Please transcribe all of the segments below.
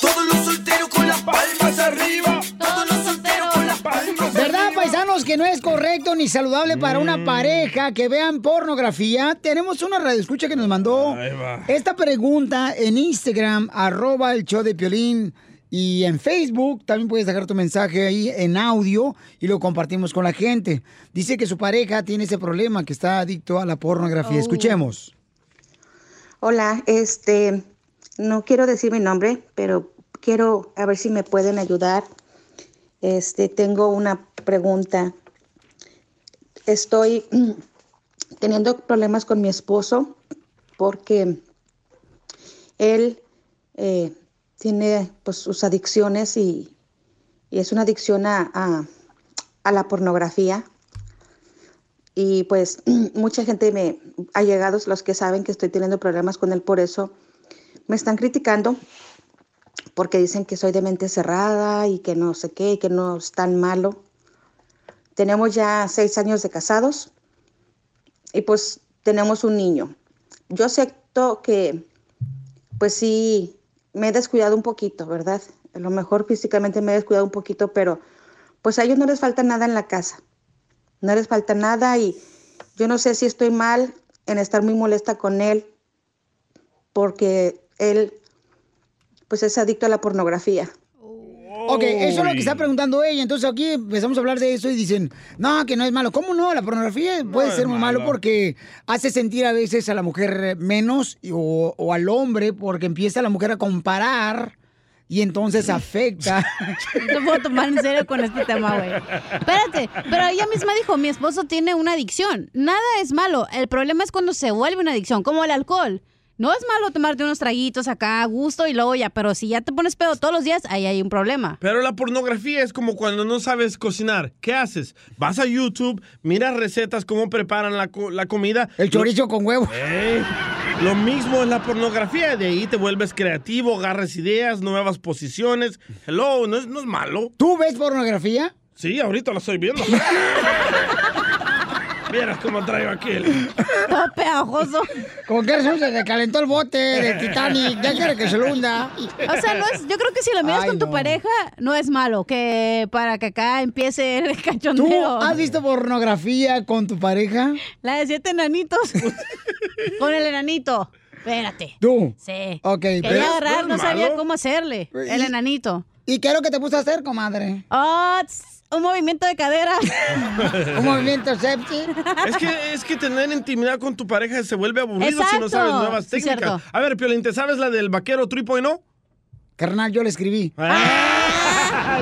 Todos los solteros con las palmas arriba. Todos los solteros con las palmas ¿Verdad, paisanos, que no es correcto ni saludable para una pareja que vean pornografía? Tenemos una radioescucha que nos mandó esta pregunta en Instagram, arroba el show de Piolín. Y en Facebook también puedes dejar tu mensaje ahí en audio y lo compartimos con la gente. Dice que su pareja tiene ese problema, que está adicto a la pornografía. Escuchemos. Hola, este, no quiero decir mi nombre, pero quiero a ver si me pueden ayudar. Este, tengo una pregunta. Estoy teniendo problemas con mi esposo porque él eh, tiene pues, sus adicciones y, y es una adicción a- a- a la pornografía. Y pues mucha gente me, allegados los que saben que estoy teniendo problemas con él por eso, me están criticando porque dicen que soy de mente cerrada y que no sé qué, y que no es tan malo. Tenemos ya seis años de casados y pues tenemos un niño. Yo acepto que pues sí, me he descuidado un poquito, ¿verdad? A lo mejor físicamente me he descuidado un poquito, pero pues a ellos no les falta nada en la casa no les falta nada y yo no sé si estoy mal en estar muy molesta con él porque él pues es adicto a la pornografía. Ok, eso es lo que está preguntando ella. Entonces aquí empezamos a hablar de eso y dicen, no, que no es malo. ¿Cómo no? La pornografía puede es ser muy malo malo. porque hace sentir a veces a la mujer menos y- o, o al hombre porque empieza la mujer a comparar y entonces afecta. No te puedo tomar en serio con este tema, güey. Espérate, pero ella misma dijo, mi esposo tiene una adicción. Nada es malo, el problema es cuando se vuelve una adicción, como el alcohol. No es malo tomarte unos traguitos acá a gusto y luego ya, pero si ya te pones pedo todos los días, ahí hay un problema. Pero la pornografía es como cuando no sabes cocinar. ¿Qué haces? Vas a YouTube, miras recetas, cómo preparan la, co- la comida. El chorizo con huevo. Lo mismo es la pornografía. De ahí te vuelves creativo, agarras ideas, nuevas posiciones. Hello, no es, no es malo. ¿Tú ves pornografía? Sí, ahorita la estoy viendo. Vieras cómo traigo aquel. Todo pegajoso. Como que razón se le calentó el bote de Titanic, ya quiere que se lo hunda. O sea, no es, yo creo que si lo miras Ay, con tu no. pareja, no es malo, que para que acá empiece el ¿Tú cachondeo. has visto pornografía con tu pareja? La de siete enanitos. con el enanito. Espérate. ¿Tú? Sí. Ok, pero- Quería agarrar, ¿No no es sabía malo? cómo hacerle. El ¿Y- enanito. ¿Y qué es lo que te puse a hacer, comadre? Oh, tss, un movimiento de cadera. Un movimiento sepsi. Es que, es que tener intimidad con tu pareja se vuelve aburrido si Exacto. no sabes nuevas Sí, técnicas. cierto. a ver, Piolín, ¿te sabes la del vaquero tripo y no? Carnal, yo le escribí. Ah,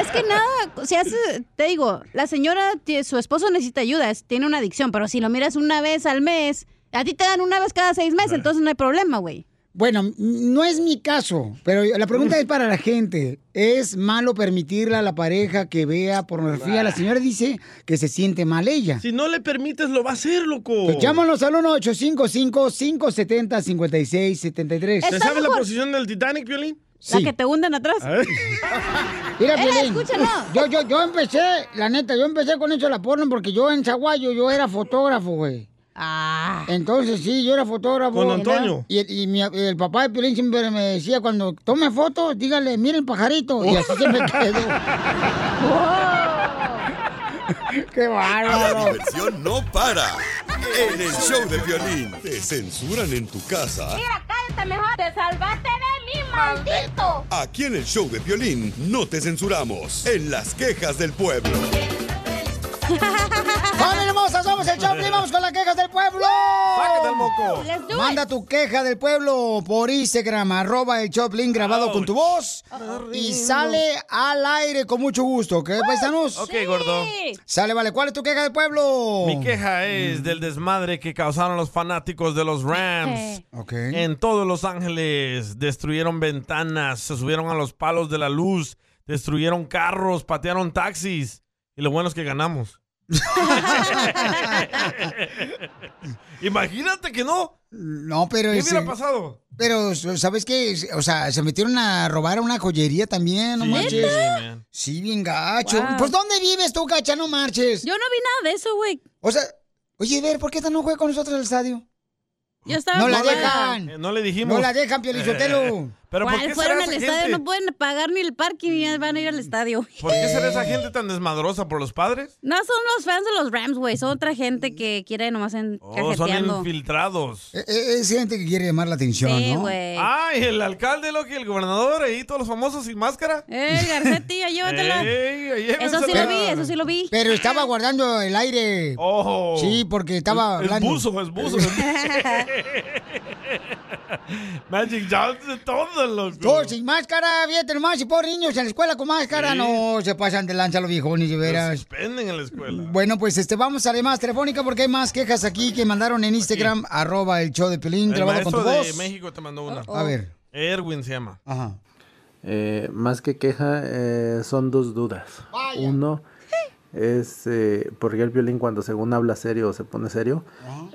Es que nada, si hace, te digo, la señora, tie- su esposo necesita ayuda, es- tiene una adicción, pero si lo miras una vez al mes, a ti te dan una vez cada seis meses, entonces no hay problema, güey. Bueno, no es mi caso, pero la pregunta es para la gente. ¿Es malo permitirle a la pareja que vea pornografía? La señora dice que se siente mal ella. Si no le permites, lo va a hacer, loco. Pues llámanos al 1-855-570-5673. ¿Te sabes la posición del Titanic, Piolín? Sí. te hunden atrás. Mira, Ela, Piolín, escúchalo. Yo, yo, yo empecé, la neta, yo empecé con eso de la porno porque yo en Chaguayo, yo era fotógrafo, güey. Ah. Entonces, sí, yo era fotógrafo. Con Antonio. Y, y mi- el papá de Piolín siempre me decía, cuando tome fotos, dígale, mire el pajarito. Y así se me quedó. ¡Qué La bárbaro! diversión no para. En el show de violín. Te censuran en tu casa. Mira, cállate mejor. Te salvaste de mí. y maldito. Aquí en el show de violín no te censuramos. En las quejas del pueblo. ¡Familia hermosa! ¡Somos el Choplin! ¡Vamos con las quejas del pueblo! Sácate el moco. Let's do it. Manda tu queja del pueblo por Instagram, arroba el Choplin grabado con tu voz. Y sale al aire con mucho gusto, ¿ok, paisanos? Ok, gordo. Sale, vale. ¿Cuál es tu queja del pueblo? Mi queja ¿eh? es del desmadre que causaron los fanáticos de los Rams. En todo Los Ángeles destruyeron ventanas, se subieron a los palos de la luz, destruyeron carros, patearon taxis. Y lo bueno es que ganamos. Imagínate que no. No, pero... ¿Qué ese- hubiera pasado? Pero, ¿sabes qué? O sea, se metieron a robar a una joyería también, no Sí, marches. ¿Neta? sí, man. Sí, bien gacho. Wow. Pues, ¿dónde vives tú, cacha? No marches. Yo no vi nada de eso, güey. O sea, oye, ver, ¿por qué esta no juega con nosotros al estadio? Yo estaba No la ocupada. dejan. Eh, no le dijimos. Eh, No la dejan, Pio Lizotelo. Pero ¿por ¿Cuál? qué fueron al será esa estadio, gente? no pueden pagar ni el parking y ya van a ir al estadio. ¿Por qué será esa gente tan desmadrosa por los padres? No son los fans de los Rams, güey. Son otra gente que quiere nomás en Oh, son cajeteando. infiltrados. Es gente Eh, que quiere llamar la atención, Sí, ¿no? güey. Ay, el alcalde, lo que el gobernador, ahí todos los famosos sin máscara. Eh, Garcetti, ya llévatela. Ey, eso sí lo vi, eso sí lo vi. Pero estaba guardando el aire. Oh. Sí, porque estaba Es- es hablando. buzo, es buzo, es buzo. Magic Johnson, todo loco. Todos sin máscara, fíjate nomás, si por niños en la escuela con máscara, Sí. no se pasan de lanza los viejones, de Los veras. suspenden en la escuela. Bueno, pues este, vamos a la más telefónica porque hay más quejas aquí que mandaron en Instagram, arroba el show de Pelín, El grabado con tu maestro de voz. México te mandó una. A ver. Erwin se llama. Ajá. Eh, más que queja, eh, son dos dudas. Uno es eh, porque el violín cuando según habla serio o se pone serio,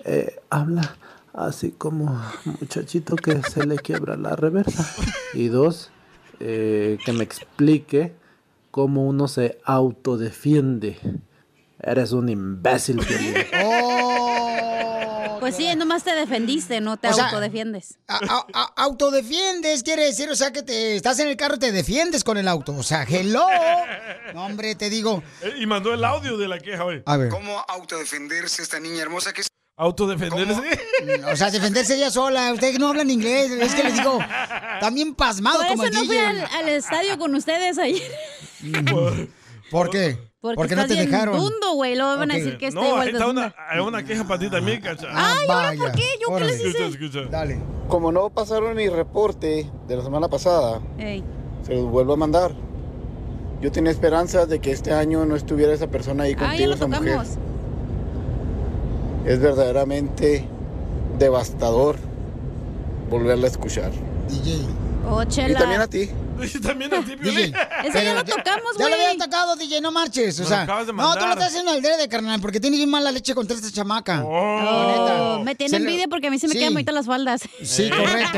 eh, habla así como muchachito que se le quiebra la reversa. Y dos, eh, que me explique cómo uno se autodefiende. Eres un imbécil, violín. Pues sí, nomás te defendiste, no te Oh, O sea, autodefiendes. A- a- autodefiendes quiere decir, o sea, que te estás en el carro y te defiendes con el auto. O sea, hello. No, hombre, te digo. Eh, Y mandó el audio de la queja hoy. A ver. ¿Cómo autodefenderse esta niña hermosa que es? Autodefenderse. Mm, O sea, defenderse ella sola. Ustedes no hablan inglés. Es que les digo, también pasmado Por como eso el no fui DJ. al, al estadio con ustedes ayer. ¿Por qué? Porque, Porque no estás te bien dejaron. dundo, güey. Luego van a Ok. decir que este pues, está igual no, ahí de está dunda. una, hay una queja para ti también, cacha. Ay, ¿ahora por qué? ¿Yo qué les hice? Ah, Dale. Como no pasaron mi reporte de la semana pasada, Ey. se los vuelvo a mandar. Yo tenía esperanzas de que este año no estuviera esa persona ahí Ah, ya contigo, lo esa mujer. tocamos. Es verdaderamente devastador volverla a escuchar. Oh, Y chela. también a ti. también a ti, Piolín. Ese ya lo tocamos, Ya güey. lo habían tocado, DJ, no marches. O Me sea, lo acabas de no, tú lo mandar. estás haciendo al de carnal, porque tienes bien mala leche contra esta chamaca. Oh, me tiene envidia porque a mí se me queda quedan bonitas las faldas. Sí, correcto.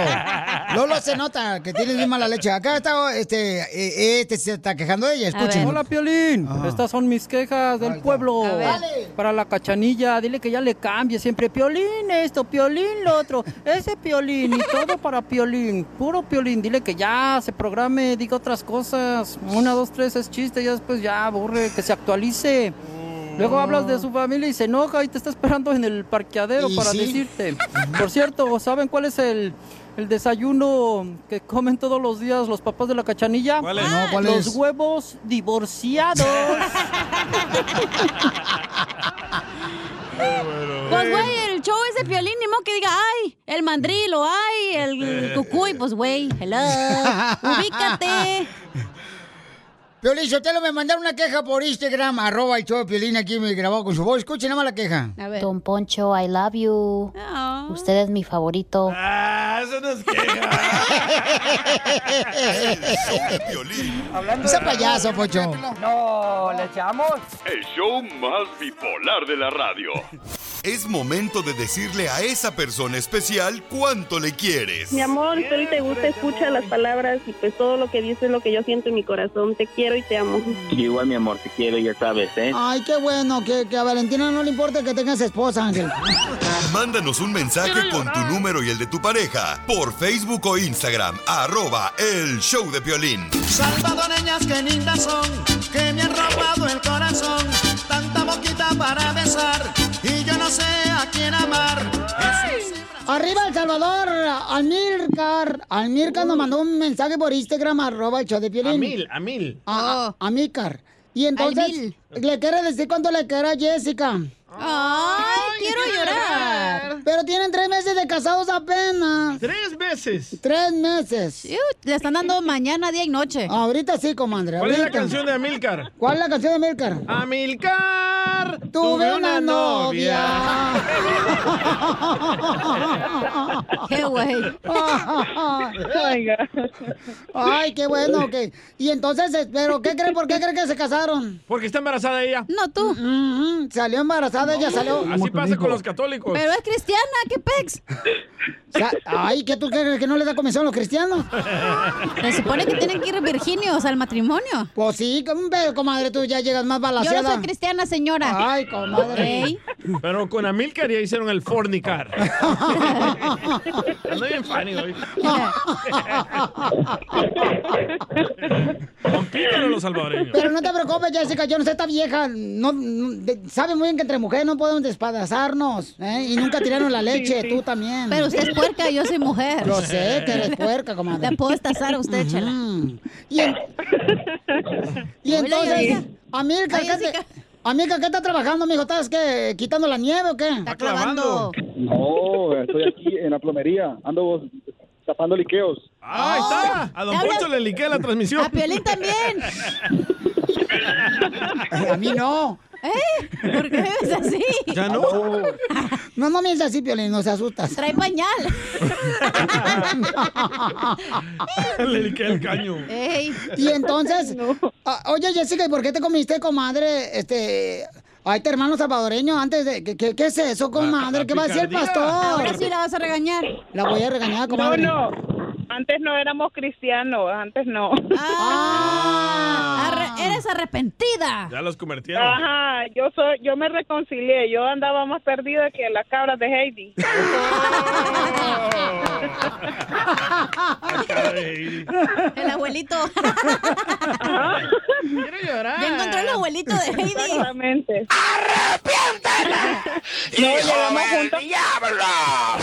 Lolo se nota que tienes bien mala leche. Acá está, este, eh, este se está quejando de ella, escuchen. Hola, Piolín. Ajá. Estas son mis quejas del pueblo. A ver. Para la cachanilla, dile que ya le cambie siempre. Piolín esto, Piolín lo otro. Ese Piolín y todo para Piolín. Puro Piolín. Dile que ya se programe, diga otras cosas. Una, dos, tres es chiste. Ya después ya aburre, que se actualice. Luego hablas de su familia y se enoja y te está esperando en el parqueadero Y para sí. decirte. Por cierto, ¿saben cuál es el, el desayuno que comen todos los días los papás de la cachanilla? ¿Cuál es? No, ¿cuál los es? huevos divorciados. Pues, güey, el show es de violín, ni modo que diga, ay, el mandrilo, ay, el cucuy, pues, güey, hello, ubícate. Piolín Sotelo me mandaron una queja por Instagram, arroba y todo Piolín aquí me grabó con su voz. Escuchen nada más la queja. Don Poncho, I love you. Usted es mi favorito. Ah. Hablando Ese payaso, Pocho. No, ¿le echamos? El show más bipolar de la radio. Es momento de decirle a esa persona especial cuánto le quieres. Mi amor, si él te gusta, escucha las palabras y pues todo lo que dices es lo que yo siento en mi corazón. Te quiero y te amo. Igual, mi amor, te quiero, ya sabes, ¿eh? Ay, qué bueno, que, que a Valentina no le importa que tengas esposa, Ángel. Mándanos un mensaje con tu número y el de tu pareja por Facebook o Instagram, arroba el show de violín. Salvadoreñas que lindas son, que me han robado el corazón. Tanta boquita para besar y yo no sé a quién amar. Arriba El Salvador, Almircar. Almircar nos mandó un mensaje por Instagram, arroba el show de Piolín. A mil, a mil. A, a- Amilcar. Y entonces, ¿le quiere decir cuánto le queda a Jessica? Ay, quiero llorar. Pero tienen tres meses de casados apenas. ¿Tres meses? Tres meses. le están dando mañana, día y noche. Ahorita sí, comandante. ¿Cuál es la ahorita. canción de Amilcar? ¿Cuál es la canción de Milcar? Amilcar, tuve una novia. Qué güey. Ay, qué bueno, ok. Y entonces, eh, ¿pero qué creen? ¿Por qué creen que se casaron? Mm, Porque está embarazada ella. No, tú. salió embarazada, ella salió. Así pasa con los católicos. Pero es cristiana, qué pex. Sa- Ay, ¿qué tú crees que no les da comisión a los cristianos? Se supone que tienen que ir virginios al matrimonio. Pues sí, pero comadre, tú ya llegas más Yo no balaseada. soy cristiana, señora. Ay, comadre. Ey. Pero con Amilcar ya hicieron el fornicar. Ando bien funny hoy. Compícalo los salvadoreños. Pero no te preocupes, Jessica, yo no sé, esta vieja no, no- de- sabe muy bien que entre mujeres no podemos despedazarnos, ¿eh? Y nunca tiraron la leche, tú también. Pero usted es puerca, yo soy mujer. Yo sé que eres puerca, comadre. La puedo estazar a usted, chela. Y, en- y Hola, entonces, Jessica. Amilcar, ¿qué, te- Amilcar, ¿qué está trabajando, mijo? ¿Estás qué, quitando la nieve o qué? Está clavando. No, estoy aquí en la plomería. Ando tapando liqueos. Ahí está. A Don Poncho le liqué la transmisión. A Piolín también. A mí no. ¿Eh? ¿Por qué es así? Ya no. No, no me es así, Piolín, no se asustas. Trae pañal. le liqué el caño. Y entonces, ah, oye Jessica, ¿y por qué te comiste, comadre, este, a este hermano salvadoreño antes de, ¿qué, qué, qué es eso, comadre? ¿Qué va a decir el pastor? Ahora sí la vas a regañar. La voy a regañar, comadre. No, no. Antes no éramos cristianos, antes no. Ah, Ah. Arre- eres arrepentida. Ya los convirtieron. Ajá, yo soy, yo me reconcilié, yo andaba más perdida que las cabras de Heidi. El abuelito. Quiero llorar. Ya encontré el abuelito de Heidi. Exactamente. ¡Hijo No, llegamos del juntos. diablo!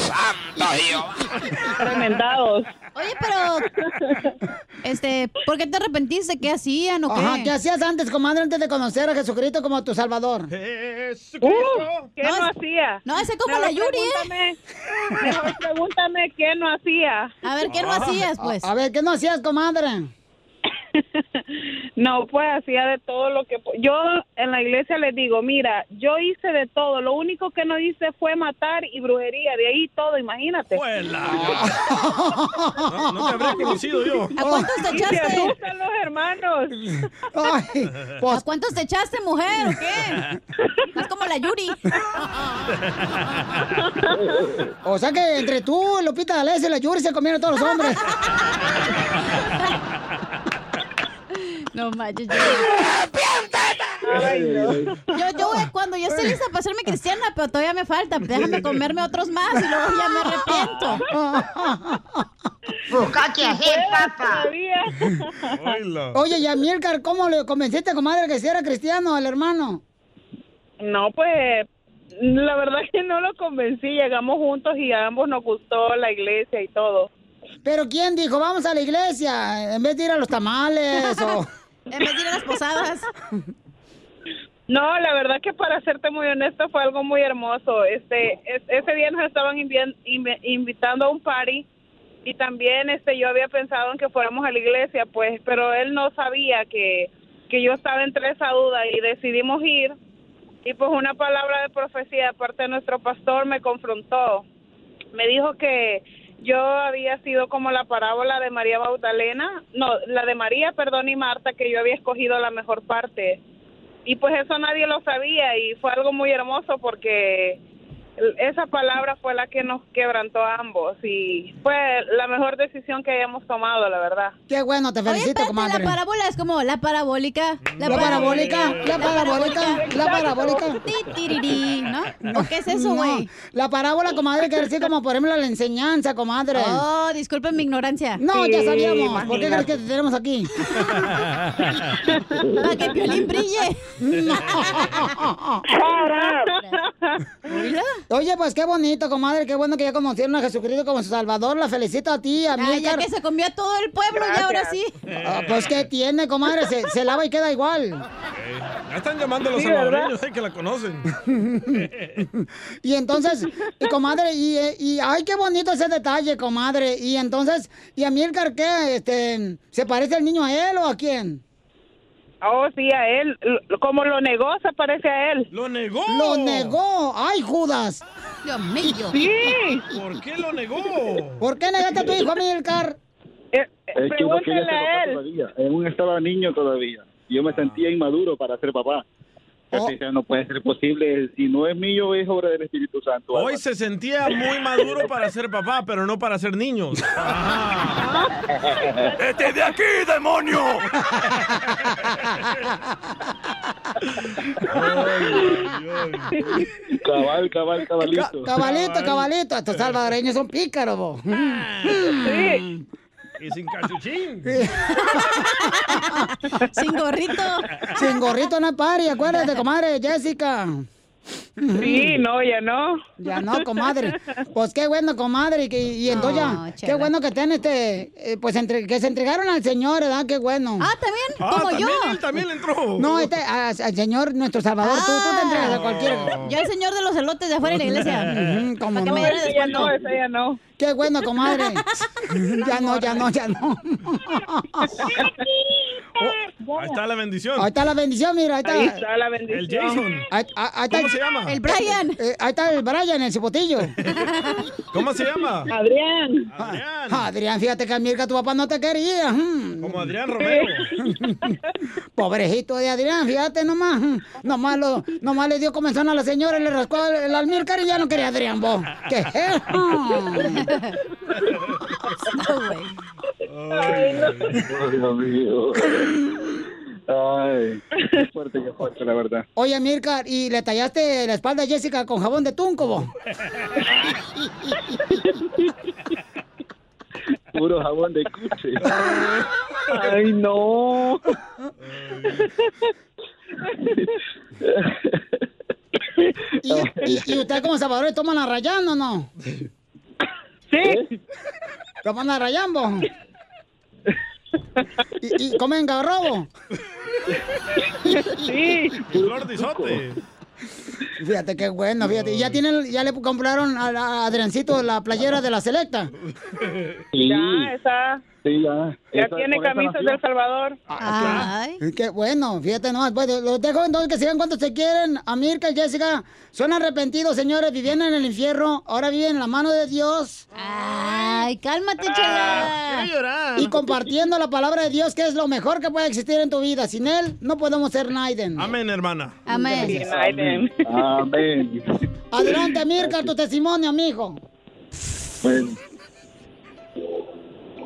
¡Santo Dios! Tremendados. Oye, pero. Este, ¿por qué te arrepentiste? ¿Qué hacían o qué? Ajá, ¿qué hacías antes, comadre, antes de conocer a Jesucristo como tu salvador? Uh, ¿Qué no, No, hacía? no, ese como la Yuri, ¿eh? Pregúntame, mejor pregúntame qué no hacía. A ver, ¿qué no hacías, pues? Ah, A, a ver, ¿qué no hacías, comadre? No, pues hacía de todo lo que... po- Yo en la iglesia les digo, mira, yo hice de todo. Lo único que no hice fue matar y brujería. De ahí todo, imagínate. No, no te habría conocido yo. ¿A cuántos te Y se echaste? pues, asustan los hermanos. ¿A cuántos te echaste, mujer, o qué? Estás como la Yuri. O sea que entre tú, Lupita D'Alessio y la Yuri se comieron todos los hombres. No manches, yo... yo, yo voy- cuando yo esté lista para hacerme cristiana, pero todavía me falta. Déjame comerme otros más y luego ya me arrepiento. Busca qué hacer, papá. Oye, y a Amílcar, ¿cómo le convenciste, comadre, que si era cristiano al hermano? No, pues la verdad que no lo convencí. Llegamos juntos y a ambos nos gustó la iglesia y todo. Pero ¿quién dijo, vamos a la iglesia, en vez de ir a los tamales o... En vez de ir a las posadas. No, la verdad que para serte muy honesta fue algo muy hermoso. Este, es- ese día nos estaban invi- invi- invitando a un party y también este yo había pensado en que fuéramos a la iglesia, pues, pero él no sabía que que yo estaba entre esa duda y decidimos ir y pues una palabra de profecía de parte de nuestro pastor me confrontó. Me dijo que yo había sido como la parábola de María Magdalena, no, la de María, perdón, y Marta, que yo había escogido la mejor parte y pues eso nadie lo sabía y fue algo muy hermoso porque esa palabra fue la que nos quebrantó a ambos y fue la mejor decisión que hayamos tomado, la verdad. Qué bueno, te felicito, comadre. La parábola es como la parabólica. La, La parabólica, la parabólica, la parabólica. Ti, tiriri, ¿no? ¿O qué es eso, güey? No, la parábola, comadre, quiere decir como, por ejemplo, la enseñanza, comadre. Oh, disculpen mi ignorancia. No, ya Sí, sabíamos. ¿Por qué imagínate. crees que te tenemos aquí? Para que Piolín brille. No. Uy, chulada. Oye, pues qué bonito, comadre, qué bueno que ya conocieron a Jesucristo como su Salvador. La felicito a ti, a mí. ya que se comió a todo el pueblo, ya ahora sí. pues qué tiene, comadre, se, se lava y queda igual. Ya están llamando a los Sí, ¿verdad? salvadoreños, eh, que la conocen. Y entonces, y comadre, y, eh, y ay, qué bonito ese detalle, comadre. Y entonces, ¿y a Milcar qué? Este, ¿Se parece el niño a él o a quién? Oh, sí, a él. L- Como lo negó, se parece a él. ¿Lo negó? ¡Lo negó! ¡Ay, Judas! Dios mío. Sí. ¿Por qué lo negó? ¿Por qué negaste a tu hijo, Amilcar? Eh, Es que uno quiere ser Pregúntale a papá él. todavía. Eh, Uno estaba niño todavía. Yo me Ah. sentía inmaduro para ser papá. Yo Oh. decía, no puede ser posible. Si no es mío, es obra del Espíritu Santo. Hoy Oh, se sentía muy maduro para ser papá, pero no para ser niño. ¡Este de aquí, demonio! Cabal, cabal, cabalito. Cabalito, cabalito, estos salvadoreños son pícaros. bo. Sí. Y sin cachuchín. Sin gorrito. Sin gorrito no pari, acuérdate, comadre, Jessica. Sí, no, ya no. Ya no, comadre. Pues qué bueno, comadre. Y, que- y entonces, No, ya, qué chela. bueno que estén este, eh, pues entre, que se entregaron al Señor, ¿verdad? Qué bueno. Ah, también, Ah, como también yo. él también le entró. No, este, a- al Señor, nuestro Salvador, tú, tú te entregas a cualquiera. Ah. Yo el señor de los elotes de afuera de la iglesia. Ujú, como ¿Para qué no. me dieron Esa ya descuento? no, esa ya no. Qué bueno, comadre. ya no, ya no, ya no. Ahí está la bendición. Ahí está la bendición, mira, ahí está. Ahí está la bendición. El Jason. Ahí- ahí- ahí está ¿Cómo se llama? El Brian. Eh, ahí está el Brian, el cipotillo. ¿Cómo se llama? Ah, Adrián. Adrián. Adrián, fíjate que Mirka, tu papá no te quería. mm. Como Adrián Romero. Pobrecito de Adrián, fíjate nomás. mm. Nomás, lo, nomás le dio comenzón a la señora, le rascó el, el almílcar y ya no quería a Adrián, vos. ¿Qué es Oh, Dios mío. Ay, qué fuerte, qué fuerte, la verdad. Oye, Mirka, ¿y le tallaste la espalda a Jessica con jabón de tunco, vos? Puro jabón de cuche. ¡Ay, no! ¿Y, y, y usted como salvador toma la rayando o no? Sí. ¿Toman la rayambo? ¿Y, y comen garrobo? Sí. Flor de izote. Fíjate qué bueno, fíjate. ¿Y ya, tienen, ya le compraron a, a Adriancito la playera de la selecta? Sí, Ya está. sí, ya. Ya Esa- tiene con esa camisas nació. del Salvador. Ah, Ah, Ah, Ah. Qué bueno, fíjate nomás. Bueno, los dejo entonces que sigan cuando se quieren. A Mirka y Jessica son arrepentidos, señores. Vivían en el infierno, ahora viven en la mano de Dios. Ay, cálmate, chela. Quiero llorar. Y compartiendo la palabra de Dios, que es lo mejor que puede existir en tu vida. Sin él, no podemos ser Naiden. Amén, hermana. Amén. Gracias. Amén. Amén. Adelante, Mirka, tu testimonio, amigo. Bueno.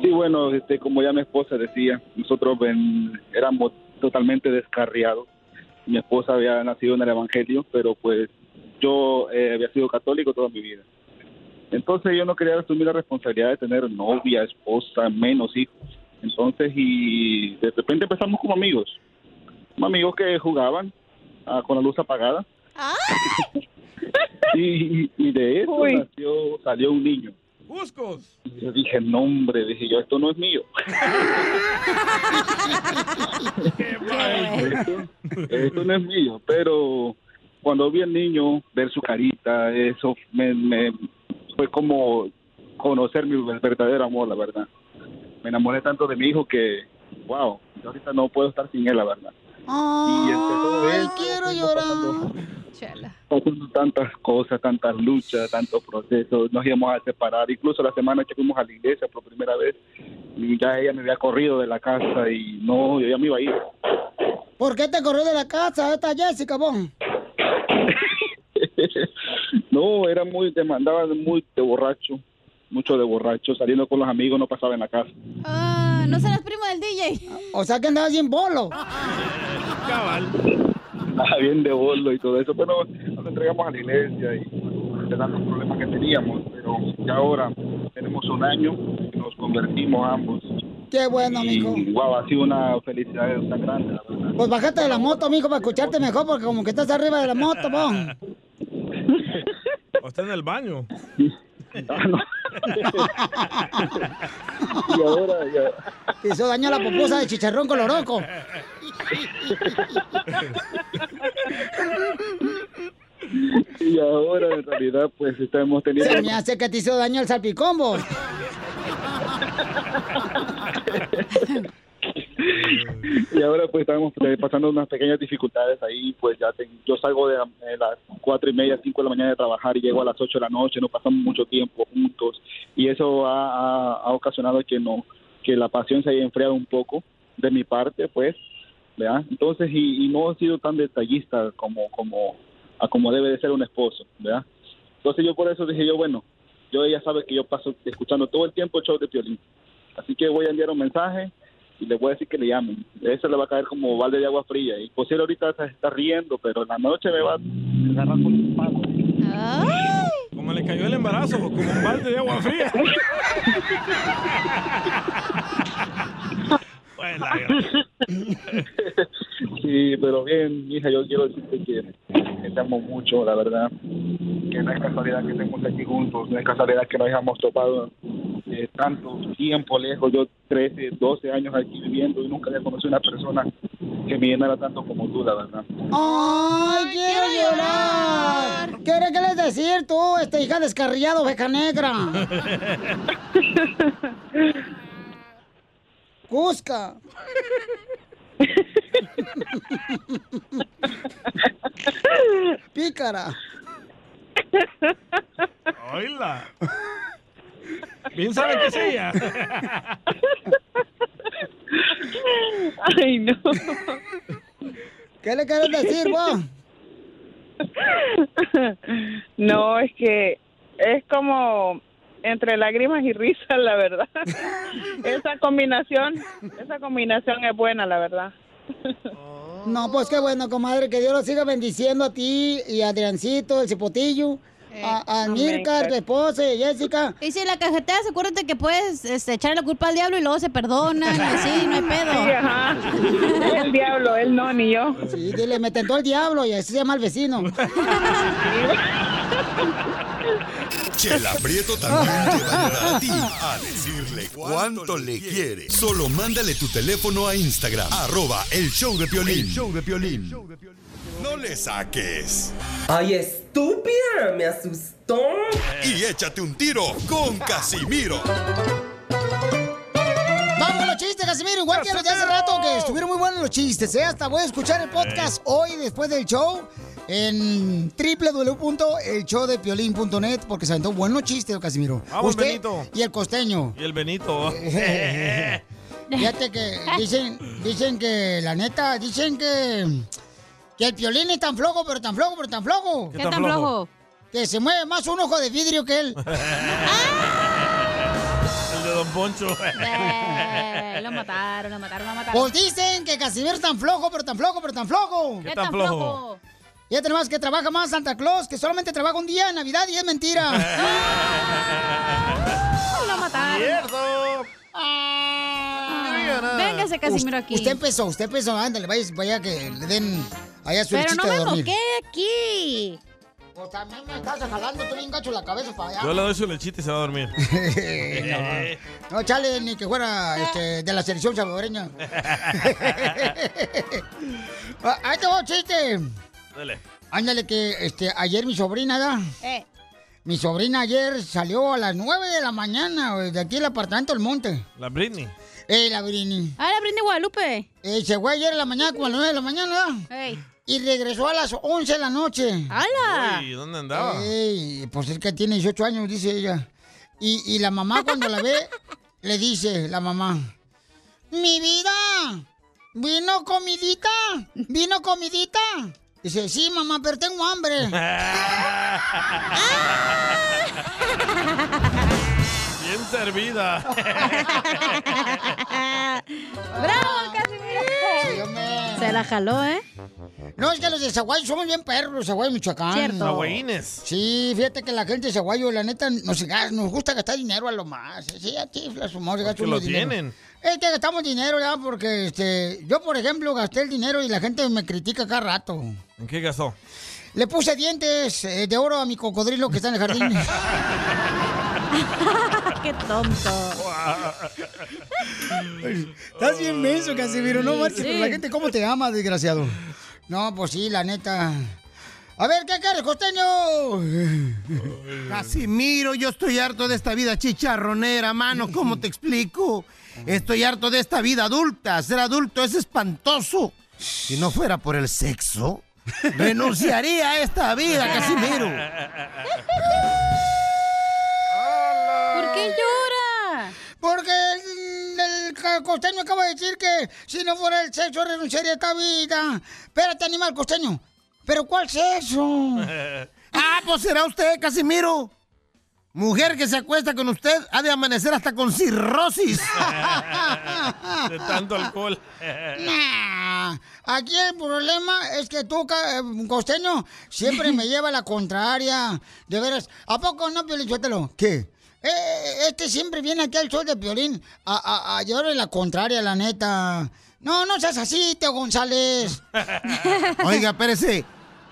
Sí, bueno, este, como ya mi esposa decía, nosotros ven- éramos totalmente descarriados. Mi esposa había nacido en el Evangelio, pero pues yo eh, había sido católico toda mi vida. Entonces yo no quería asumir la responsabilidad de tener novia, esposa, menos hijos. Entonces, y de repente empezamos como amigos. Como amigos que jugaban ah, con la luz apagada. Y, y- y de eso Uy. nació- salió un niño. Buscos. Y Yo dije, no, hombre, dije yo, esto no es mío. esto, esto no es mío, pero cuando vi al niño, ver su carita, eso me, me- fue como conocer mi verdadero amor, la verdad. Me enamoré tanto de mi hijo que, wow, yo ahorita no puedo estar sin él, la verdad. Ay, quiero llorar. Pasando tantas cosas, tantas luchas, tantos procesos, nos íbamos a separar. Incluso la semana que fuimos a la iglesia por primera vez, y ya ella me había corrido de la casa y no, yo ya me iba a ir. ¿Por qué te corrió de la casa esta Jessica, bon? No, era muy, demandaba muy de borracho, mucho de borracho, saliendo con los amigos no pasaba en la casa. Ah, ¿No serás primo del DJ? O sea que andabas bien bolo. Nada Ah, bien de bolo y todo eso, pero nos entregamos a la iglesia y de tantos problemas que teníamos, pero ya ahora tenemos un año y nos convertimos ambos. Qué bueno, mijo. Y wow, ha sido una felicidad tan grande, la verdad. Pues bájate de la moto, mijo, para escucharte mejor, porque como que estás arriba de la moto, bon. O está en el baño. Ah, Y ahora ya. Te hizo daño a la poposa de chicharrón coloroco. Y ahora en realidad pues estamos teniendo... Se me hace que te hizo daño el salpicombo. y ahora pues estamos eh, pasando unas pequeñas dificultades ahí, pues ya ten- yo salgo de, la- de las cuatro y media, cinco de la mañana de trabajar y llego a las ocho de la noche, no pasamos mucho tiempo juntos y eso ha, ha- ha ocasionado que no, que la pasión se haya enfriado un poco de mi parte, pues, ¿verdad? Entonces, y, y no he sido tan detallista como, como, a como debe de ser un esposo, ¿verdad? Entonces yo por eso dije yo, bueno, yo ella sabe que yo paso escuchando todo el tiempo el show de Piolín, así que voy a enviar un mensaje y le voy a decir que le llamen. Eso le va a caer como balde de agua fría. Y posible ahorita se está riendo, pero en la noche me va a agarrar con un palo. Como le cayó el embarazo, como un balde de agua fría. Sí, pero bien, hija, yo quiero decirte que te amo mucho, la verdad. Que no es casualidad que estemos aquí juntos, no es casualidad que nos hayamos topado eh, tanto tiempo lejos. Yo 13, 12 años aquí viviendo y nunca había conocido una persona que me llenara tanto como tú, la verdad. ¡Ay, quiero llorar! ¿Qué le quieres decir tú, este hija descarriado, oveja negra? ¡Cusca! ¡Pícara! Oíla. Bien sabe que es ella. Ay, no. ¿Qué le quieres decir, vos? No, es que es como entre lágrimas y risas, la verdad. esa combinación, esa combinación es buena, la verdad. No, pues qué bueno, comadre, que Dios lo siga bendiciendo a ti y a Adriancito, el cipotillo, a, a amén, Mirka, tu claro. esposa, y a Jessica. Y si la cajeteas, acuérdate que puedes este, echarle la culpa al diablo y luego se perdonan, y así, no hay pedo. Sí, ajá. El diablo, él no, ni yo. Sí, dile, me tentó el diablo y así se llama el vecino. Chela Prieto también te va a ayudar a ti a decirle cuánto le quiere. Solo mándale tu teléfono a Instagram, arroba el show de Piolín. show de Piolín. No le saques. Ay, estúpida, me asustó. Y échate un tiro con Casimiro. Vamos a los chistes, Casimiro. Igual que los de hace rato, que estuvieron muy buenos los chistes. ¿eh? Hasta voy a escuchar el podcast hoy después del show en www.elshowdepiolín.net porque se aventó buenos chistes, Casimiro. Vamos, Benito. Y el costeño. Y el Benito. Fíjate que dicen, dicen que, la neta, dicen que, que el piolín es tan flojo, pero tan flojo, pero tan flojo. ¿Qué ¿Qué tan tan flojo? flojo? Que se mueve más un ojo de vidrio que él. El de Don Poncho. Eh, lo mataron, lo mataron, lo mataron. Pues dicen que Casimiro es tan flojo, pero tan flojo, pero tan flojo. ¿Qué ¿Qué tan tan flojo? flojo? Ya tenemos que trabaja más Santa Claus, que solamente trabaja un día en Navidad y es mentira. lo mataron. ¡Cierto! Eh. Ah, Véngase, Casimiro, aquí. Usted empezó, usted empezó. Ándale, vaya, vaya que le den allá su Pero no lechita me de dormir. moqué aquí. Pues también me estás jalando, tú bien gacho la cabeza para allá. Yo le doy su lechita y se va a dormir. No, chale, ni que fuera este, de la selección salvadoreña. Ah, Ahí te va un chiste. Dale. Ándale que este, ayer mi sobrina, ¿da? Mi sobrina ayer salió a las 9 de la mañana güey, de aquí del apartamento del monte. La Britney. Eh, la Brini. Ah, la Brini Guadalupe. Eh, se fue ayer en la mañana, como a las 9 de la mañana, ¿verdad? Y regresó a las 11 de la noche. ¡Hala! ¿Y dónde andaba? Ey, pues es que tiene 18 años, dice ella. Y, y la mamá cuando la ve, le dice la mamá, ¡Mi vida! ¿Vino comidita? ¿Vino comidita? Dice, sí, mamá, pero tengo hambre. Bien servida. ¡Bravo, Casimiro! Se la jaló, ¿eh? No, es que los de Zaguayo somos bien perros, los Zaguayo Michoacán. Cierto. Zaguayines. Sí, fíjate que la gente de Zaguayo, la neta, nos, gasta- nos gusta gastar dinero a lo más. Sí, a chifla, su madre, gasta Porque uno Pues lo dinero. tienen. Este gastamos dinero ya porque este, yo, por ejemplo, gasté el dinero y la gente me critica cada rato. ¿En qué gastó? Le puse dientes eh, de oro a mi cocodrilo que está en el jardín. Qué tonto. Estás bien menso, Casimiro. No marches, Sí. pero la gente, ¿cómo te ama, desgraciado? No, pues sí, la neta. A ver, ¿qué quieres, costeño? Casimiro, yo estoy harto de esta vida chicharronera, mano, ¿cómo te explico? Estoy harto de esta vida adulta, ser adulto es espantoso. Si no fuera por el sexo, renunciaría a esta vida, Casimiro. ¿Por qué llora? Porque el, el ca- costeño acaba de decir que si no fuera el sexo renunciaría a esta vida. Espérate, animal costeño. ¿Pero cuál sexo? Ah, pues será usted, Casimiro. Mujer que se acuesta con usted ha de amanecer hasta con cirrosis. De tanto alcohol. Nah, Ah, Aquí el problema es que tú, ca- eh, costeño, siempre me lleva la contraria. De veras, ¿a poco no, Piolichotelo? ¿Qué? Eh, eh, este siempre viene aquí al show de Piolín a, a, a llevarle la contraria, la neta. No, no seas así, Teo González. Oiga, espérese.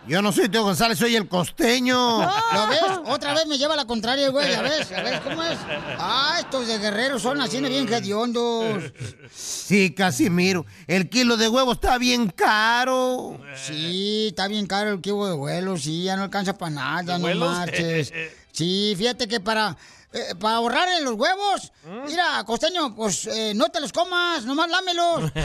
Yo no soy Teo González, soy el costeño. ¿Lo ves? Otra vez me lleva la contraria, el güey, ¿ya ves? ¿Ya ves cómo es? Ah, estos de guerreros son así, no bien hediondos. Sí, Casimiro. El kilo de huevo está bien caro. Sí, está bien caro el kibo de vuelo, sí, ya no alcanza para nada, no ¿Vuelos? marches. Sí, fíjate que para, eh, para ahorrar en los huevos, mira, costeño, pues eh, no te los comas, nomás lámelos.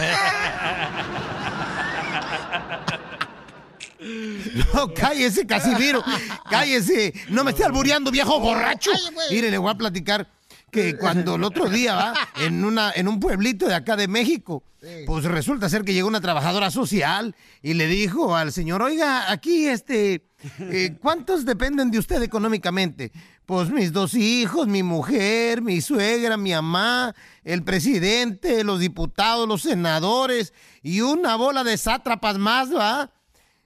No, cállese, Casimiro. Cállese. No me esté albureando, viejo borracho. Ay, güey. Mire, le voy a platicar que cuando el otro día va en una en un pueblito de acá de México, pues resulta ser que llegó una trabajadora social y le dijo al señor, "Oiga, aquí este eh, ¿cuántos dependen de usted económicamente?" Pues mis dos hijos, mi mujer, mi suegra, mi mamá, el presidente, los diputados, los senadores y una bola de sátrapas más, ¿va?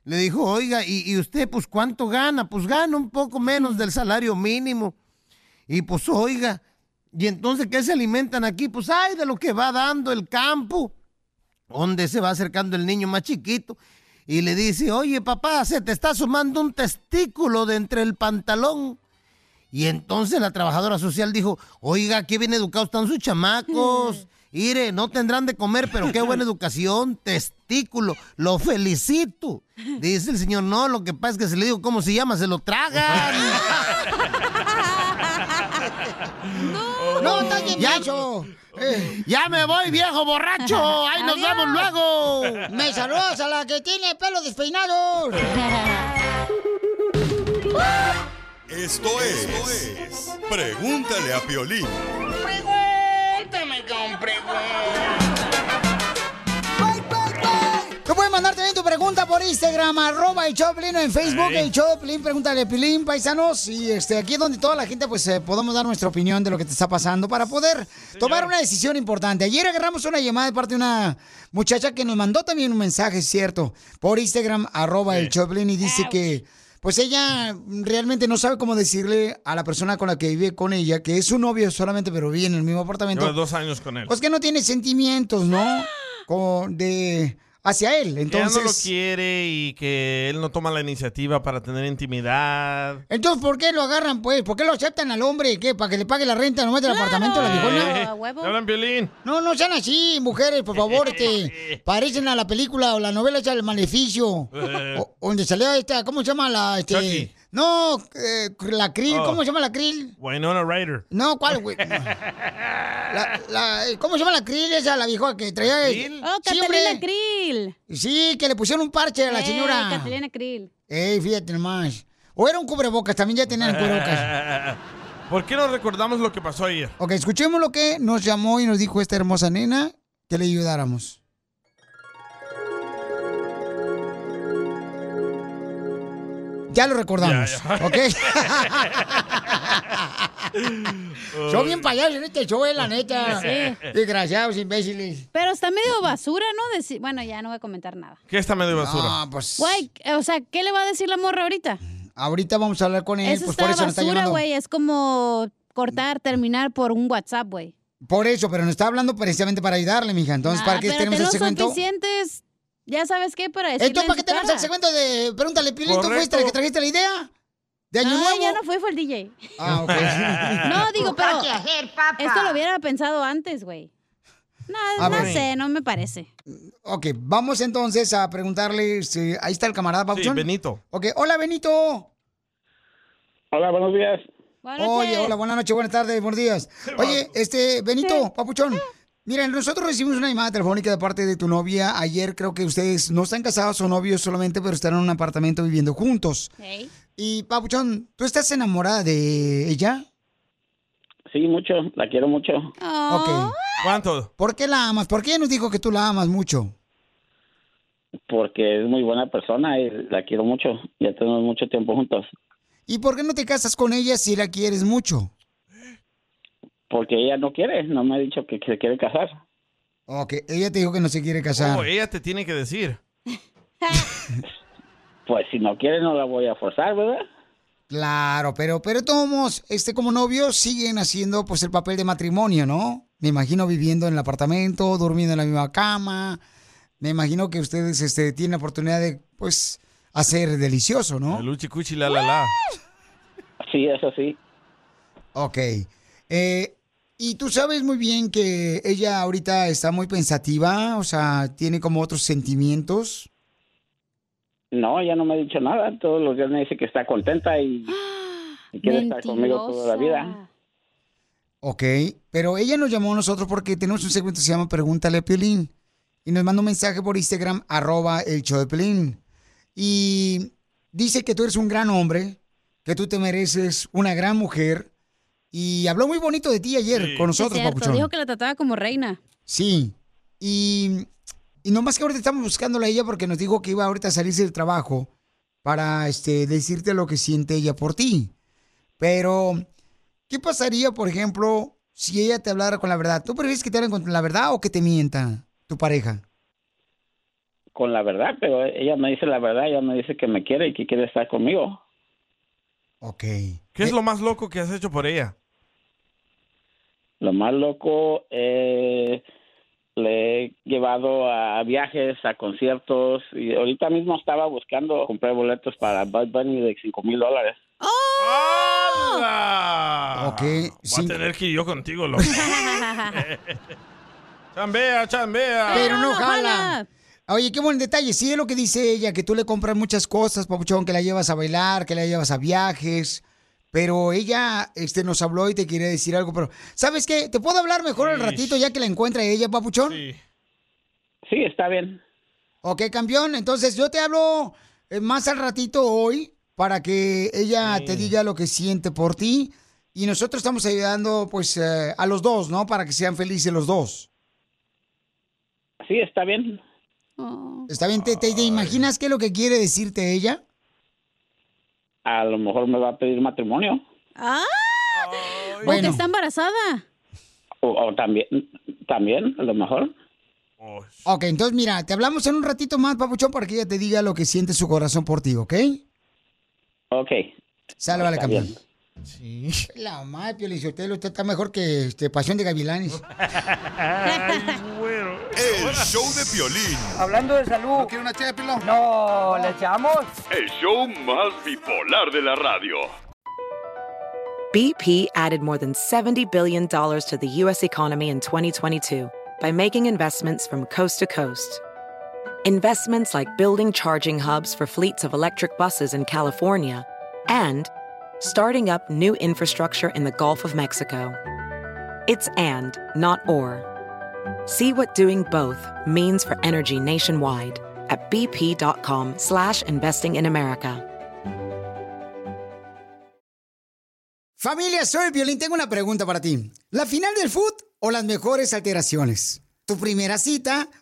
Le dijo, oiga, ¿y, y usted pues cuánto gana? Pues gana un poco menos del salario mínimo. Y pues oiga, ¿y entonces qué se alimentan aquí? Pues ay, de lo que va dando el campo. Donde se va acercando el niño más chiquito y le dice, oye papá, se te está asomando un testículo de entre el pantalón. Y entonces la trabajadora social dijo, oiga, qué bien educados están sus chamacos. Ire, no tendrán de comer, pero qué buena educación, testículo, lo felicito. Dice el señor, no, lo que pasa es que se le digo cómo se llama, se lo tragan. No, estás bien Ya- menso. Ya me voy, viejo borracho. Ahí nos Eh. Adiós. vemos luego. Me saludas a la que tiene pelo despeinado. Esto es Pregúntale a Piolín. Pregúntame con Tú puedes mandar también tu pregunta por Instagram, arroba el Choplin, o en Facebook, Ey. el Choplin, pregúntale a Pilín, paisanos. Y este, aquí es donde toda la gente, pues, eh, podemos dar nuestra opinión de lo que te está pasando para poder tomar una decisión importante. Ayer agarramos una llamada de parte de una muchacha que nos mandó también un mensaje, cierto, por Instagram, arroba el Choplin, y dice que, pues, ella realmente no sabe cómo decirle a la persona con la que vive con ella, que es su novio solamente, pero vive en el mismo apartamento. Lleva dos años con él. Pues que no tiene sentimientos, ¿no? Como de hacia él. Que ella no lo Entonces, quiere y que él no toma la iniciativa para tener intimidad. entonces ¿por qué lo agarran pues? ¿Por qué lo aceptan al hombre? ¿Qué? ¿Para que le pague la renta nomás del apartamento de la Eh, viejona? ¿te hablan violín? No, no sean así, mujeres, por favor, este, parecen a la película o la novela esa del maleficio. Eh, O- donde salió esta, ¿cómo se llama la este? Chucky. No, eh, la krill, Oh. ¿cómo se llama la krill? Winona Ryder. No, ¿cuál, güey? La- la- ¿Cómo se llama la krill esa, la vieja que traía? ¿Krill? Oh, Catalina krill. Sí, que le pusieron un parche a la Eh, señora. Catalina Krill. Ey, fíjate nomás. O era un cubrebocas, también ya tenían cubrebocas. ¿Por qué no recordamos lo que pasó ayer? Ok, escuchemos lo que nos llamó y nos dijo esta hermosa nena que le ayudáramos. Ya lo recordamos. Ya, ya. Ok. Son bien payasos en este show, eh, la neta. Sí. Desgraciados, imbéciles. Pero está medio basura, ¿no? Deci- bueno, ya no voy a comentar nada. ¿Qué está medio basura? Ah, pues Güey, eh, o sea, ¿qué le va a decir la morra ahorita? ahorita vamos a hablar con él, eso pues está por eso nos está Mm. basura, llamando. güey. Es como cortar, terminar por un WhatsApp, güey. Por eso, pero no está hablando precisamente para ayudarle, mija. Entonces, ¿para Ah, qué pero tenemos el tenemos segmento? suficientes, ya sabes qué, para decirle Entonces, en ¿para qué su tenemos cara. el segmento de Pregúntale, Piolín? ¿Tú Correcto. fuiste el que trajiste la idea? ¿De Año No, Nuevo? Pues, ya no fue, fue el DJ. Ah, ok. No, digo, pero Ojalá que esto lo hubiera pensado antes, güey. No, A no ver. sé, no me parece. Ok, vamos entonces a preguntarle si... Ahí está el camarada Papuchón. Benito. Ok, hola, Benito. Hola, buenos días. Oye, hola, buenas noches, buenas tardes, buenos días. Oye, este, Benito, Papuchón, miren, nosotros recibimos una llamada telefónica de parte de tu novia. Ayer creo que ustedes no están casados o novios solamente, pero están en un apartamento viviendo juntos. Y, Papuchón, ¿tú estás enamorada de ella? Sí, mucho, la quiero mucho. Ok. ¿Cuánto? ¿Por qué la amas? ¿Por qué ella nos dijo que tú la amas mucho? Porque es muy buena persona y la quiero mucho. Ya tenemos mucho tiempo juntos. ¿Y por qué no te casas con ella si la quieres mucho? Porque ella no quiere, no me ha dicho que, que se quiere casar. Ok, ella te dijo que no se quiere casar. Oh, ella te tiene que decir. Pues si no quiere, no la voy a forzar, ¿verdad? Claro, pero, pero todos, este, como novios, siguen haciendo pues el papel de matrimonio, ¿no? Me imagino viviendo en el apartamento, durmiendo en la misma cama. Me imagino que ustedes este, tienen la oportunidad de, pues, hacer delicioso, ¿no? El uchi cuchi la la la. Sí, eso sí. Ok. Eh, y tú sabes muy bien que ella ahorita está muy pensativa, o sea, tiene como otros sentimientos. No, ella no me ha dicho nada. Todos los días me dice que está contenta y, y quiere estar conmigo toda la vida. Ok, pero ella nos llamó a nosotros porque tenemos un segmento que se llama Pregúntale a Piolín. Y nos manda un mensaje por Instagram, arroba el show de Piolín. Y dice que tú eres un gran hombre, que tú te mereces una gran mujer. Y habló muy bonito de ti ayer con nosotros, Sí, cierto, Papuchón. Dijo que la trataba como reina. Sí. Y, y nomás que ahorita estamos buscándola a ella porque nos dijo que iba ahorita a salirse del trabajo para este, decirte lo que siente ella por ti. Pero, ¿qué pasaría, por ejemplo, si ella te hablara con la verdad? ¿Tú prefieres que te hablen con la verdad o que te mienta tu pareja? Con la verdad, pero ella me dice la verdad. Ella me dice que me quiere y que quiere estar conmigo. Ok. ¿Qué es lo más loco que has hecho por ella? Lo más loco, eh, le he llevado a viajes, a conciertos. Y ahorita mismo estaba buscando comprar boletos para Bad Bunny de cinco mil dólares. ¡Hala! Ah. Ok. Voy a tener que ir yo contigo, loco. chambea, chambea. Pero no jala. Oye, qué buen detalle. Sí, es lo que dice ella, que tú le compras muchas cosas, papuchón, que la llevas a bailar, que la llevas a viajes. Pero ella este, nos habló y te quería decir algo. Pero, ¿sabes qué? ¿Te puedo hablar mejor al ratito ya que la encuentra ella, papuchón? Sí. Sí, está bien. Ok, campeón. Entonces, yo te hablo eh, más al ratito hoy para que ella te diga lo que siente por ti. Y nosotros estamos ayudando, pues, eh, a los dos, ¿no? Para que sean felices los dos. Sí, está bien. Oh. Está bien, ¿te, te, te imaginas qué es lo que quiere decirte ella? A lo mejor me va a pedir matrimonio. ¡Ah! Porque Bueno. está embarazada. O, o también, también, a lo mejor. Ok, entonces mira, te hablamos en un ratito más, papuchón, para que ella te diga lo que siente su corazón por ti, ¿ok? Ok. Sálvale, Está campeón. bien. Sí. La madre, Pio Lizotelo, usted está mejor que este, Pasión de Gavilanes. El show de Piolín. Hablando de salud. ¿No quiere una de pilón? No, ¿le echamos? El show más bipolar de la radio. BP added more than $70 billion to the U.S. economy in 2022 by making investments from coast to coast. Investments like building charging hubs for fleets of electric buses in California and starting up new infrastructure in the Gulf of Mexico. It's and, not or. See what doing both means for energy nationwide at bp.com slash investing in America. Familia, soy Violín, tengo una pregunta para ti. ¿La final del foot o las mejores alteraciones? ¿Tu primera cita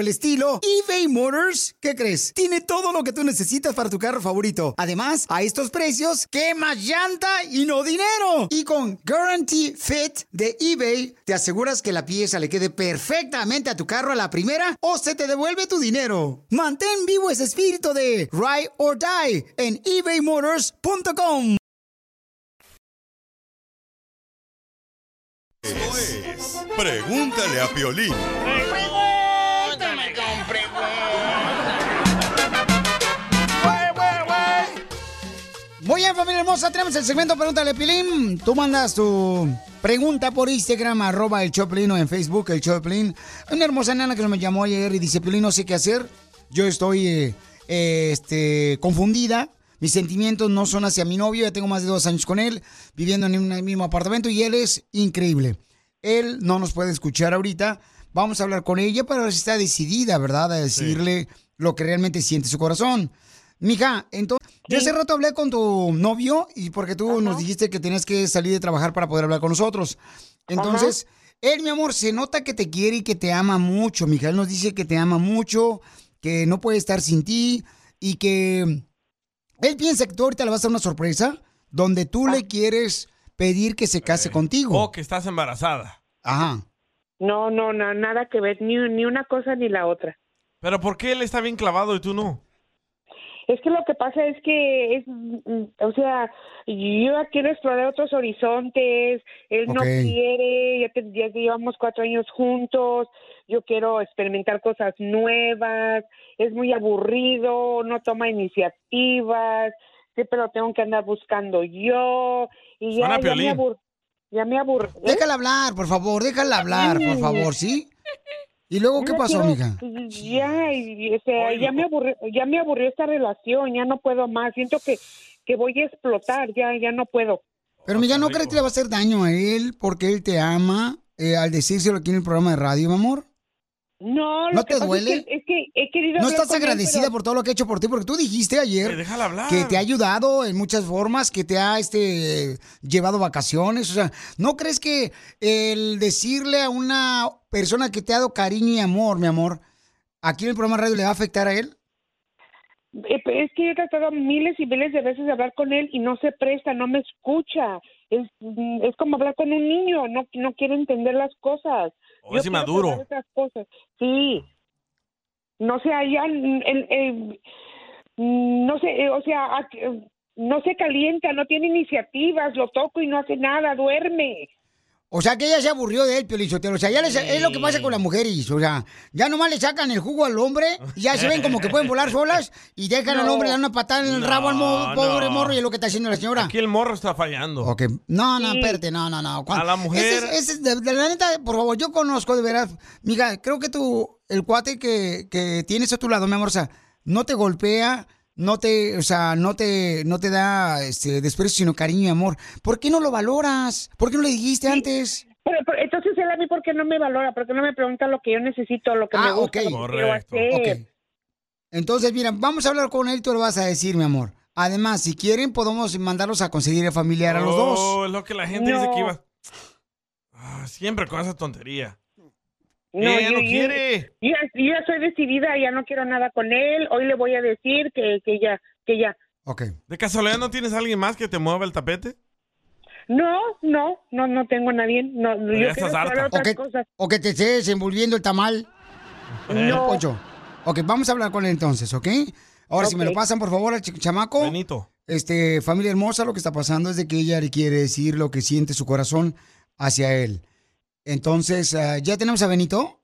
el estilo, eBay Motors, ¿qué crees? Tiene todo lo que tú necesitas para tu carro favorito. Además, a estos precios, ¿qué más llanta y no dinero? Y con Guarantee Fit de eBay, te aseguras que la pieza le quede perfectamente a tu carro a la primera o se te devuelve tu dinero. Mantén vivo ese espíritu de Ride or Die en ebaymotors.com. Pregúntale a Piolín. Muy bien, familia hermosa, tenemos el segmento Pregúntale Pilín. Tú mandas tu pregunta por Instagram, arroba el Choplin o en Facebook, el Choplin. Una hermosa nana que me llamó ayer y dice, Pilín, no sé qué hacer. Yo estoy eh, eh, este, confundida. Mis sentimientos no son hacia mi novio. Ya tengo más de dos años con él, viviendo en un mismo apartamento y él es increíble. Él no nos puede escuchar ahorita. Vamos a hablar con ella para ver si está decidida, ¿verdad? A decirle lo que realmente siente su corazón. Mija, entonces, yo hace rato hablé con tu novio y porque tú nos dijiste que tenías que salir de trabajar para poder hablar con nosotros. Entonces, él, mi amor, se nota que te quiere y que te ama mucho, mija. Él nos dice que te ama mucho, que no puede estar sin ti y que él piensa que tú ahorita le vas a dar una sorpresa donde tú Ah. le quieres pedir que se case contigo. O que estás embarazada. Ajá. No, no, na- nada que ver, ni, ni una cosa ni la otra. Pero ¿por qué él está bien clavado y tú no? Es que lo que pasa es que es, mm, o sea, yo ya quiero explorar otros horizontes, él no Ok. quiere, ya, te- ya llevamos cuatro años juntos, yo quiero experimentar cosas nuevas, es muy aburrido, no toma iniciativas, siempre lo tengo que andar buscando yo, y Suena ya, a ya me Piolín. aburrí. Ya me ¿eh? aburrí. Déjala hablar, por favor, déjala hablar, por favor, ¿sí? ¿Y luego qué No pasó, quiero- mija? Ya, y- o sea, ya me aburrió, ya me aburrió esta relación, ya no puedo más, siento que, que voy a explotar, ya, ya no puedo. Pero mija, ¿no crees que le va a hacer daño a él porque él te ama eh, al decírselo aquí en el programa de radio, mi amor? No, lo ¿No que te pasa es duele? que- Es que, he querido ¿No hablar estás con él, agradecida pero- por todo lo que ha hecho por ti? Porque tú dijiste ayer que te ha ayudado en muchas formas, que te ha este, eh, llevado vacaciones. O sea, ¿no crees que el decirle a una persona que te ha dado cariño y amor, mi amor, aquí en el programa de radio le va a afectar a él? Eh, pe- Es que he tratado miles y miles de veces de hablar con él y no se presta, no me escucha. Es, mm, es como hablar con un niño, no, no quiere entender las cosas. O es Yo quiero inmaduro. probar otras cosas. Sí. No sé, allá, mm, el- el- mm, no sé, eh, o sea, a- eh, no se calienta, no tiene iniciativas, lo toco y no hace nada, duerme. O sea, que ella se aburrió de él, Piolichotelo. O sea, ya les- es lo que pasa con las mujeres. O sea, ya nomás le sacan el jugo al hombre y ya se ven como que pueden volar solas y dejan al No. hombre dar una patada en el rabo al mo- No, pobre no. morro y es lo que está haciendo la señora. Aquí el morro está fallando. No, no, Sí. espérate, no, no, no. A la mujer- Ese es- ese es de, de la neta, por favor, yo conozco de verdad. Mira, creo que tú, el cuate que, que tienes a tu lado, mi amor, o sea, no te golpea, no te, o sea, no te, no te da este, desprecio, sino cariño y amor. ¿Por qué no lo valoras? ¿Por qué no le dijiste antes? Pero, pero, entonces él a mí, ¿por qué no me valora? ¿Por qué no me pregunta lo que yo necesito, lo que me Ah, gusta, ok. lo que quiero Correcto. hacer? Ok. Entonces, mira, vamos a hablar con él, tú lo vas a decir, mi amor. Además, si quieren, podemos mandarlos a conseguir el familiar a los Oh, dos. es lo que la gente dice No. que iba. Ah, siempre con esa tontería. No, Ella yo- no yo- quiere. Yo, ya- yo ya estoy decidida, ya no quiero nada con él. Hoy le voy a decir que, que ya, que ya. ¿De casualidad no tienes a alguien más que te mueva el tapete? No, no, no, no tengo a nadie. No, no, ya yo estás quiero harta. explorar O otras que, cosas. o que te estés envolviendo el tamal. No. Poncho. Ok, vamos a hablar con él entonces, ¿ok? Ahora, si me lo Ok. pasan, por favor, al ch- chamaco. Benito. Este, familia hermosa, lo que está pasando es de que ella le quiere decir lo que siente su corazón hacia él. Entonces, ah, ¿ya tenemos a Benito?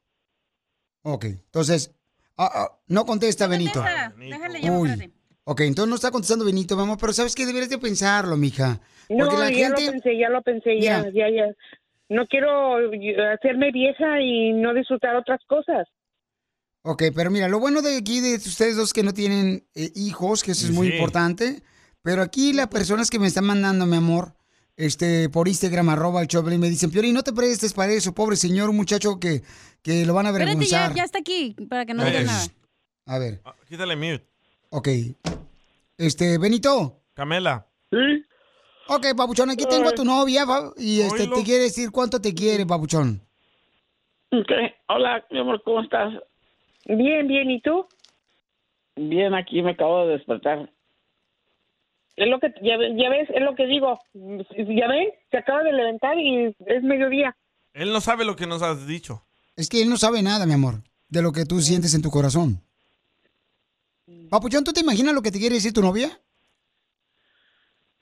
Ok, entonces, ah, ah, no contesta Benito. Déjale, Uy. Ok, entonces no está contestando Benito, vamos, pero ¿sabes qué? Deberías de pensarlo, mija. No, Porque la ya lo gente... pensé, ya lo pensé, ya, ya, ya. No quiero eh, hacerme vieja y no disfrutar otras cosas. Ok, pero mira, lo bueno de aquí, de ustedes dos que no tienen eh, hijos, que eso es muy Sí. importante, pero aquí las personas que me están mandando, mi amor, este, por Instagram, arroba el Choplin, me dicen, Piori, no te prestes para eso, pobre señor, un muchacho que, que lo van a Espérate, ya, avergonzar. ya está aquí, para que no Ya, diga ya. nada. A ver, Quítale mute. ok. Este, Benito. Camela. Sí. Ok, papuchón, aquí tengo Ah. a tu novia pa- y este, te quiere decir cuánto te quiere, papuchón. Ok, Hola, mi amor, ¿cómo estás? Bien, bien, ¿y tú? Bien, aquí me acabo de despertar. Es lo que, ya, ve- ya ves, es lo que digo. Ya ven, se acaba de levantar y es mediodía. Él no sabe lo que nos has dicho. Es que él no sabe nada, mi amor, de lo que tú sientes en tu corazón. Papuchón, ¿tú te imaginas lo que te quiere decir tu novia?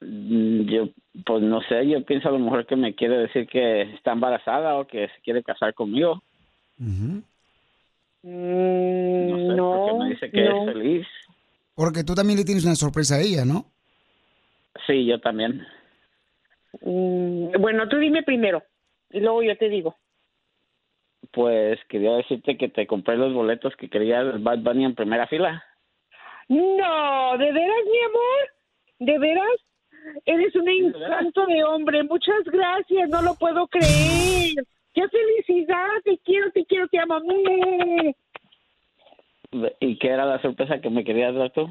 Mm, Yo, pues no sé, yo pienso a lo mejor que me quiere decir que está embarazada o que se quiere casar conmigo. No sé, porque me dice que no. es feliz. Porque tú también le tienes una sorpresa a ella, ¿no? Sí, yo también. Mm, bueno, tú dime primero y luego yo te digo. Pues quería decirte que te compré los boletos que quería del Bad Bunny en primera fila. No, de veras, mi amor, de veras, eres un encanto de hombre. Muchas gracias, no lo puedo creer. ¡Qué felicidad! Te quiero, te quiero, te amo. Mm. ¿Y qué era la sorpresa que me querías dar tú?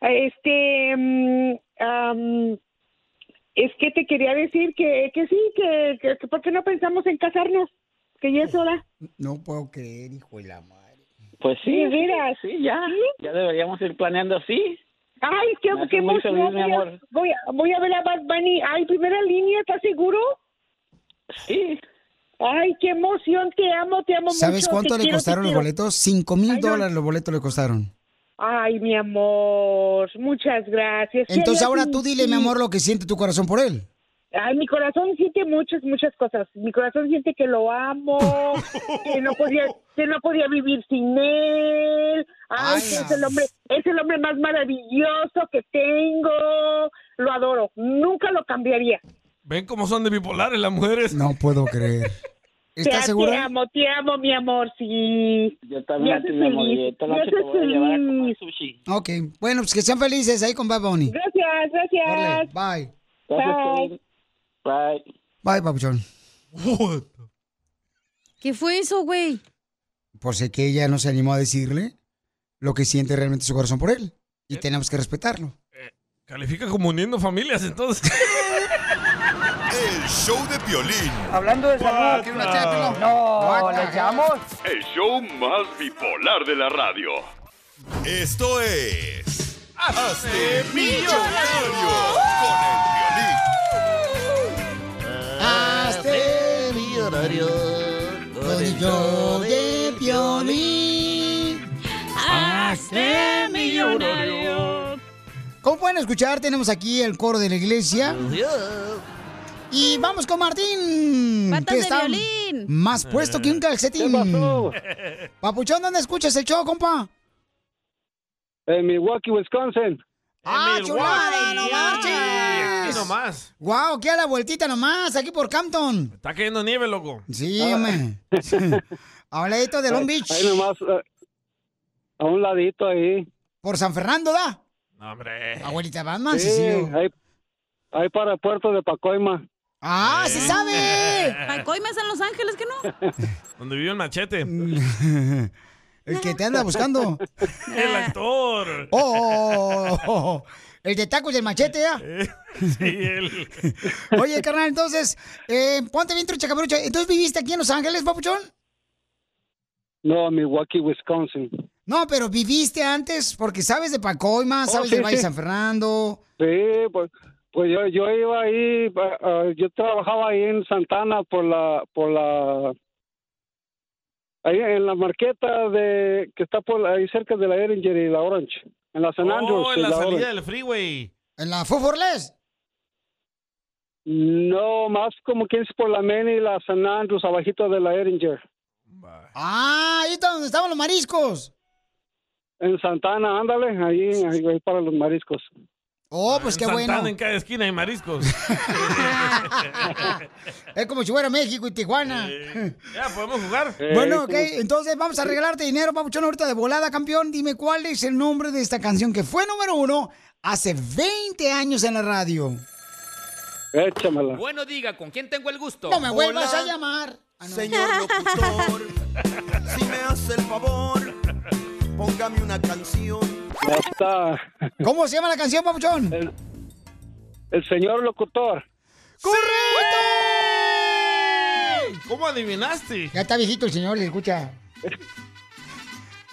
Este, mm, am, es que te quería decir que, que sí, que, que, que ¿por qué no pensamos en casarnos? Que ya es hora. No puedo creer, hijo de la madre. Pues sí, De sí, veras. sí, ya. Ya deberíamos ir planeando así. Ay, qué, Me hace qué muy emoción. feliz, mi voy a- amor. Voy, a, voy a ver a Bad Bunny. Ay, primera línea, ¿estás seguro? Sí. Ay, qué emoción, te amo, te amo mucho. ¿Sabes cuánto te le quiero, te costaron los quiero. boletos? Cinco mil dólares los boletos le costaron. Ay, mi amor, muchas gracias. ¿Qué Entonces haría ahora sin tú dile, mi ti? amor, lo que siente tu corazón por él. Ay, mi corazón siente muchas, muchas cosas. Mi corazón siente que lo amo, que no podía, que no podía vivir sin él. Ay, que es el hombre, es el hombre más maravilloso que tengo. Lo adoro. Nunca lo cambiaría. ¿Ven cómo son de bipolares las mujeres? No puedo creer. te, Te amo, te amo, mi amor, sí. Yo también me a ti, haces mi amor, y feliz, esta me noche te haces voy a llevar a feliz. Ok, bueno, pues que sean felices ahí con Bad Bunny. Gracias, gracias. Bye. Bye. Bye. Bye, papuchón. ¿Qué fue eso, güey? Pues es que ella no se animó a decirle lo que siente realmente su corazón por él. Y tenemos que respetarlo. Califica como uniendo familias, entonces. El show de Piolín. Hablando de Ah, salud, ¿quiere una chela, Pilón? No, Guácala. ¿le echamos? El show más bipolar de la radio. Esto es. Hazte millonario Hazte millonario con el show de Piolín. Hazte millonario. Como pueden escuchar, tenemos aquí el coro de la iglesia. Y vamos con Martín, Patas que de está violín. más puesto que un calcetín. Eh, ¿Qué pasó? Papuchón, ¿dónde escuchas el show, compa? En Milwaukee, Wisconsin. ¡Ah, chulada, no Aquí marches! nomás. ¡Wow! ¡Qué a la vueltita nomás! Aquí por Campton. Está cayendo nieve, loco. Sí, hombre. Habladito de Long Beach. Ahí nomás, eh, a un ladito ahí. Por San Fernando, ¿da? No, hombre. Abuelita Batman, sí, sí, señor. ahí, ahí para el puerto de Pacoima. ¡Ah, sí sabe! Pacoima es en Los Ángeles, ¿que no? Donde vive el machete. El que te anda buscando. El actor. Oh, oh, oh, oh. El de tacos y el machete, ¿ya? Eh, Sí, él. Oye, carnal, entonces, eh, ponte bien trucha, cabrucha. ¿Entonces viviste aquí en Los Ángeles, papuchón? No, Milwaukee, Wisconsin. No, pero viviste antes porque sabes de Pacoima, Oh, sabes sí, del Valle sí. San Fernando. Sí, pues, pues yo, yo iba ahí, pa- ah, yo trabajaba ahí en Santana por la, por la, ahí en la marqueta de, que está por ahí cerca de la Eringer y la Orange, en la San Andrews Oh, y en la Orange. salida del freeway. ¿En la Foforles? No, más como 15 por la Mena y la San Andrews, abajito de la Eringer. Ah, ahí está donde estaban los mariscos. En Santana, ándale, ahí, ahí, ahí para los mariscos. Oh, pues qué Santana bueno. Ah, en cada esquina hay mariscos. Es como si fuera México y Tijuana. ya, podemos jugar. Eh, Bueno, ok, entonces vamos a regalarte dinero, papuchón, ahorita de volada, campeón. Dime cuál es el nombre de esta canción que fue número uno hace 20 años en la radio. Échamela. Bueno, diga, ¿con quién tengo el gusto? No me vuelvas Hola, a llamar. Ah, Señor locutor. Si me hace el favor, póngame una canción. Ya está. ¿Cómo se llama la canción, papuchón? El, el señor locutor. ¿Cómo adivinaste? Ya está viejito el señor, le escucha.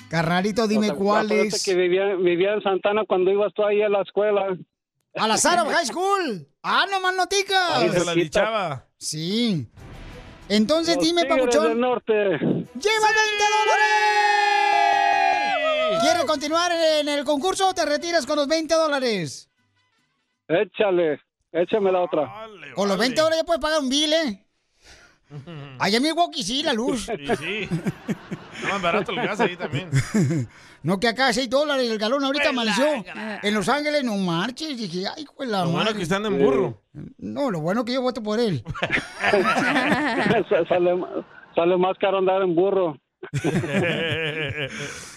Carnalito, dime Acu- cuál acuérdate es. que vivía, vivía en Santana cuando ibas tú ahí a la escuela. A la Sarah High School. Ah, pues no más noticas. Ahí se la lichaba. Ah, Sí. Entonces Los dime, Tigres papuchón. del norte. ¡Lleva 20 dólares! ¿Quieres continuar en el concurso o te retiras con los 20 dólares? Échale, échame la otra. Con los 20 dólares ya puedes pagar un bill, ¿eh? Allá en Milwaukee sí, la luz. Sí, sí. Está más barato el gas ahí también. Pues No que acá 6 dólares el galón ahorita amaneció. En Los Ángeles no marches. Dije, ay, pues la Lo bueno madre. que están en burro. No, lo bueno que yo voto por él. Sa- sale, ma- sale más caro andar en burro.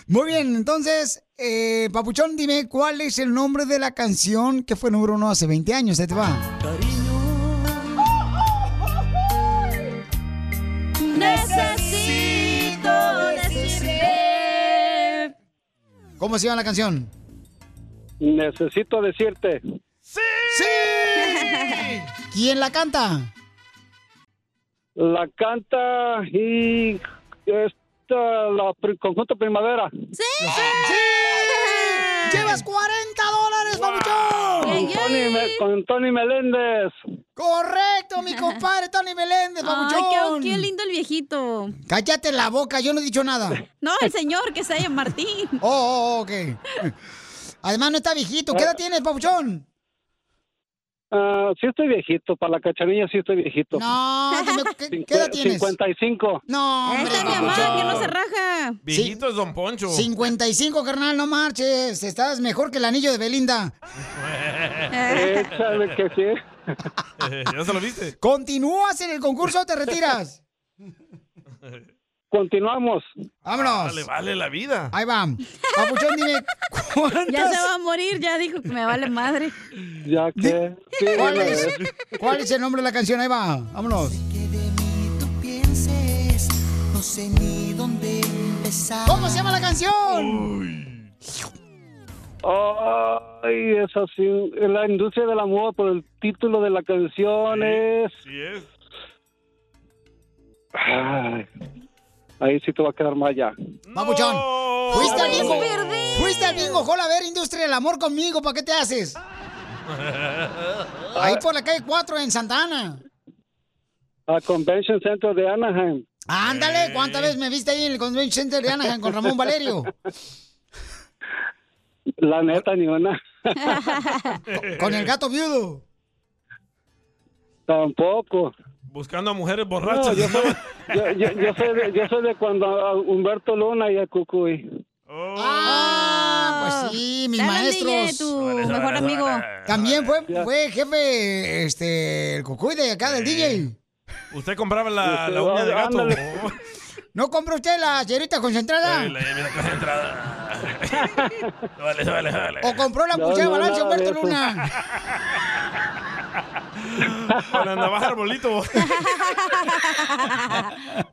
Muy bien, entonces, eh, Papuchón, dime cuál es el nombre de la canción que fue número uno hace 20 años. Ahí te va. Necesito decirte. ¿Cómo se llama la canción? Necesito decirte. ¡Sí! ¿Quién la canta? La canta y esta, la pri- conjunto primavera. ¡Sí! ¡Llevas 40 dólares, Con Papuchón! Tony, Me- con Tony Meléndez. ¡Correcto, mi compadre Tony Meléndez, Ay, Papuchón! qué, qué lindo el viejito. Cállate la boca, yo no he dicho nada. No, el señor que se llama Martín. Oh, oh, oh, ok. Además, no está viejito. ¿Qué edad tienes, Papuchón? Ah, sí estoy viejito, para la cacharilla sí estoy viejito. No, dime, ¿qué, Cincu- qué edad tienes? 55. No, hombre, Esa es mi Papuchón. amada, que no se raja. Viejito es Don Poncho. 55, carnal, no marches. Estás mejor que el anillo de Belinda. Eh, Échale que sí. ¿Ya se lo viste? ¿Continúas en el concurso o te retiras? Continuamos. Vámonos. Le vale la vida. Ahí va. Papuchón, dime cuántas... Ya se va a morir, ya dijo que me vale madre. Ya que. Sí, ¿Cuál la es, verdad. cuál es el nombre de la canción? Ahí va. Vámonos. Pienses, no sé ni dónde empezar. ¿Cómo se llama la canción? Ay, esa sí. La industria de la moda por el título de la canción es. Sí es. Ay, ahí sí te va a quedar mal ya. Papuchón. Oh. Fuiste al bingo. Fuiste al bingo, Jola, a ver, Industria del Amor conmigo. ¿Para qué te haces? Ahí por la calle 4 en Santana. A Convention Center de Anaheim. Ándale, ¿cuántas veces me viste ahí en el Convention Center de Anaheim con Ramón Valerio? La neta, ni una. Con el gato viudo. Tampoco. Buscando a mujeres No, borrachas. yo, soy, yo, yo- yo soy de, yo soy de cuando a Humberto Luna y a Cucuy. Ah, pues sí, mis Dale, maestros. DJ, tu mejor amigo. También fue, fue jefe, este, el cucuy de acá del DJ. Usted compraba la, la uña de gato. Ándale. ¿No compró usted la hierita concentrada? Ay, la mira concentrada. Vale, vale, vale. ¿O compró la No, pucha de no, balance, nada de Humberto eso. Luna? Con la navaja arbolito.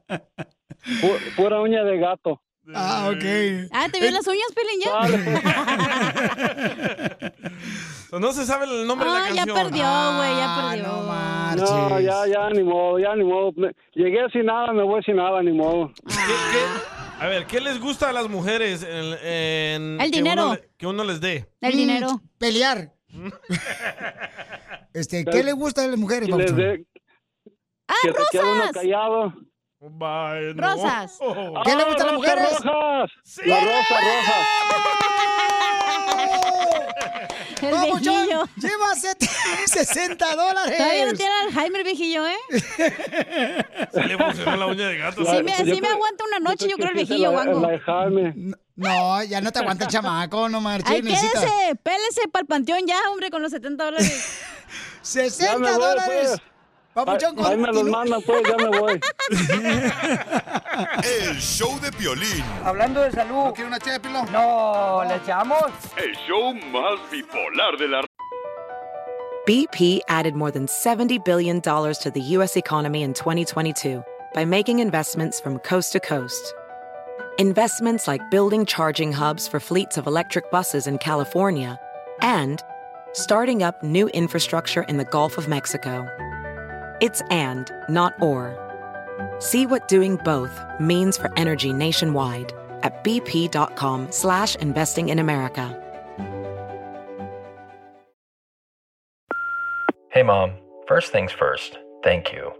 Pu- pura uña de gato. Ah, ok. Ah, ¿te ves las uñas, Pelín, ya? No se sabe el nombre de Ah, la ya canción. perdió, güey, ya Ah, perdió. No, ya, ya, ni modo, ya, ni modo. Me- Llegué sin nada, me voy sin nada, ni modo. A ver, ¿qué les gusta a las mujeres? En, en- El que dinero. uno le- que uno les dé. Mm, Pelear. este, ¿qué le gusta a las mujeres, Les papuchón? de- Ah, que se quede uno rosas! callado. Rosas. Oh. ¿Qué le gusta a las ¡Ah, mujeres? Rojas. La rosa roja. El Papuchón, viejillo. lleva 60 dólares. Todavía no tiene Alzheimer, viejillo, ¿eh? Se le funcionó Pues la uña de gato. Sí pues me, sí me aguanta una noche, yo creo, el viejillo, guango. No, ya no te aguanta el chamaco, no marches. Ay, necesitas- quédese, pélese para el panteón ya, hombre, con los 70 dólares. 60 dólares. Papuchón, Ahí pues. me los continúa. mandan, pues, ya me voy. El show de Piolín. Hablando de salud. ¿No quiere una ché, pilón? No, ¿le echamos? El show más bipolar de la BP added more than $70 billion to the U.S. economy in 2022 by making investments from coast to coast. Investments like building charging hubs for fleets of electric buses in California and starting up new infrastructure in the Gulf of Mexico. It's and, not or. See what doing both means for energy nationwide at bp.com slash investing in America. Hey, Mom. First things first, thank you.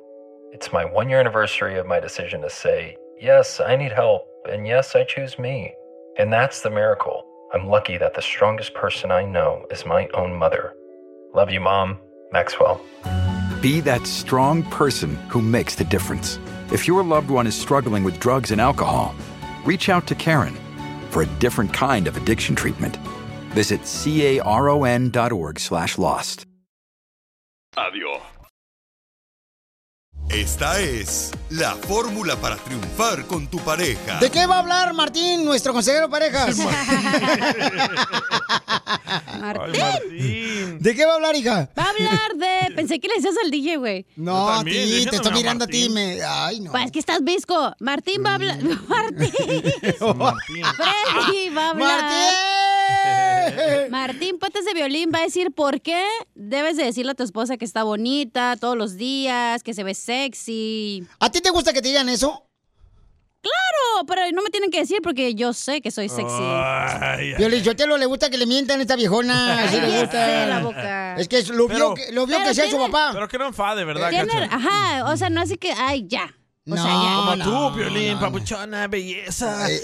It's my one year anniversary of my decision to say, yes, I need help, and yes, I choose me. And that's the miracle. I'm lucky that the strongest person I know is my own mother. Love you, Mom. Maxwell. Be that strong person who makes the difference. If your loved one is struggling with drugs and alcohol, reach out to Karen for a different kind of addiction treatment. Visit caron.org slash lost. radio. Esta es la fórmula para triunfar con tu pareja. ¿De qué va a hablar Martín, nuestro consejero de parejas? Martín. ¿De qué va a hablar, hija? Va a hablar de... Pensé que le decías al DJ, güey. No, a ti, te estoy mirando a ti. Me... Ay, no. Mm. Pues es que estás visco. Martín va a hablar... Martín. Freddy va a hablar... Martín. Martín Patas de Violín va a decir por qué debes de decirle a tu esposa que está bonita todos los días, que se ve sexy. ¿A ti te gusta que te digan eso? Claro, pero no me tienen que decir porque yo sé que soy sexy. Violín, Ah. yo te lo le gusta que le mientan a esta viejona. así le gusta. la boca. Es que es- lo vio que, lo vio que sea su papá. Pero que no enfade, ¿verdad, Tiene- Cacha? ajá, o sea, no así que, ay, ya. O sea, ya. Como tú, Piolín, papuchona, belleza. Eh,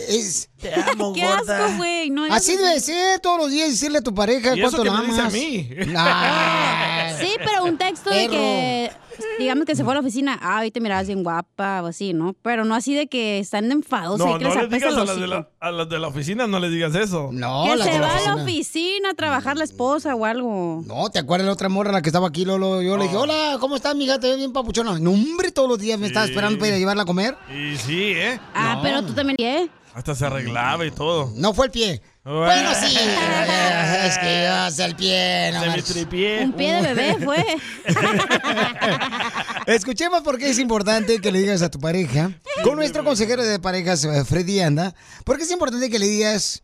Te amo, Qué gorda. asco, güey. No, eres Así debe ser todos los días decirle a tu pareja Y eso cuánto que la me amas. dice a mí. Nah. Sí, pero un texto de Perro. que, digamos que se fue a la oficina, ay, te mirabas bien guapa o así, ¿no? Pero no así de que están enfados y No, que no les le apesta digas el a las, de hocico. la, a las de la oficina, no le digas eso. No, que se va a la oficina a trabajar la esposa o algo. Mm. No, Oh, ¿te acuerdas la otra morra la que estaba aquí, Lolo? Yo le Oh. dije, hola, ¿cómo estás, mija? Te ves bien papuchona. No, hombre, todos los días me estaba Sí. esperando para ir a llevarla a comer. Y sí, ¿eh? Ah, pero tú también, ¿eh? Hasta se arreglaba y todo. No fue el pie. Bueno, sí. eh, Es que ibas el pie, no Se me marches. tripié. Un pie de bebé fue. Escuchemos por qué es importante que le digas a tu pareja, con nuestro consejero de parejas, eh, Freddy Anda, por qué es importante que le digas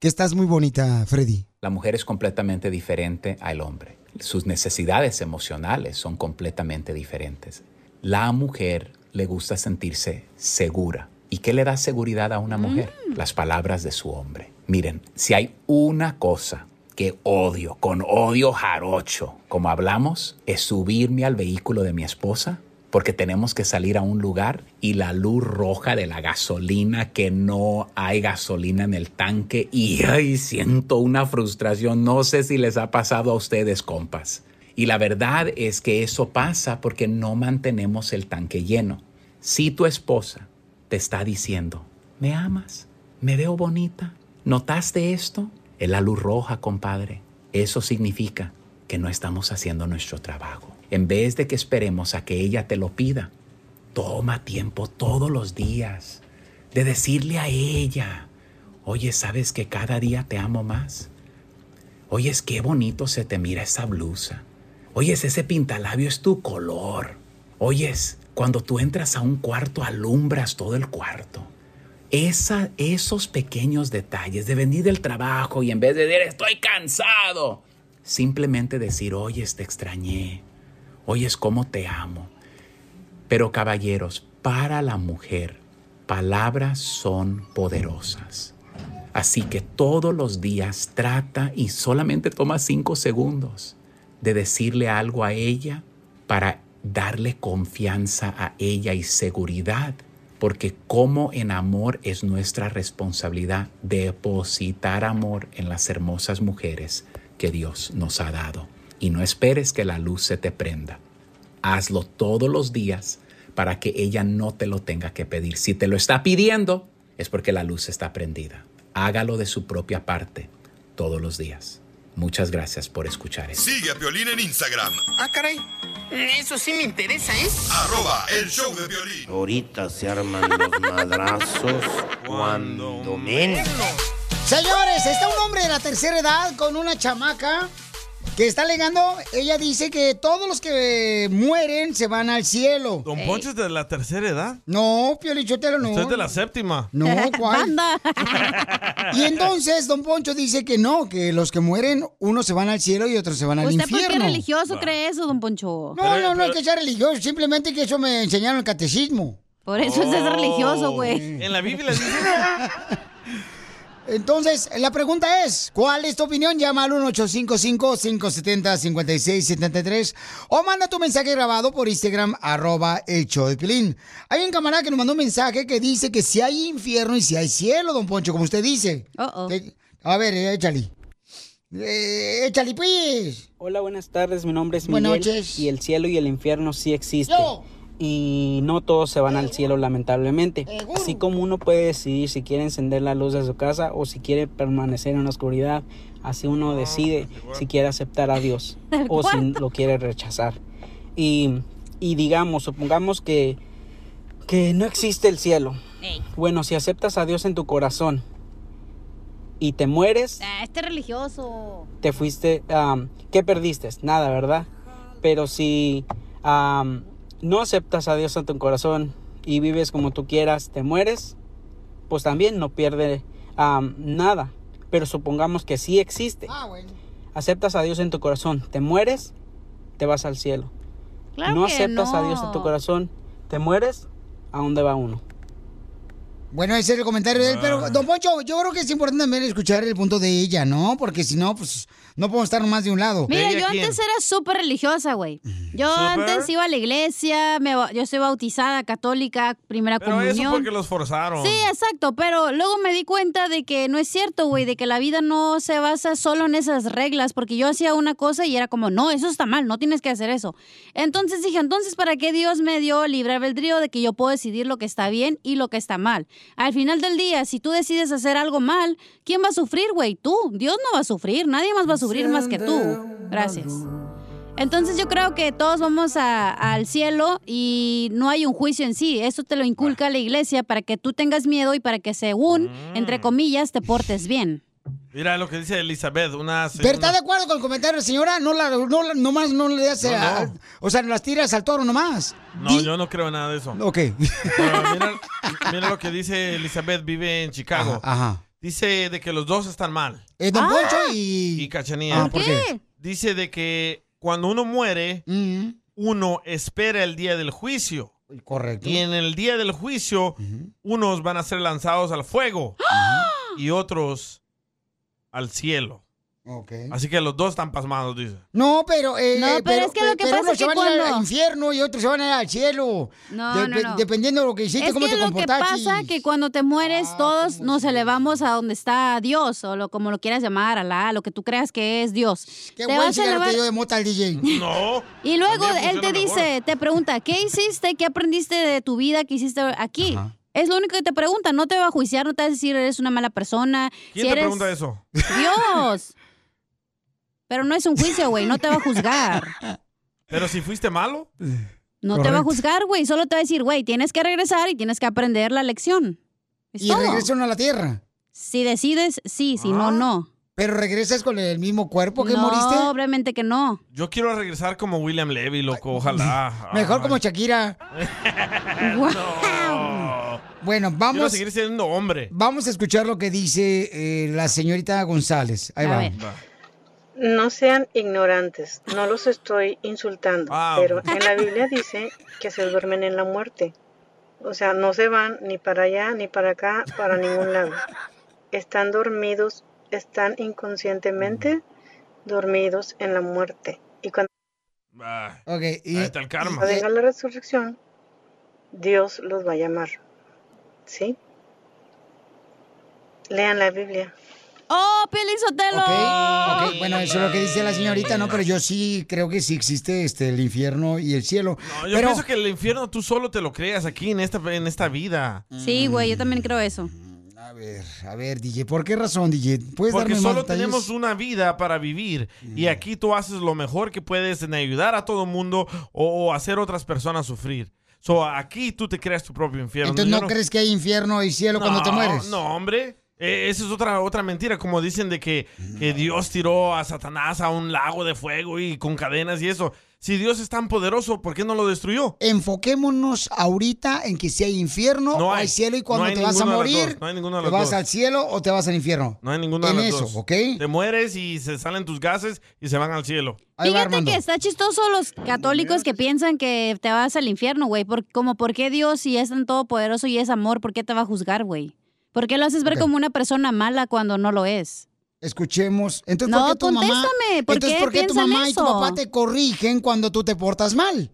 que estás muy bonita, Freddy. La mujer es completamente diferente al hombre. Sus necesidades emocionales son completamente diferentes. La mujer le gusta sentirse segura. ¿Y qué le da seguridad a una mujer? Las palabras de su hombre. Miren, si hay una cosa que odio, con odio jarocho, como hablamos, es subirme al vehículo de mi esposa porque tenemos que salir a un lugar y la luz roja de la gasolina, que no hay gasolina en el tanque y ay, siento una frustración, no sé si les ha pasado a ustedes, compas. Y la verdad es que eso pasa porque no mantenemos el tanque lleno. Si tu esposa te está diciendo, me amas, me veo bonita, ¿notaste esto? Es la luz roja, compadre. Eso significa que no estamos haciendo nuestro trabajo. En vez de que esperemos a que ella te lo pida, toma tiempo todos los días de decirle a ella, oye, ¿sabes que cada día te amo más? Oye, es qué bonito se te mira esa blusa. Oye, ese pintalabio es tu color. Oyes, cuando tú entras a un cuarto, alumbras todo el cuarto. Esa, esos pequeños detalles de venir del trabajo y en vez de decir estoy cansado, simplemente decir, oyes, te extrañé, oyes, cómo te amo. Pero caballeros, para la mujer, palabras son poderosas. Así que todos los días trata y solamente toma cinco segundos de decirle algo a ella para darle confianza a ella y seguridad, porque como en amor es nuestra responsabilidad depositar amor en las hermosas mujeres que Dios nos ha dado. Y no esperes que la luz se te prenda. Hazlo todos los días para que ella no te lo tenga que pedir. Si te lo está pidiendo, es porque la luz está prendida. Hágalo de su propia parte todos los días. Muchas gracias por escuchar esto. Sigue a Piolín en Instagram. Ah, caray. Eso sí me interesa, ¿eh? Arroba el show de Piolín. Ahorita se arman los madrazos cuando menos. Señores, está un hombre de la tercera edad con una chamaca que está alegando, ella dice que todos los que mueren se van al cielo. Don Poncho es de la tercera edad. No, Piolichotero no. Usted es de la séptima. No, ¿cuál? y entonces Don Poncho dice que no, que los que mueren, unos se van al cielo y otros se van al ¿Usted por qué infierno. religioso cree eso, don Poncho? No, no, no es que sea religioso, simplemente que eso me enseñaron el catecismo. Por eso es Oh, religioso, güey. En la Biblia dice. Entonces, la pregunta es, ¿cuál es tu opinión? Llama al 1-855-570-5673 o manda tu mensaje grabado por Instagram, arroba el show de Piolín. Hay un camarada que nos mandó un mensaje que dice que si hay infierno y si hay cielo, don Poncho, como usted dice. Eh, A ver, eh, échale. Eh, échale, pues. Hola, buenas tardes. Mi nombre es Miguel. Buenas Y el cielo y el infierno sí existen. Yo. Y no todos se van al cielo, lamentablemente. Así como uno puede decidir si quiere encender la luz de su casa o si quiere permanecer en la oscuridad, así Ah, uno decide si quiere aceptar a Dios Del o si cuarto. lo quiere rechazar. Y, y digamos, supongamos que, que no existe el cielo. Bueno, si aceptas a Dios en tu corazón y te mueres, Ah, este religioso. te fuiste, am, ¿qué perdiste? Nada, ¿verdad? Pero si am, no aceptas a Dios en tu corazón y vives como tú quieras, te mueres, pues también no pierde am, nada. Pero supongamos que sí existe. Ah, Aceptas a Dios en tu corazón, te mueres, te vas al cielo. Claro no que aceptas a no. Dios en tu corazón, te mueres, ¿a dónde va uno? Bueno, ese es el comentario de él, pero Ah. don Poncho, yo creo que es importante también escuchar el punto de ella, ¿no? Porque si no, pues no podemos estar más de un lado. Mira, yo antes era súper religiosa, güey. Yo ¿Súper? antes iba a la iglesia, me, ba- yo soy bautizada, católica, primera Pero comunión. eso porque los forzaron. Sí, exacto, pero luego me di cuenta de que no es cierto, güey, de que la vida no se basa solo en esas reglas, porque yo hacía una cosa y era como, no, eso está mal, no tienes que hacer eso. Entonces dije, entonces, ¿para qué Dios me dio libre albedrío de que yo puedo decidir lo que está bien y lo que está mal? Al final del día, si tú decides hacer algo mal, ¿quién va a sufrir, güey? Tú, Dios no va a sufrir, nadie más va a sufrir más que tú. Gracias. Entonces yo creo que todos vamos a- al cielo y no hay un juicio en sí. Eso te lo inculca la iglesia para que tú tengas miedo y para que según, entre comillas, te portes bien. Mira lo que dice Elizabeth, ¿Pero una señora- está de acuerdo con el comentario, señora? No la, no, la- nomás no le hace, a- o sea, no las tiras al toro nomás. No, yo no creo en nada de eso. Ok. Mira lo que dice Elizabeth, vive en Chicago. Ajá. Dice de que los dos están mal. Eh, don Ah. Poncho y... Y Cachanía. Ah, ¿por ¿Por qué? qué? Mm. Dice de que cuando uno muere, uno espera el día del juicio. Correcto. Y en el día del juicio, unos van a ser lanzados al fuego y otros al cielo. Así que los dos están pasmados, dice. No, pero... eh, No, eh, pero es que lo que pero pasa unos es que se van a ir al cuando- infierno y otros se van a ir al cielo. No, no, no. Dependiendo de lo que hiciste, es cómo que te lo que comportaste. Ah, pasa que cuando te mueres todos nos elevamos a donde está Dios o lo, como lo quieras llamar, Alá, lo que tú creas que es Dios. Te Qué buen vas a cigarro te elevar- dio de mota al DJ. No. Y luego También él te funciona dice, te pregunta, ¿qué hiciste? ¿Qué aprendiste de tu vida que hiciste aquí? Es lo único que te pregunta, no te va a juiciar, no te va a decir eres una mala persona. ¿Quién si te eres- pregunta eso? Dios. Pero no es un juicio, güey, no te va a juzgar. Pero si fuiste malo. No te va a juzgar, güey, solo te va a decir, güey, tienes que regresar y tienes que aprender la lección. Es Y todo. regresan a la tierra. Si decides, sí, si Ah. no, no. Pero regresas con el mismo cuerpo que no, moriste. obviamente que no. Yo quiero regresar como William Levy, loco, ojalá. Mejor como Shakira. No. Bueno, Quiero vamos, seguir siendo hombre. vamos a escuchar lo que dice eh, la señorita González. Ahí A va. ver. No sean ignorantes, no los estoy insultando, pero en la Biblia dice que se duermen en la muerte. O sea, no se van ni para allá, ni para acá, para ningún lado. Están dormidos, están inconscientemente dormidos en la muerte. Y cuando Ah, Ok, y- ahí está el karma. venga la resurrección, Dios los va a llamar. ¿Sí? Lean la Biblia. ¡Oh, Piolín Sotelo! Ok, bueno, eso es lo que dice la señorita, ¿no? Pero yo sí creo que sí existe este, el infierno y el cielo. No, yo Pero, pienso que el infierno tú solo te lo creas aquí en esta, en esta vida. Sí, Mm. güey, yo también creo eso. a ver, a ver, DJ, ¿por qué razón, DJ? ¿Puedes Porque darme más solo detalles? Mm. tenemos una vida para vivir y aquí tú haces lo mejor que puedes en ayudar a todo el mundo o, o hacer otras personas sufrir. So, aquí tú te creas tu propio infierno. Entonces, Yo ¿no crees que hay infierno y cielo cuando te No, mueres? No, hombre. Eh, esa es otra, otra mentira, como dicen de que, que Dios tiró a Satanás a un lago de fuego y con cadenas y eso. Si Dios es tan poderoso, ¿por qué no lo destruyó? Enfoquémonos ahorita en que si hay infierno No o hay. hay cielo y No cuando hay te vas a ninguna de las morir, dos, no hay ninguna de te las vas dos. al cielo o te vas al infierno. No hay ninguna de En las eso, dos. ¿ok? Te mueres y se salen tus gases y se van al cielo. Fíjate que está chistoso los católicos que piensan que te vas al infierno, güey. por- como, ¿por qué Dios, si es tan todopoderoso y es amor, por qué te va a juzgar, güey? ¿Por qué lo haces ver Ok. como una persona mala cuando no lo es? Escuchemos. Entonces, No, ¿por qué tu mamá, contéstame, ¿por entonces, qué ¿por qué tu piensan mamá y tu eso? papá te corrigen cuando tú te portas mal?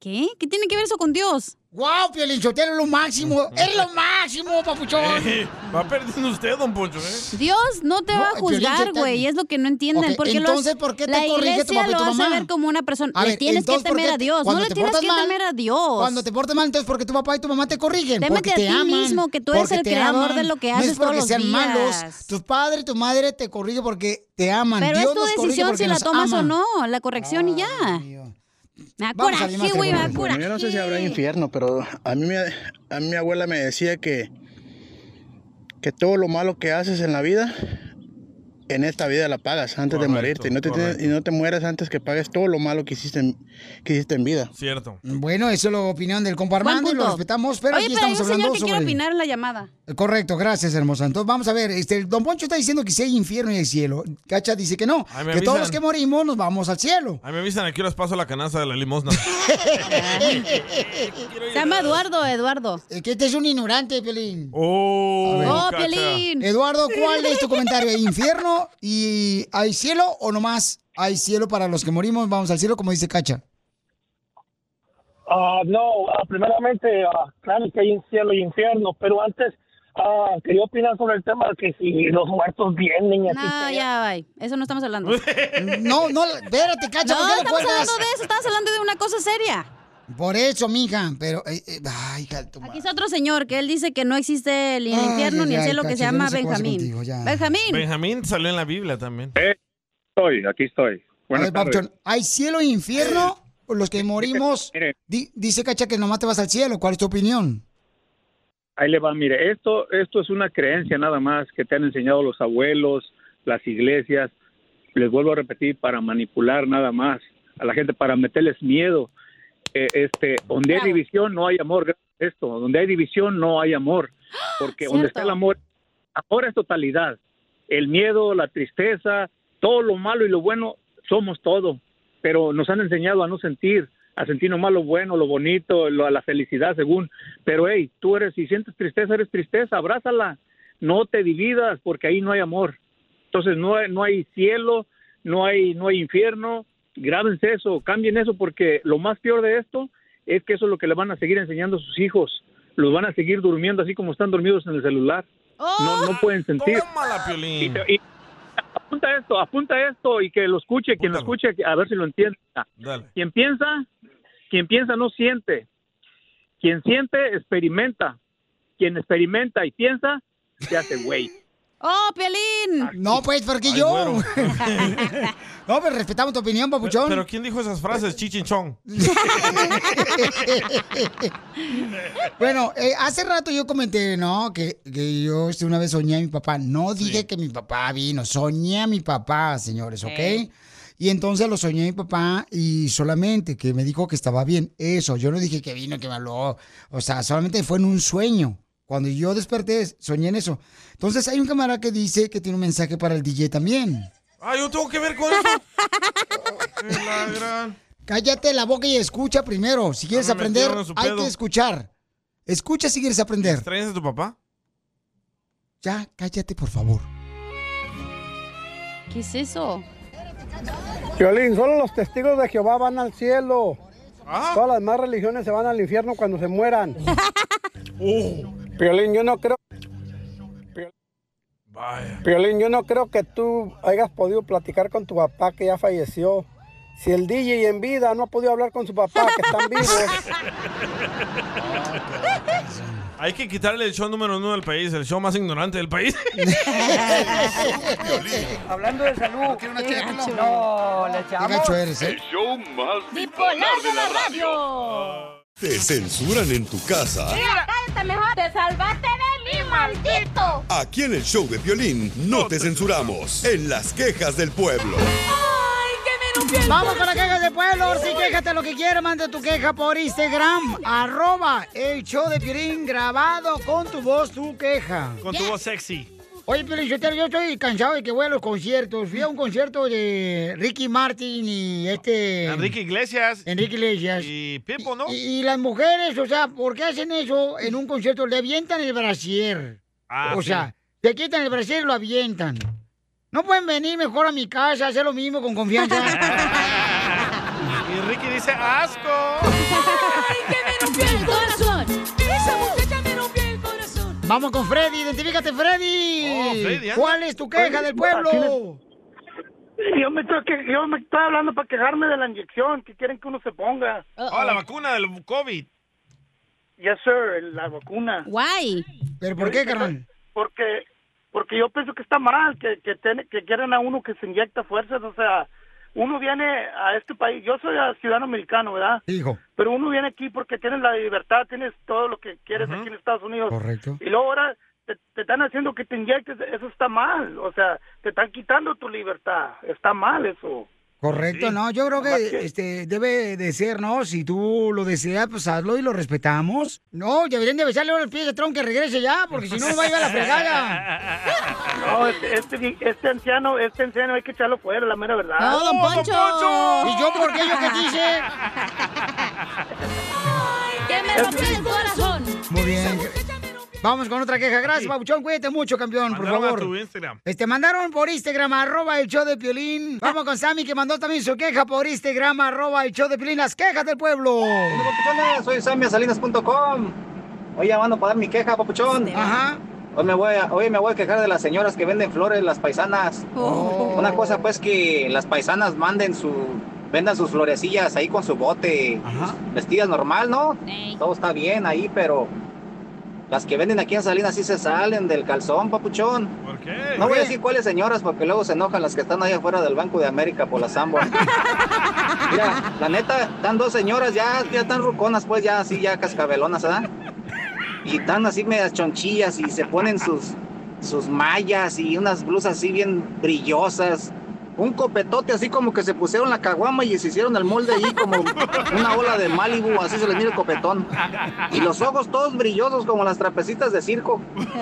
¿Qué? ¿Qué tiene que ver eso con Dios? ¡Wow, Piolinchotero, lo máximo! ¡Eres lo máximo, papuchón! Eh, va perdiendo usted, don Poncho. ¿eh? Dios no te No, va a Piolín, juzgar, yo te- güey. Es lo que no entienden. Ok, ¿Por qué entonces, lo has- ¿por qué te la corrige tu iglesia papá y lo tu hace mamá? ver como una persona. A Le ver, tienes entonces, que ¿por temer qué- a Dios. No cuando le te tienes portas que mal, temer a Dios. Cuando te portas mal, entonces porque tu papá y tu mamá te corrigen. Témete porque a te ti aman, mismo, que tú eres porque el te creador aman. de lo que No es haces todos porque los sean días. malos. Tu padre y tu madre te corrigen porque te aman. Pero Dios es tu nos corrige decisión porque si la nos tomas ama. o no. La corrección y ya. Me da Vamos a coraje, alguien más, güey, me da Alejandro. coraje. Bueno, yo no sé si habrá infierno, pero a mí, me- a mí mi abuela me decía que, que todo lo malo que haces en la vida, en esta vida la pagas antes de morirte. Y no, te tienes- y no te mueras antes que pagues todo lo malo que hiciste en, que hiciste en vida. Cierto. Bueno, eso es la opinión del compa Buen Armando y lo punto. respetamos, pero Oye, aquí pero hay estamos un señor hablando que sobre... quiere opinar en la llamada. Correcto, gracias, hermosa. Entonces, vamos a ver, este, el don Poncho está diciendo que si hay infierno y hay cielo. Cacha dice que no, Ay, que me todos avisan. los que morimos nos vamos al cielo. Ahí me avisan, aquí les paso la canasta de la limosna. Se llama Eduardo, Eduardo. que este es un ignorante, Pelín. Oh, oh, cacha. Piolín. Eduardo, ¿cuál es tu comentario? ¿Hay infierno y hay cielo o nomás hay cielo para los que morimos? Vamos al cielo, como dice Cacha. Ah, no, ah, primeramente, ah, claro que hay un cielo y infierno, pero antes ah, quería opinar sobre el tema de que si los muertos vienen y así. No, ya, bye. Eso no estamos hablando. No, no, espérate, Cacha, ¿por No, qué le estamos cuelgas? hablando de eso. Estás hablando de una cosa seria. Por eso, mija, pero... eh, eh, ay, hija de tu Aquí está otro señor que él dice que no existe el Ay, infierno ni el ay, cielo que Cacha, se yo llama no sé qué pasa Benjamín. contigo, ya. Benjamín. Benjamín salió en la Biblia también. Eh, Estoy, aquí estoy. Buenas A ver, Papuchón, tardes. ¿hay cielo e infierno? ¿O Los que morimos, di- dice Cacha que nomás te vas al cielo. ¿Cuál es tu opinión? Ahí le va, mire, esto, esto es una creencia nada más que te han enseñado los abuelos, las iglesias, les vuelvo a repetir, para manipular nada más a la gente, para meterles miedo. Eh, este, donde hay división no hay amor, esto, donde hay división no hay amor, porque donde está el amor, amor es totalidad. El miedo, la tristeza, todo lo malo y lo bueno somos todo, pero nos han enseñado a no sentir, a sentir nomás lo bueno, lo bonito, lo- la felicidad según, pero hey, tú eres, si sientes tristeza, eres tristeza, abrázala, no te dividas porque ahí no hay amor. Entonces no hay, no hay cielo, no hay, no hay infierno. Grábense eso, cambien eso, porque lo más peor de esto es que eso es lo que le van a seguir enseñando a sus hijos. Los van a seguir durmiendo así como están dormidos en el celular. No, no pueden sentir. Y te- y- apunta esto, apunta esto y que lo escuche, quien lo escuche, a ver si lo entienda. Quien piensa, quien piensa no siente. Quien siente, experimenta. Quien experimenta y piensa, se hace güey. Oh, Piolín. No, pues, porque yo. no, pero respetamos tu opinión, papuchón. Pero ¿quién dijo esas frases? Chichinchón. bueno, eh, hace rato yo comenté, ¿no? Que, que yo este, una vez soñé a mi papá. No dije que mi papá vino, soñé a mi papá, señores, ¿ok? Ey. Y entonces lo soñé a mi papá y solamente que me dijo que estaba bien. Eso, yo no dije que vino, que me habló. O sea, solamente fue en un sueño. Cuando yo desperté, soñé en eso. Entonces hay un camarada que dice que tiene un mensaje para el DJ también. Ah, yo tengo que ver con eso. Es la gran- Cállate la boca y escucha primero. Si quieres me aprender, metieron en su hay pedo. que escuchar. Escucha si quieres aprender. ¿Extrañas a tu papá? Ya, cállate, por favor. ¿Qué es eso? Violín, solo los testigos de Jehová van al cielo. Todas las demás religiones se van al infierno cuando se mueran. Violín, yo no creo. Piolín, yo no creo que tú hayas podido platicar con tu papá que ya falleció. Si el DJ en vida no ha podido hablar con su papá, que están vivos. Ah, Hay que quitarle el show número uno del país, el show más ignorante del país. Hablando de salud. ¿No una No, le echamos. eh? El show más bipolar de la radio. Te censuran en tu casa. cállate mejor. Te salvaste de mí, maldito. Aquí en el show de violín no te censuramos. En las quejas del pueblo. Vamos con la queja de pueblo, ahora sí, quéjate lo que quieras, manda tu queja por Instagram, arroba el show de Piolín grabado con tu voz, tu queja. Con tu voz sexy. Oye, Piolín, Sotelo, yo estoy cansado de que voy a los conciertos. Fui a un concierto de Ricky Martin y este... Enrique Iglesias. Enrique Iglesias. Y Pipo, ¿no? Y, y las mujeres, o sea, ¿por qué hacen eso en un concierto? Le avientan el brasier. Ah, o sí. sea, te quitan el brasier y lo avientan. No pueden venir mejor a mi casa, hacer lo mismo con confianza. Y Ricky dice, asco. el corazón. Esa muchacha me rompió el corazón. Vamos con Freddy, identifícate Freddy. Oh, Freddy, anda. ¿Cuál es tu queja del pueblo? Yo me, estoy, que- yo me estoy hablando para quejarme de la inyección que quieren que uno se ponga. Oh, la vacuna del COVID. Yes, sir, la vacuna. Guay. ¿Pero por qué, carnal? Porque, porque yo pienso que está mal, que, que, tiene- que quieren a uno que se inyecta fuerzas. O sea, uno viene a este país, yo soy ah, ciudadano americano, ¿verdad? Hijo. Pero uno viene aquí porque tienes la libertad, tienes todo lo que quieres aquí en Estados Unidos. Correcto. Y luego ahora te, te están haciendo que te inyectes, eso está mal. O sea, te están quitando tu libertad, está mal eso. Correcto, no, yo creo que este debe de ser, ¿no? Si tú lo deseas, pues hazlo y lo respetamos. No, deberían de besarle ahora el pie de Trump que regrese ya, porque si no me va a llevar la fregada. No, este, este, este anciano, este anciano hay que echarlo fuera, la mera verdad. No, don Poncho. ¿Y yo por qué? ¿Yo qué quise? Que me rompió el corazón. Muy bien. Vamos con otra queja. Gracias, Sí. Pabuchón. Cuídate mucho, campeón, Mandaron por a favor. tu Instagram. Este, mandaron por Instagram, arroba el show de Piolín. Vamos con Sammy, que mandó también su queja por Instagram, arroba el show de Piolín. Las quejas del pueblo. Soy samiasalinas.com. Hoy llamando para dar mi queja, papuchón. Ajá. Hoy me, voy a, hoy me voy a quejar de las señoras que venden flores, las paisanas. Una cosa pues que las paisanas manden su, vendan sus florecillas ahí con su bote, vestidas normal, ¿no? Todo está bien ahí, pero las que venden aquí en Salinas sí se salen del calzón, papuchón. ¿Por qué? No voy a decir cuáles señoras porque luego se enojan las que están ahí afuera del Banco de América por las ambas. Mira, la neta, están dos señoras ya, ya están ruconas, pues ya así, ya cascabelonas, ¿verdad? Y están así medias chonchillas y se ponen sus, sus mallas y unas blusas así bien brillosas. Un copetote así como que se pusieron la caguama y se hicieron el molde ahí como una ola de Malibu, así se les mira el copetón. Y los ojos todos brillosos como las trapecitas de circo.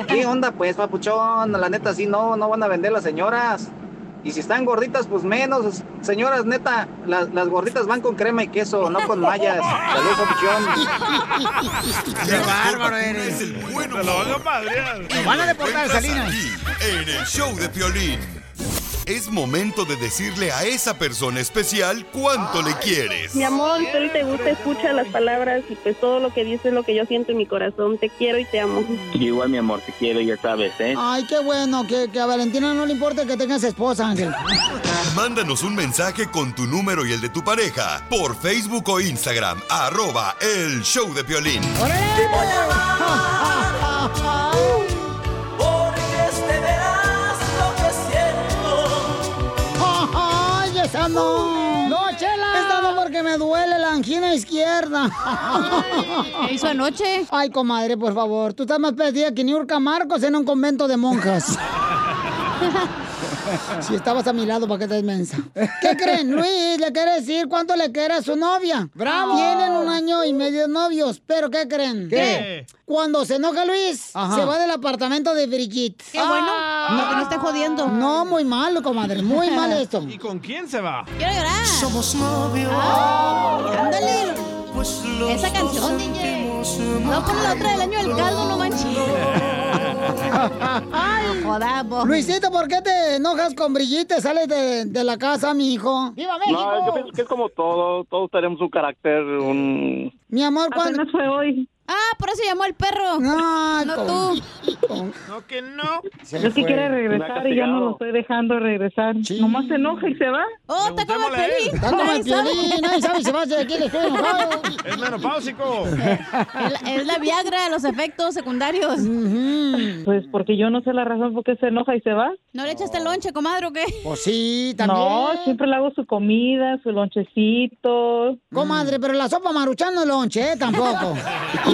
¿Qué onda pues, papuchón? La neta, sí, no, no van a vender las señoras. Y si están gorditas, pues menos. Señoras, neta, las, las gorditas van con crema y queso, no con mallas. Saludos, papuchón. ¡Qué bárbaro eres! Es el bueno. Te lo van a van a deportar, Salinas. En el show de violín. Es momento de decirle a esa persona especial cuánto le quieres. Mi amor, si te gusta, escucha las palabras y pues todo lo que dices es lo que yo siento en mi corazón. Te quiero y te amo. Igual, mi amor, te quiero, ya sabes, ¿eh? Ay, qué bueno, que, que a Valentina no le importa que tengas esposa, Ángel. Mándanos un mensaje con tu número y el de tu pareja por Facebook o Instagram, arroba el show de violín. Porque este verás lo que siento. ¡Ay, esa no! ¡No, chela! Esta no porque me duele la angina izquierda. ¿Qué hizo anoche? Ay, comadre, por favor. Tú estás más perdida que Niurka Marcos en un convento de monjas. Si estabas a mi lado, ¿para qué estás mensa? ¿Qué creen? Luis le quiere decir cuánto le quiere a su novia. ¡Bravo! Tienen un año y medio de novios, pero ¿qué creen? ¿Qué? Cuando se enoja Luis, Ajá. se va del apartamento de Brigitte. Ah. Qué bueno. No, que no esté jodiendo. No, muy malo, comadre. Muy mal esto. ¿Y con quién se va? Quiero llorar. Somos novios. Ah, Pues Ay, ándale. Esa canción, DJ. No con la otra del año del caldo, no manches. Ay. Luisito, ¿por qué te enojas con Brigitte? Sales de, de la casa, mi hijo. ¡Viva No, yo pienso que es como todo, todos tenemos un carácter, un... Mi amor, ¿cuándo, Ah, por eso llamó el perro. No, no tú. No, que no. Es que quiere regresar y yo no lo estoy dejando regresar. Nomás se enoja y se va. Oh, está como el pelín. Está como el Piolín, nadie sabe si va a ser aquí el estoy enojado. Es menopáusico. Es la- Es la Viagra de los efectos secundarios. Pues porque yo no sé la razón por qué se enoja y se va. ¿No le echaste el lonche, comadre, o qué? Pues sí, No, siempre le hago su comida, su lonchecito. Comadre, pero la sopa maruchan no es lonche, ¿eh? Tampoco. ¿Y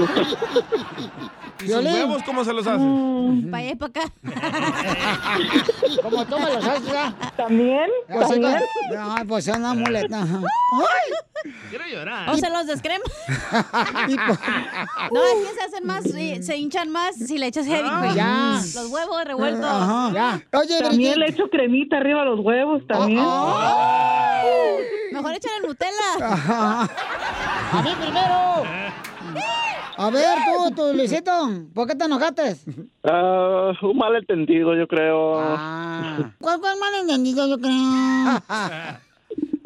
sus Piolín. huevos cómo se los hace? Mm. Para allá y para acá. Como tú me los haces, ¿verdad? ¿También? Pues, ¿También? entonces- Ay, pues es una muleta. ajá. Quiero O se los descrema. No, es que se hacen más, eh, se hinchan más si le echas heavy cream. ya. Los huevos revueltos. Oye, Oh, también Brigitte. le echo cremita arriba a los huevos también. Mejor échale Nutella. ¡A mí primero! A ver, tú, tú, Luisito, ¿por qué te enojaste? Ah, un malentendido, yo creo. Ah. ¿Cuál fue el malentendido, yo creo?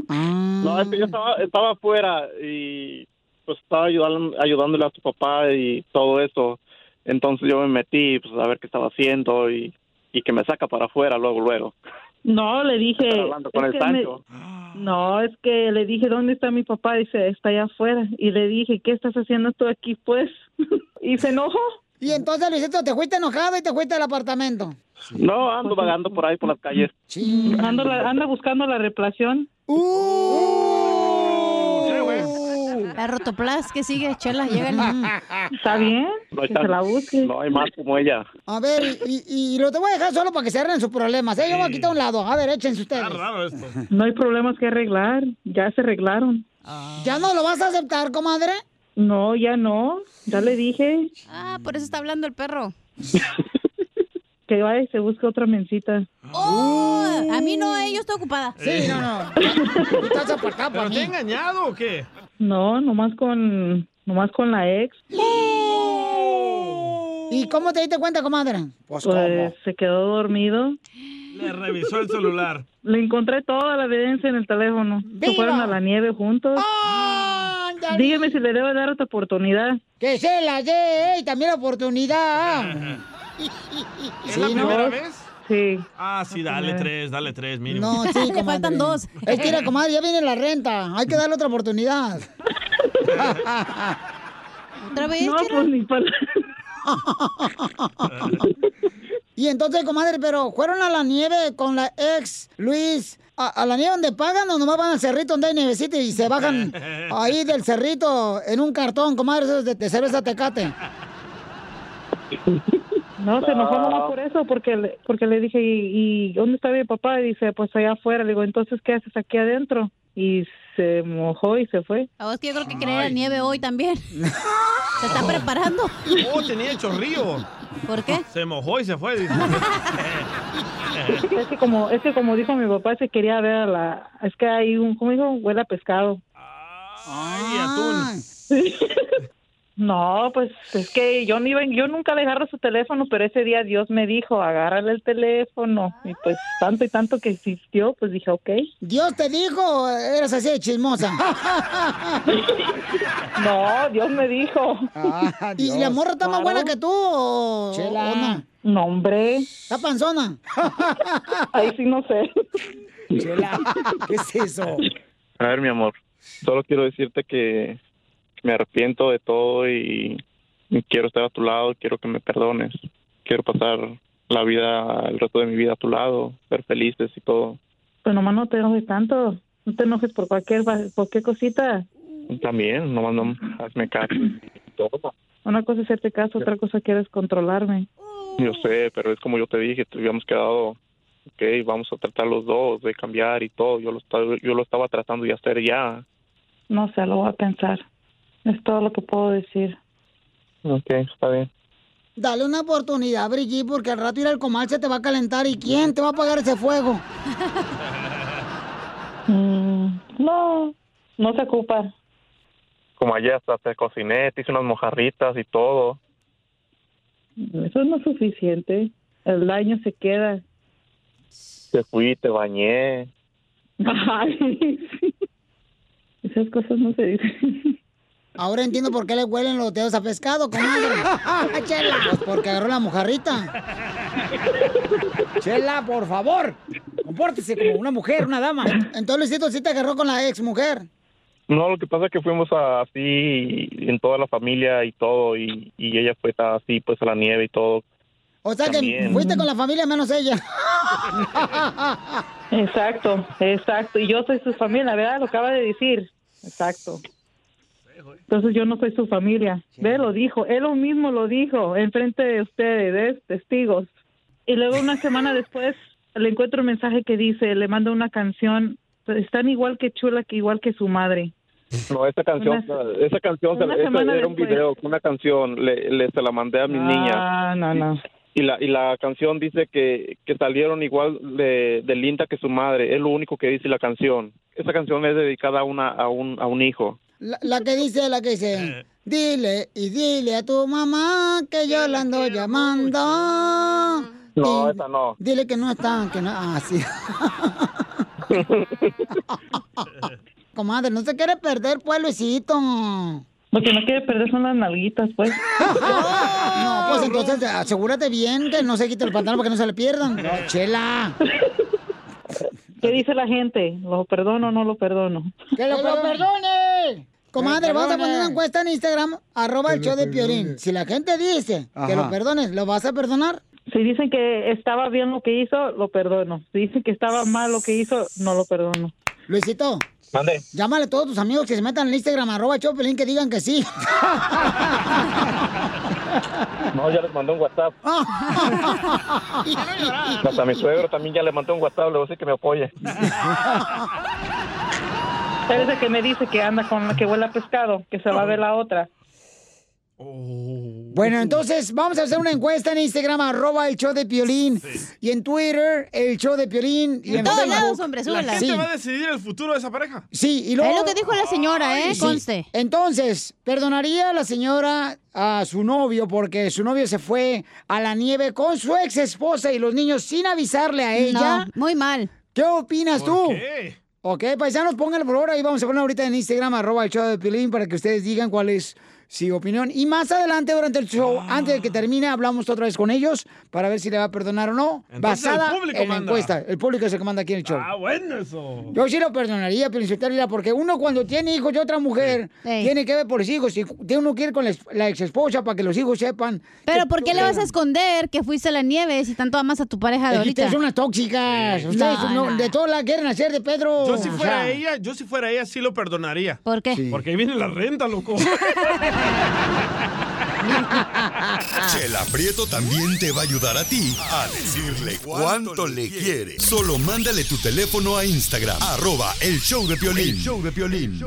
No, es que yo estaba, estaba afuera y pues estaba ayudan- ayudándole a tu papá y todo eso. Entonces yo me metí pues a ver qué estaba haciendo y, y que me saca para afuera luego, luego. No, le dije. Estaba hablando con es el que me- Sancho. No, es que le dije, ¿dónde está mi papá? Dice, está allá afuera. Y le dije, ¿qué estás haciendo tú aquí, pues? y se enojó. Y entonces, Luisito, te fuiste enojado y te fuiste al apartamento. No, ando vagando por ahí por las calles. Pues Ando la- anda buscando la replación. Uh. La rotoplas que sigue, chela, llega ¿Está bien? No hay, tan- no hay más como ella. A ver, y, y lo te voy a dejar solo para que se arreglen sus problemas. ¿eh? Yo voy a quitar un lado. A ver, échense ustedes. No hay problemas que arreglar. Ya se arreglaron. ¿Ya no lo vas a aceptar, comadre? No, ya no. Ya le dije Ah, por eso está hablando el perro. que vaya y se busque otra mencita. Ah. Oh, a mí no, eh, yo estoy ocupada. Sí, no, no. estás ¿Pero te ha engañado o qué? No, nomás con, nomás con la ex. ¿Y cómo te diste cuenta, comadre? Pues, se quedó dormido. Le revisó el celular. Le encontré toda la evidencia en el teléfono. Se fueron a la nieve juntos. Ándale. Dígame si le debo dar otra oportunidad. Que se la dé, ¿eh? y también la oportunidad. ¿Es la primera vez? Sí. Ah, sí, dale tres, dale tres, mínimo. No, sí, comadre. faltan dos. Es que mira, comadre, ya viene la renta. Hay que darle otra oportunidad. ¿Otra vez, No, pues ni para... Y entonces, comadre, pero ¿fueron a la nieve con la ex Luis? ¿A, a la nieve donde pagan o nomás van al cerrito donde hay nievecita y se bajan ahí del cerrito en un cartón, comadre, eso es de, de cerveza tecate? No, se enojó No. nomás por eso, porque le, porque le dije, ¿y, y dónde está mi papá? Y dice, pues allá afuera. Le digo, entonces, ¿qué haces aquí adentro? Y se mojó y se fue. A vos que yo creo que quería la nieve hoy también. Se está preparando. Oh, tenía chorrío. ¿Por qué? Se mojó y se fue. dice. Es que como, es que como dijo mi papá, se quería ver a la... Es que hay un, ¿cómo dijo? Huele a pescado. Ay, Ah. atún. No, pues es que yo, no iba, yo nunca le agarro su teléfono, pero ese día Dios me dijo, agárrale el teléfono. Y pues tanto y tanto que existió, pues dije, ok. Dios te dijo, eres así de chismosa. Pues No, Dios me dijo. ¿Y la morra está más buena que tú o, Chela. o no? No, hombre. ¿Está panzona? Ahí sí no sé. Chela, ¿qué es eso? A ver, mi amor, solo quiero decirte que me arrepiento de todo y, y quiero estar a tu lado, quiero que me perdones, quiero pasar la vida, el resto de mi vida a tu lado, ser felices y todo. Pues nomás no te enojes tanto. No te enojes por cualquier, va- cualquier cosita. También, nomás no hazme caso y todo. Una cosa es hacerte caso, otra cosa quieres controlarme. Yo sé, pero es como yo te dije, te habíamos quedado, ok, vamos a tratar los dos de cambiar y todo. Yo lo estaba, yo lo estaba tratando de hacer ya. No sé, lo voy a pensar. Es todo lo que puedo decir. Ok, está bien. Dale una oportunidad, Brigitte, porque al rato ir al comal se te va a calentar. ¿Y quién te va a pagar ese fuego? Mm, no, no se ocupa. Como ayer hasta te cociné, te hice unas mojarritas y todo. Eso no es suficiente. El daño se queda. Te fui, te bañé. Ay, sí. Esas cosas no se dicen. Ahora entiendo por qué le huelen los dedos a pescado, comadre. Chela. Pues porque agarró la mojarrita. Chela, por favor. Compórtese como una mujer, una dama. Entonces, Luisito, sí te agarró con la ex mujer. No, lo que pasa es que fuimos a- así en toda la familia y todo, y, y ella fue así pues a la nieve y todo. O sea que También. fuiste con la familia menos ella. Exacto, exacto. Y yo soy su familia, ¿verdad? Lo acaba de decir. Exacto. Entonces yo no soy su familia. Ve, lo dijo. Él lo mismo lo dijo enfrente de ustedes, ¿ves? testigos. Y luego una semana después le encuentro un mensaje que dice, le manda una canción. Están igual que chula que igual que su madre. No, esa canción, Una- esa canción, una ese semana era un después. video, una canción, le, le- se la mandé a mi Ah, niña. no, no. Y la, y la canción dice que, que salieron igual de, de linda que su madre, es lo único que dice la canción. Esa canción es dedicada a, una, a, un, a un hijo. La, la que dice, la que dice. Dile y dile a tu mamá que yo la ando llamando. No, Y esa no. Dile que no está, que no. Ah, sí. Comadre, no se quiere perder, pues, Luisito. Lo que no quiere perder son las nalguitas, pues. No, pues entonces asegúrate bien que no se quite el pantalón para que no se le pierdan. No, chela. ¿Qué dice la gente? ¿Lo perdono o no lo perdono? ¡Que lo, perdone! Comadre, vamos a poner una encuesta en Instagram, arroba el show de Piolín. Si la gente dice que Ajá. lo perdones, ¿lo vas a perdonar? Si dicen que estaba bien lo que hizo, lo perdono. Si dicen que estaba mal lo que hizo, no lo perdono. Luisito, Mande. llámale a todos tus amigos que se metan en Instagram, arroba el show de Piolín, que digan que sí. No, ya les mandó un WhatsApp. Hasta mi suegro también ya le mandó un WhatsApp, le voy a decir que me apoye. Eres el que me dice que anda con la que huele a pescado, que se va a ver la otra. Bueno, entonces vamos a hacer una encuesta en Instagram, arroba el show de Piolín. Y en Twitter, el show de Piolín. Y En todos Facebook. lados, hombre, súbela. La gente Sí. va a decidir el futuro de esa pareja. Sí, y luego... Es lo que dijo la señora, ¿eh? Conste. Entonces, ¿perdonaría a la señora a su novio porque su novio se fue a la nieve con su ex esposa y los niños sin avisarle a ella? muy mal. ¿Qué opinas tú? qué? Ok, paisanos, pónganlo por ahora y vamos a poner ahorita en Instagram, arroba el show de Pilín, para que ustedes digan cuál es su opinión. Y más adelante, durante el show, Ah. antes de que termine, hablamos otra vez con ellos para ver si le va a perdonar o no, Entonces, basada el público en la manda. encuesta. El público se comanda aquí en el show. Ah, bueno eso. Yo sí lo perdonaría, pero insultaría, porque uno cuando tiene hijos de otra mujer, tiene que ver por los hijos. Y cu- uno quiere con la, ex- la exesposa para que los hijos sepan. Pero que ¿por qué tú le vas a eres- esconder que fuiste a la nieve si tanto amas a tu pareja de Es que ahorita? ustedes son unas tóxicas. Ustedes no- de todas las quieren hacer de Pedro. Yo si O fuera sea, ella, yo si fuera ella sí lo perdonaría. ¿Por qué? Porque ahí viene la renta, loco. Chela Prieto también te va a ayudar a ti a decirle cuánto le quiere. Solo mándale tu teléfono a Instagram, arroba el show de Piolín. show de Piolín.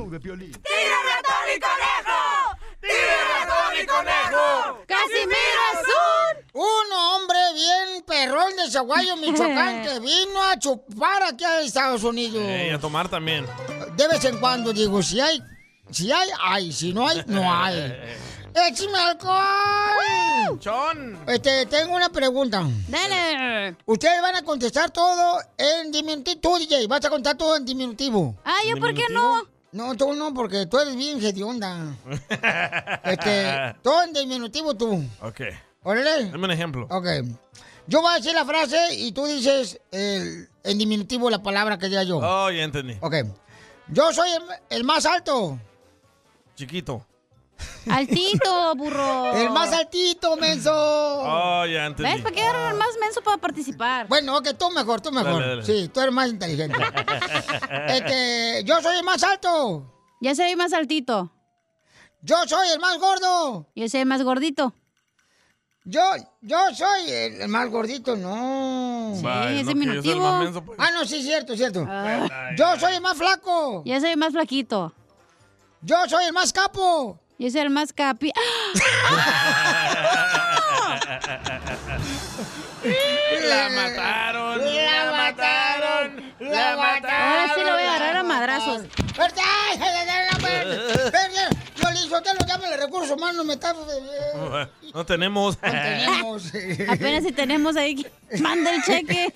¡Casimiro es un... hombre bien perrón de Zaguayo, Michoacán, que vino a chupar aquí a Estados Unidos. Eh, y a tomar también. De vez en cuando digo, si hay, si hay, hay, si no hay, no hay. ¡Échame alcohol! ¡Chon! Este, tengo una pregunta. Dale. Ustedes van a contestar todo en diminutivo. Tú, DJ, vas a contar todo en diminutivo. Ah, ¿yo por qué no? No, tú no, porque tú eres bien hedionda. Este, todo en diminutivo tú. Ok. Órale. Dame un ejemplo. Ok. Yo voy a decir la frase y tú dices el- en diminutivo la palabra que diga yo. Oh, ya entendí. Ok. Yo soy el, el más alto. Chiquito. Altito, burro. El más altito, menso. Oh, ya entendí. ¿Ves? ¿Para qué agarrar el más menso para participar? Bueno, que tú mejor, tú mejor. Dale, dale. Sí, tú eres más inteligente. este, yo soy el más alto. Yo soy el más altito. Yo soy el más gordo. Yo soy el más gordito. Yo, yo soy el, el más gordito, no. Sí, Vaya, es no, que yo soy el diminutivo. más menso, pues. Ah, no, sí, cierto, cierto. Yo soy el más flaco. Yo soy el más flaquito. Yo soy el más capo. Yo soy el más capi. ¡Ah! La mataron. La mataron. La mataron. Ahora sí lo voy a agarrar a madrazos. ¡Fuerte! ¡Ay, ay, ay, ay, fuerte! ¡Fuerte! Piolinsotelo, llámale recursos humanos, me está... eh, No tenemos. tenemos. eh, Apenas si tenemos ahí. que- Manda el cheque.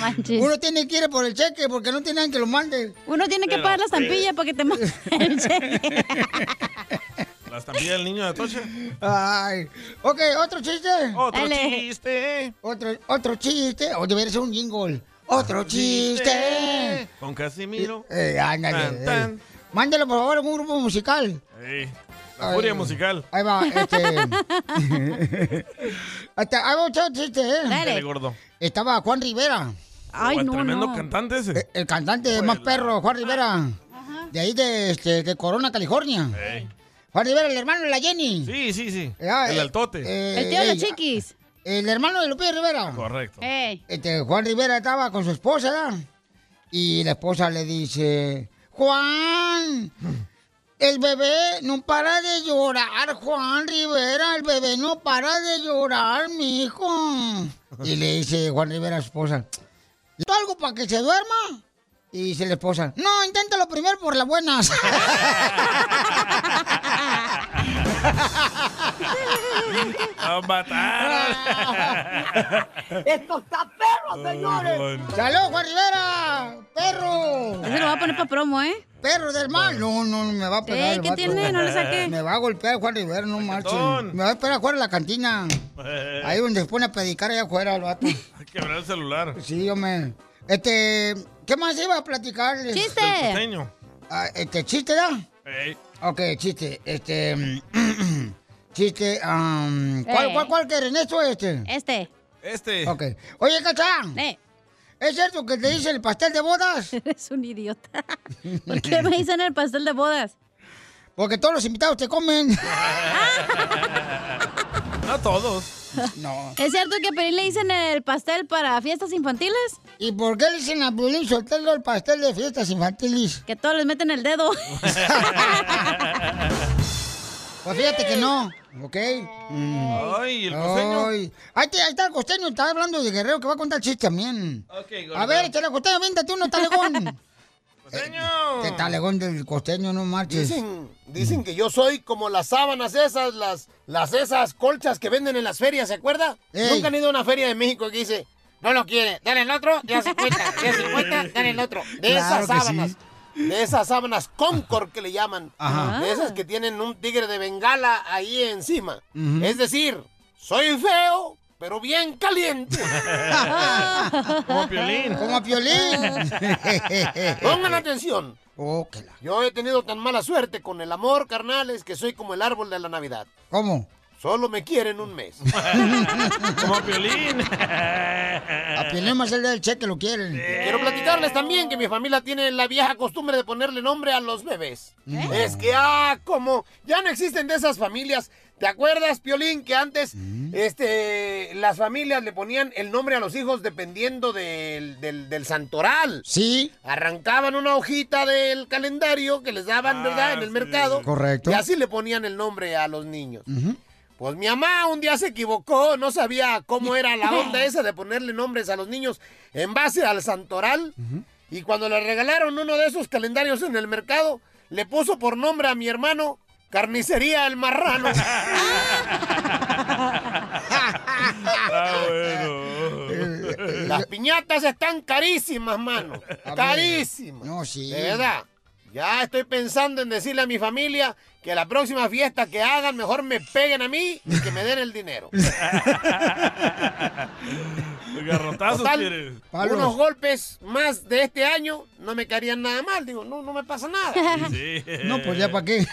manches. Uno tiene que ir por el cheque porque no tiene nadie que lo mande. Uno tiene que Pero, pagar pues, la estampilla para que te manden el cheque. ¿La estampilla del niño de Atocha? Ay. Ok, otro chiste. Otro Dale. chiste. Otro, otro chiste. O debería ser un jingle. Otro chiste. Con Casimiro. Eh, ándale. Tan, eh. tan. Mándelo por favor a un grupo musical. Ey, la furia Ay. musical. Ahí va, este. Hasta, ahí va otro chiste, ¿eh? Dale, gordo. Estaba Juan Rivera. E-, Ay, Guau, no, tremendo no. cantante ese. El, el cantante más perro, Juan Rivera. Ah, De ahí de, este, de Corona, California. Ey. Juan Rivera, el hermano de la Jenny. Sí, sí, sí. Ah, el eh, altote. eh, ey, El hermano de Lupillo Rivera. Correcto. Este, Juan Rivera estaba con su esposa, ¿verdad? Y la esposa le dice, Juan, el bebé no para de llorar, Juan Rivera, el bebé no para de llorar, mi hijo. Y le dice Juan Rivera a su esposa, ¿le doy algo para que se duerma? Y dice la esposa, no, inténtalo primero por las buenas. ¡Lo mataron! ¡Esto está perro, señores! ¡Salud, Juan Rivera! ¡Perro! Ese lo va a poner para promo, ¿eh? ¡Perro del mal! No, no, me va a pegar. Eh, el ¿qué vato. tiene? No le saqué. Me va a golpear Juan Rivera, no marchen. Baquetón. Me va a esperar afuera de la cantina. Ahí donde se pone a predicar allá afuera el vato. Quebrar el celular. Sí, hombre. Este, ¿qué más iba a platicar? ¡Chiste! Del costeño. Ah, este, ¿chiste da? Ey. Ok, chiste. Este, chiste, am, ¿cuál, Eh. cuál, cuál quieren? ¿Esto o este? Este. Eh, Este. Ok. Oye, Cachán. ¿Es cierto que te dice el pastel de bodas? Eres un idiota. ¿Por qué me dicen el pastel de bodas? Porque todos los invitados te comen. No todos. No. ¿Es cierto que a Pelín le dicen el pastel para fiestas infantiles? ¿Y por qué le dicen a Pelín soltarlo el pastel de fiestas infantiles? Que todos les meten el dedo. Pues fíjate que no, ¿ok? Mm. Ay, el costeño. Ay. Ahí, te- ahí está el costeño, está hablando de Guerrero que va a contar chistes también. Ok, gordo. A ver, échale costeño, véndate uno, talegón. ¡Costeño! ¿Qué talegón del costeño, no marches? Dicen, dicen que yo soy como las sábanas esas, las, las esas colchas que venden en las ferias, ¿se acuerda? Nunca han ido a una feria de México que dice, no lo quiere, dale el otro, ya 50, ya 50, dale el otro. De Claro esas que sí. sábanas, de esas sábanas Concord que le llaman, Ajá. de esas que tienen un tigre de bengala ahí encima. Ujú. Es decir, soy feo, pero bien caliente. Como Piolín. Como Piolín. Pongan atención. Oh, que la- Yo he tenido tan mala suerte con el amor, carnales, que soy como el árbol de la Navidad. ¿Cómo? Solo me quieren un mes. Como Piolín. Ah. A Piolín más el del cheque lo quieren. Quiero platicarles también que mi familia tiene la vieja costumbre de ponerle nombre a los bebés. ¿Eh? Es que, ah, como ya no existen de esas familias. ¿Te acuerdas, Piolín, que antes Mm. este, las familias le ponían el nombre a los hijos dependiendo del, del- del santoral? Sí. Arrancaban una hojita del calendario que les daban, ¿verdad?, en el mercado. Correcto. Y así le ponían el nombre a los niños. Ujú. Pues mi mamá un día se equivocó, no sabía cómo era la onda esa de ponerle nombres a los niños en base al santoral. Y cuando le regalaron uno de esos calendarios en el mercado, le puso por nombre a mi hermano Carnicería el Marrano. Las piñatas están carísimas, mano. Carísimas. No, sí. De verdad. Ya estoy pensando en decirle a mi familia que la próxima fiesta que hagan, mejor me peguen a mí y que me den el dinero. Garrotazos Total, quieres. unos golpes más de este año no me caerían nada mal. Digo, no, no me pasa nada. No, pues ya para qué.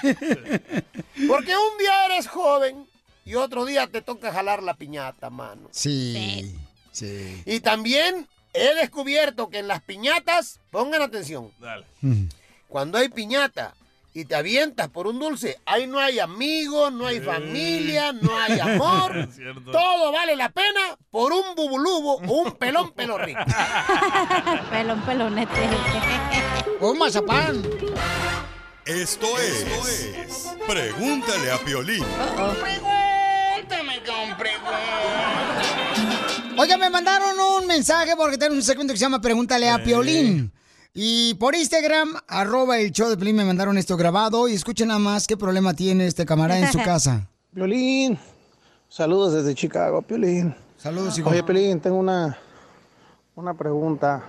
Porque un día eres joven y otro día te toca jalar la piñata, mano. Sí. Sí. Y también he descubierto que en las piñatas, pongan atención, cuando hay piñata y te avientas por un dulce, ahí no hay amigos, no hay familia, no hay amor. Es cierto. Todo vale la pena por un bubulubo o un pelón pelorrico. pelón, pelonete. Un mazapán. Esto es Pregúntale a Piolín. Pregúntame con Oiga, me mandaron un mensaje porque tenemos un segmento que se llama Pregúntale a Piolín. Y por Instagram, arroba el show de Piolín, me mandaron esto grabado. Y escuchen nada más qué problema tiene este camarada en su casa. Piolín, saludos desde Chicago, Piolín. Saludos, hijo. Oye, Piolín, tengo una, Una pregunta.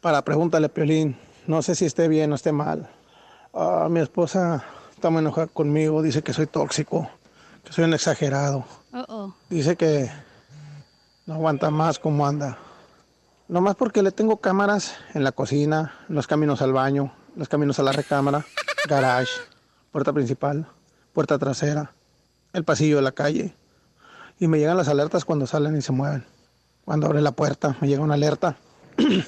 Para pregúntale, Piolín. No sé si esté bien o esté mal. Ah, mi esposa está muy enojada conmigo. Dice que soy tóxico, que soy un exagerado. Uh-oh. Dice que no aguanta más como anda. Nomás porque le tengo cámaras en la cocina, en los caminos al baño, los caminos a la recámara, garage, puerta principal, puerta trasera, el pasillo de la calle. Y me llegan las alertas cuando salen y se mueven. Cuando abre la puerta, me llega una alerta. y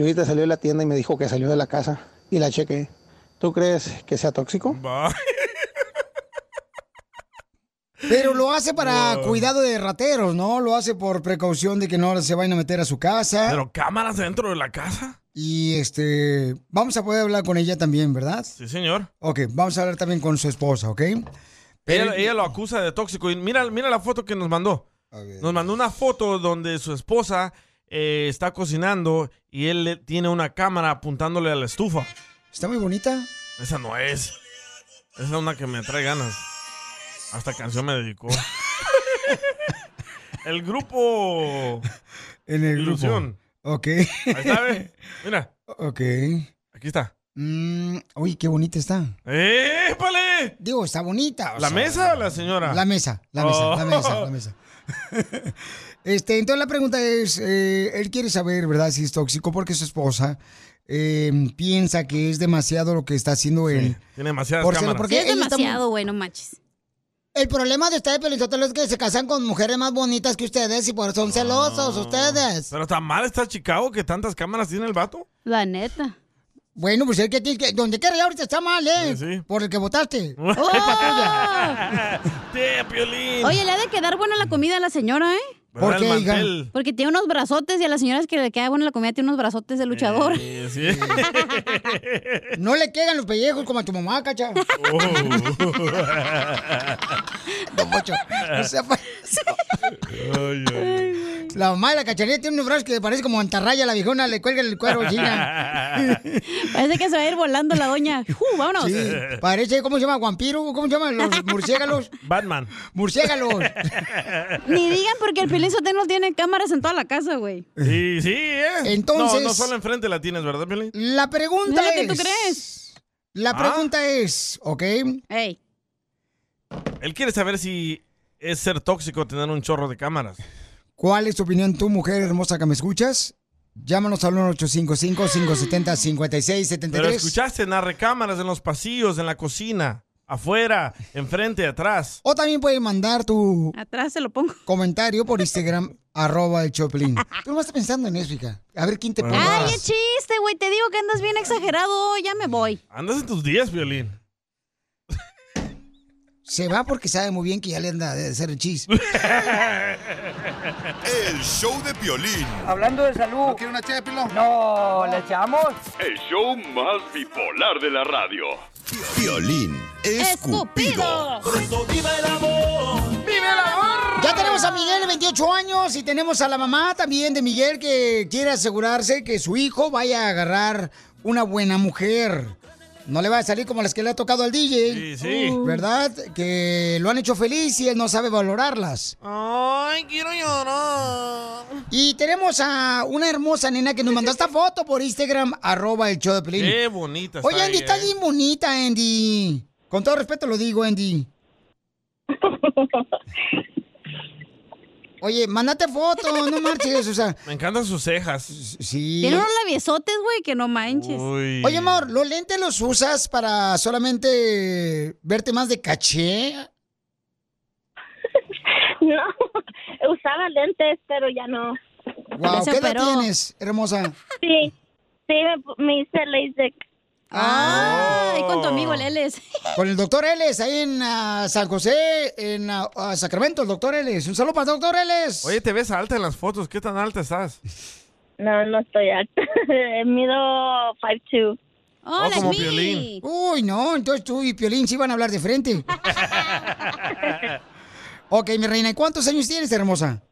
ahorita salió de la tienda y me dijo que salió de la casa y la chequé. ¿Tú crees que sea tóxico? Pero lo hace para cuidado de rateros, ¿no? Lo hace por precaución de que no se vayan a meter a su casa. ¿Pero cámaras dentro de la casa? Y este, vamos a poder hablar con ella también, ¿verdad? Sí, señor. Ok, vamos a hablar también con su esposa, ¿ok? Ella, ella lo acusa de tóxico. Y mira, mira la foto que nos mandó. Nos mandó una foto donde su esposa eh, está cocinando y él le- tiene una cámara apuntándole a la estufa. Está muy bonita. Esa no es. Esa es una que me trae ganas. Hasta canción me dedicó. el grupo. En el Ilusión. grupo. Ok. Ahí está, ve. Mira. Ok. Aquí está. Eh. Mm, uy, qué bonita está. ¡Épale! Digo, está bonita. o ¿La sea, mesa o la señora? La mesa, la mesa, Oh. la mesa, la mesa. Este, entonces la pregunta es, eh, él quiere saber, ¿verdad? Si es tóxico porque su esposa eh, piensa que es demasiado lo que está haciendo él. Tiene demasiadas Por ser- cámaras. porque- es ella está demasiado, güey, no manches. El problema de ustedes, Pelizotelo, es que se casan con mujeres más bonitas que ustedes y por eso Ah. son celosos ustedes. Pero tan mal está Chicago que tantas cámaras tiene el vato. La neta. Bueno, pues el que tiene que... Donde quiera ya ahorita está mal, ¿eh? Por el que votaste. Oh. ¡Te, Piolín! Oye, le ha de quedar buena la comida a la señora, ¿eh? ¿Verdad? ¿Por El qué, hija? mantel. Porque tiene unos brazotes y a las señoras que le queda buena la comida tiene unos brazotes de luchador. Sí, sí. Eh. No le quedan los pellejos como a tu mamá, cacha. Oh. Don Pocho, no sea payaso. La mamá de la cacharilla tiene unos brazos que parece como antarraya la viejona, le cuelga el cuero, china. Parece que se va a ir volando la doña. ¡Uh, vámonos! Sí, parece, ¿cómo se llama? ¿Vampiro? ¿Cómo se llaman los murciélagos? Batman. Murciélagos. Ni digan porque el Piolín Sotelo tiene cámaras en toda la casa, güey. Sí, sí, ¿eh? Entonces- No, no solo enfrente la tienes, ¿verdad, Piolín? La pregunta No es lo que es... tú crees. La Ah. pregunta es, ¿ok? Él quiere saber si es ser tóxico tener un chorro de cámaras. ¿Cuál es tu opinión, tú, mujer hermosa que me escuchas? Llámanos al 1-855-570-5673. Pero escuchaste en las recámaras, en los pasillos, en la cocina, afuera, enfrente, atrás. O también puedes mandar tu... Atrás se lo pongo. Comentario por Instagram, arroba el Choplin. Tú no estás pensando en eso, hija. A ver quién te pone ¡Ay, más. qué chiste, güey! Te digo que andas bien exagerado. Ya me voy. Andas en tus días, Violín. Se va porque sabe muy bien que ya le anda de hacer el chis. El show de Piolín. Hablando de salud. ¿No quiere una ché de pilón? No, ¿le echamos? El show más bipolar de la radio. Piolín escupido. Por eso viva el amor. ¡Vive el amor! Ya tenemos a Miguel de 28 años y tenemos a la mamá también de Miguel que quiere asegurarse que su hijo vaya a agarrar una buena mujer. No le va a salir como las que le ha tocado al DJ. Sí, sí. ¿Verdad? Que lo han hecho feliz y él no sabe valorarlas. Ay, quiero llorar. Y tenemos a una hermosa nena que nos mandó esta foto por Instagram, arroba el show de Pelín. Qué bonita está Oye, Andy, ella, está ¿eh? bien bonita, Andy. Con todo respeto lo digo, Andy. Oye, mándate foto, no marches, o sea. eh. Me encantan sus cejas. Sí. Tiene unos labiosotes, güey, que no manches. Uy. Oye, amor, ¿los lentes los usas para solamente verte más de caché? No, Eh, usaba lentes, pero ya no. Wow, ¿qué edad tienes, hermosa? Sí, sí, me, me hice LASIK. Ah, y Oh. con tu amigo Leles. Con el doctor Ellis, ahí en ah, San José, en ah, ah, Sacramento, el doctor Ellis. Un saludo para el doctor Ellis. Oye, te ves alta en las fotos. ¿Qué tan alta estás? No, no estoy alta. Mido 5'2". Oh, like como me. Piolín. Uy, no, entonces tú y Piolín sí van a hablar de frente. ok, mi reina, ¿y cuántos años tienes, hermosa?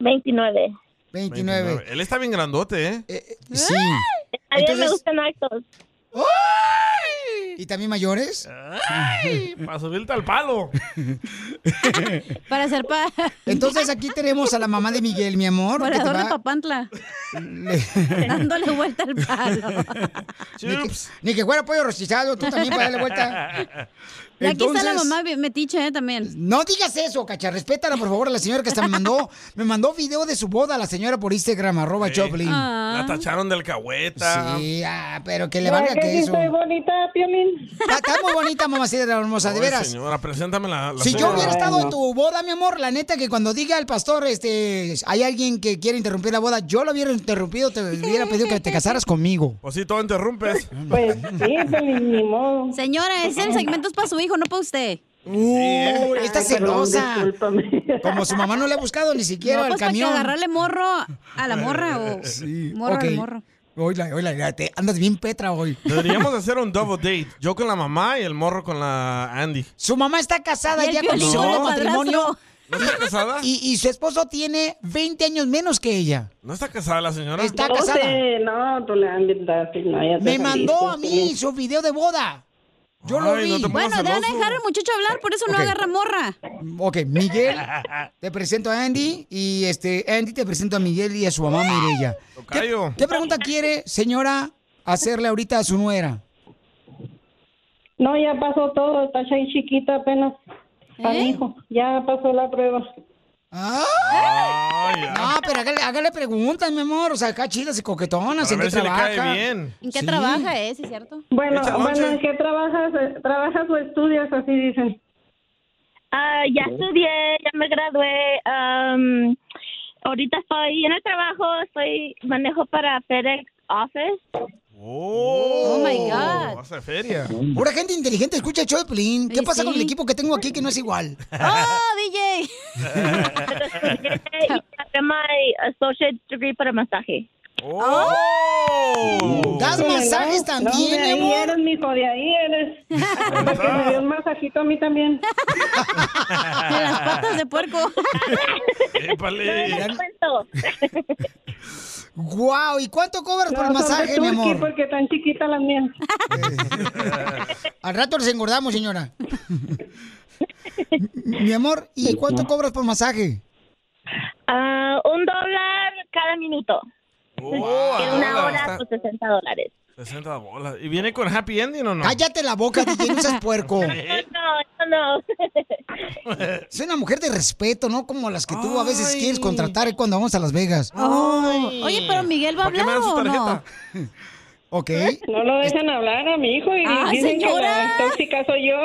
29. 29. Él está bien grandote, ¿eh? Sí. A mí me Entonces- gustan altos. Ah. ¿Y también mayores? ¡Ay! Para subirte al palo. Para hacer pa... Entonces aquí tenemos a la mamá de Miguel, mi amor. que te Volador de va- papantla. dándole vuelta al palo. ni, que, ni que fuera pollo rostizado, tú también para darle vuelta. Y aquí está la Entonces- mamá bien metiche, ¿eh? También. No digas eso, cacha. Respétala, por favor, a la señora que hasta me mandó. Me mandó video de su boda la señora por Instagram, arroba Choplin. Ah. La tacharon del cahueta. Sí, ah, pero que le valga que eso. bonita, Piolín. Está, está muy bonita, mamacita hermosa, de Ay, veras. Señora, preséntame la. la Si yo señora. hubiera estado en tu boda, mi amor, la neta que cuando diga el pastor, este, hay alguien que quiere interrumpir la boda, yo lo hubiera interrumpido, te hubiera pedido que te casaras conmigo. Pues sí, todo interrumpes. Pues sí, ni modo. Señora, ese segmento es para su hijo, no para usted. Uh, está celosa. Como su mamá no le ha buscado ni siquiera no, al pues camión. para que agarrarle morro a la morra o morro ok. al morro. Oila, oila, oila, te andas bien petra hoy. Deberíamos hacer un double date. Yo con la mamá y el morro con la Andy. Su mamá está casada Y el ya con Piolín su con el matrimonio. ¿No está casada? Y, y su esposo tiene 20 años menos que ella. ¿No está casada la señora? Está casada. no, tú le andas no, ya te Me mandó a saliste, mí su video de boda. Yo lo Ay, vi. no te pongas Bueno, deben dejar al muchacho hablar, por eso no Ok. Mm, agarra morra. Ok, Miguel, te presento a Andy y este Andy te presento a Miguel y a su mamá Mireya. ¿Qué, qué pregunta quiere, señora, hacerle ahorita a su nuera? No, ya pasó todo, está ahí chiquita apenas. Para ¿Eh? mi hijo, ya pasó la prueba. No, pero hágale, hágale preguntas, mi amor. O sea, acá chidas y coquetonas. Para ¿En qué ver si le trabaja? cae bien. ¿En qué Sí. trabaja, eh? ¿Sí es cierto? Bueno, Esta noche- bueno, ¿en qué trabajas? eh, ¿Trabajas o estudias? Así dicen. Ah, ya estudié, ya me gradué. am, ahorita estoy en el trabajo, estoy manejo para FedEx Office. Oh, Oh, my God. Vas a feria. Pura gente inteligente, escucha el show de Piolín. ¿Qué Sí, pasa con sí. el equipo que tengo aquí que no es igual? ¡Oh, DJ! Y saqué my associate degree para masaje. ¡Oh! ¿Das Sí, masajes no, también, de mi ahí amor? eres, mijo, de ahí eres. Porque me dio un masajito a mí también. las patas de puerco. Épale. ¡Guau! ¿Y cuánto cobras por el No, son de masaje, mi Turkey, amor? porque tan chiquita la mía. Al rato les engordamos, señora. mi amor, ¿y cuánto cobras por masaje? Ah, un dólar cada minuto. Oh, en una ahora hora, está- pues 60 dólares. 60 bolas. ¿Y viene con happy ending o no? Cállate la boca, DJ, no seas puerco. No, eso no. Es una mujer de respeto, ¿no? Como las que tú a veces quieres contratar cuando vamos a Las Vegas. Ay. Oye, pero Miguel va a ¿Para qué me hablar dan su o no. tarjeta? Ok. No lo dejan hablar a mi hijo y Ah, dicen que señora. la tóxica soy yo.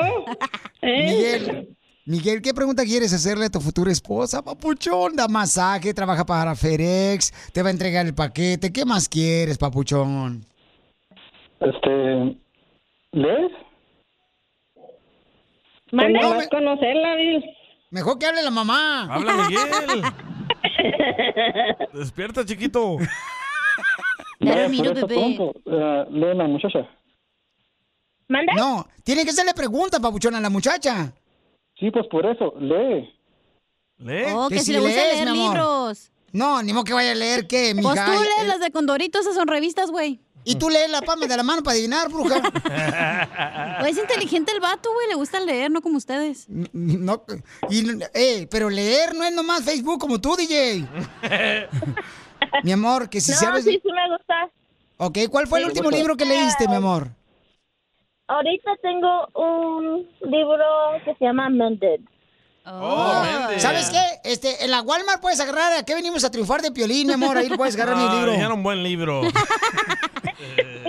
¿Eh? Miguel, Miguel, ¿qué pregunta quieres hacerle a tu futura esposa? Papuchón, da masaje, trabaja para Ferex, te va a entregar el paquete. ¿Qué más quieres, papuchón? Este, ¿lees? Pues ¿Mande? nada más conocerla, Bill. Mejor que hable la mamá. Habla Miguel. Despierta, chiquito. Vaya, por eso pronto, eh, lee la muchacha. ¿Manda? No, tiene que hacerle preguntas, papuchón, a la muchacha. Sí, pues por eso, lee. ¿Lee? Oh, que Que si si le gusta lees, leer mi amor. libros. No, ni modo que vaya a leer qué, mija. Pues tú lees Eh, las de Condorito, esas son revistas, güey. Y tú lees la palma de la mano para adivinar, bruja. Güey, es inteligente el vato, güey, le gusta leer, no como ustedes. No, y, eh, pero leer no es nomás Facebook como tú, DJ. Mi amor, que si no, sabes... sí, sí me gusta. Ok, ¿cuál fue el Sí, último mucho. libro que leíste, mi amor? Ahorita tengo un libro que se llama Mended. Oh, vende. ¿Sabes qué? Este, en la Walmart puedes agarrar a qué venimos a triunfar de piolín, mi amor. Ahí lo puedes agarrar Ah, mi libro. Dijeron buen libro.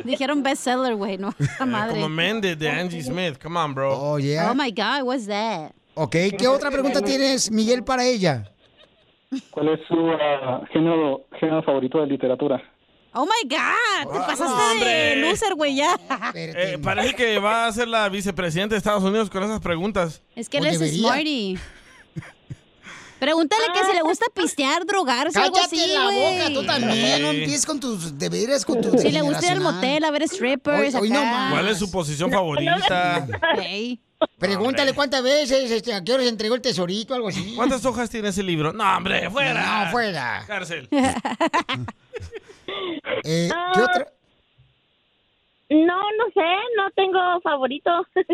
Dijeron bestseller, güey, no, esa madre. Eh, Como Mended de Angie Smith. Come on, bro. Oh, Oh my God, what's that? Ok, ¿qué otra pregunta tienes, Miguel, para ella? ¿Cuál es su ah, género, género favorito de literatura? Oh my God, te pasaste de hombre. loser, güey, ya. Eh, parece que va a ser la vicepresidenta de Estados Unidos con esas preguntas. Es que él Pues es smarty. Pregúntale que si le gusta pistear, drogarse, algo Cállate así, la güey. boca, tú también. No empieces con tus deberes, con tus. Si le gusta ir al motel a ver strippers, Hoy- hoy no acá. más. ¿Cuál es su posición favorita? Ey. Pregúntale cuántas veces, este, a qué hora se entregó el tesorito, algo así. ¿Cuántas hojas tiene ese libro? No, hombre, fuera. No, fuera. Cárcel. Eh, Ah, No, no sé, no tengo favorito.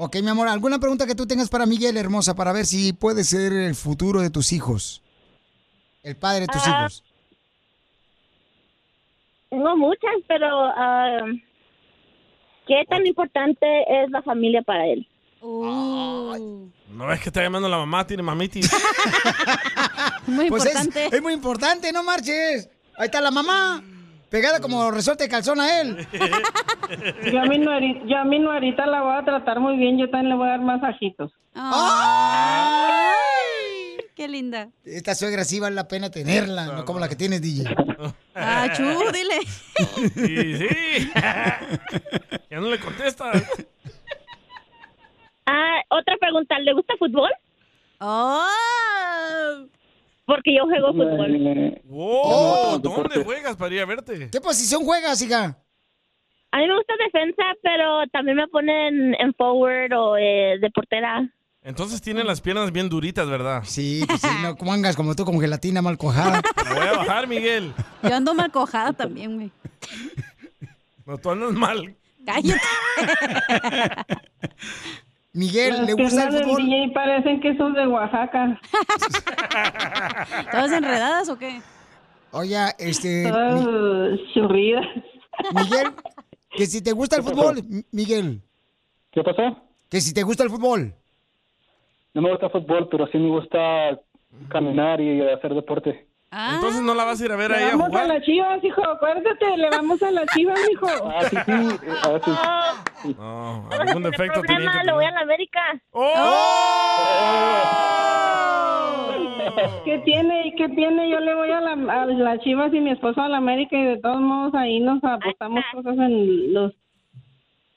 Ok, mi amor, ¿alguna pregunta que tú tengas para Miguel, hermosa, para ver si puede ser el futuro de tus hijos? El padre de tus Ah. hijos. No muchas, pero ah, ¿qué tan importante es la familia para él? No ves que está llamando la mamá, tiene mamiti. Muy Pues es- importante. Es, muy importante, no marches. Ahí está la mamá, pegada como resorte de calzón a él. Yo a, mi nueri- yo a mi nuerita la voy a tratar muy bien, yo también le voy a dar masajitos. ¡Ay! ¡Qué linda! Esta suegra sí vale la pena tenerla, no como la que tienes, DJ. Ah, chú, dile. Sí, sí. Ya no le contesta. Ah, otra pregunta, ¿le gusta fútbol? Oh. Porque yo juego fútbol. Oh. ¡Wow! ¿Dónde juegas para ir a verte? ¿Qué posición juegas, hija? A mí me gusta defensa, pero también me ponen en forward o eh, de portera. Entonces tiene las piernas bien duritas, ¿verdad? Mm. Sí, pues sí, no, como angas como tú, como gelatina mal cojada. La voy a bajar, Miguel. Yo ando mal cojada también, güey. No, tú andas mal. Cállate. Miguel, Las ¿le gusta el piernas del fútbol? DJ parecen que son de Oaxaca. ¿Todas enredadas o qué? Oye, este... Ah, churrida. Miguel, que si te gusta el ¿Qué fútbol, pasó? M- Miguel. ¿Qué pasó? Que si te gusta el fútbol. No me gusta fútbol, pero sí me gusta caminar y hacer deporte. Entonces no la vas a ir a ver Le ahí a vamos a jugar. las chivas, hijo, acuérdate, le vamos a las chivas, hijo. No, algún defecto tenía Problema, que lo voy a tener. la América. ¡Oh! ¡Oh! ¿Qué tiene? ¿Qué tiene? Yo le voy a la, a las chivas y mi esposo a la América y de todos modos ahí nos apostamos cosas en los...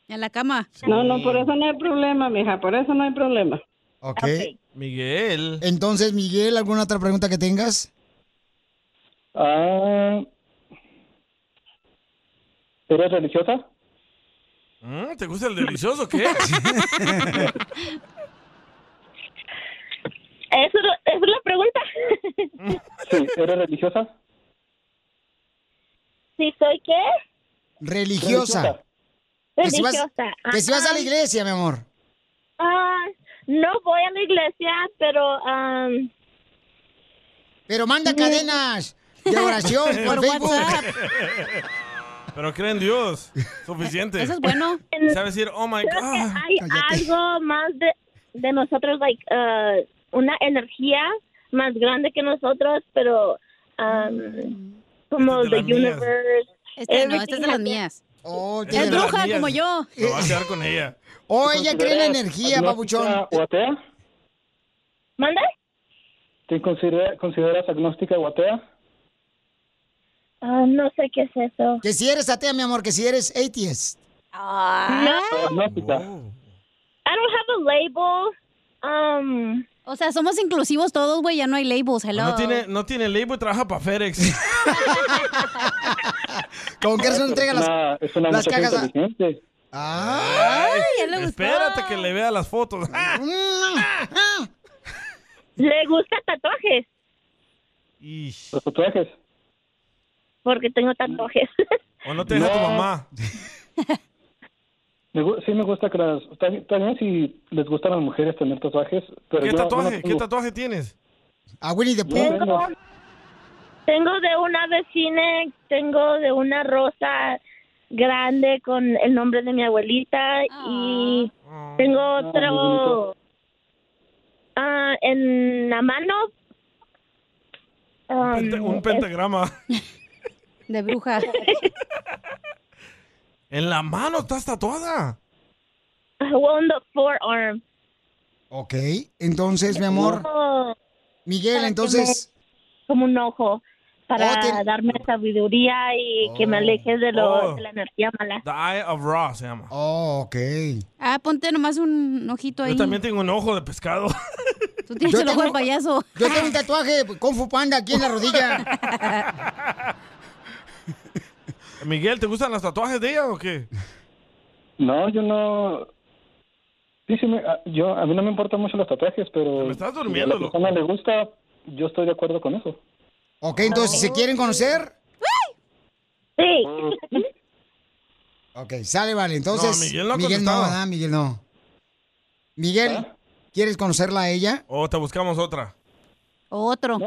En la cama. No, no, por eso no hay problema, mija, por eso no hay problema. Ok. Eh. Miguel. Entonces, Miguel, ¿alguna otra pregunta que tengas? Ah, ¿Eres religiosa? Mm, ¿Te gusta el delicioso o qué? Eso, es la pregunta. Sí, ¿eres religiosa? ¿Sí soy qué? Religiosa. Que si vas- Religiosa. Que si vas a Ajá. la iglesia, mi amor. Ah, no voy a la iglesia, pero... um, am, Pero manda cadenas de oración por, Por Facebook. Pero cree en Dios. Suficiente. Eso es bueno. Sabe decir, oh my creo God. que hay algo más de, de nosotros, like, uh, una energía más grande que nosotros, pero um, como Esta the es de las mías. universe. Este no, Mm. esta es de las mías. es bruja como yo. Me va a quedar con ella. Oh, ella cree en la energía, ¿Agnóstica babuchón. ¿O atea? ¿Manda? ¿Te considera- consideras agnóstica o atea? Ah, no sé qué es eso. Que si eres atea, mi amor, que si eres atheist. O Agnóstica. I don't have a label. Um, o sea, somos inclusivos todos, güey. Ya no hay labels. Hello. No tiene, no tiene label, trabaja para FedEx. Con que eso entrega las, Ah, es una las muchacha cajas. a- Ah. inteligente. Ay, ya le gustó. Espérate que le vea las fotos. Mm. ¿Le gusta tatuajes? ¿Los tatuajes? Porque tengo tatuajes. O no te deja tu No. mamá. Me gu- sí me gusta que las... También también si les gustan a las mujeres tener tatuajes. Pero ¿Qué yo- yo no tatuaje? ¿Qué tengo. tatuaje tienes? A Winnie the Tengo, tengo de una vecina, tengo de una rosa grande con el nombre de mi abuelita y Ah. tengo otro bonito. ah, en la mano. um, Pente- un pentagrama. De bruja. En la mano estás tatuada. Uh, on the forearm. Ok, entonces, mi amor, Tengo Miguel, para entonces... como un ojo para Oh, tiene- darme sabiduría y que me aleje de, lo, Oh. de la energía mala. The Eye of Ra se llama. Oh, ok. Ah, ponte nomás un ojito ahí. Yo también tengo un ojo de pescado. Tú tienes Yo el ojo tengo- al payaso. Yo tengo un tatuaje con Fu Panda aquí en la rodilla. Miguel, ¿te gustan los tatuajes de ella o qué? No, yo no... Sí, sí, me- a- yo, a mí no me importan mucho los tatuajes, pero... Me estás Si durmiendo, a la persona le gusta, yo estoy de acuerdo con eso. Ok, entonces, ¿se quieren conocer? Sí. Ok, sale, vale. Entonces, No, Miguel no ha Miguel no, contestado. ¿verdad? Miguel no. Miguel, ¿quieres conocerla a ella? O te buscamos otra. Otro.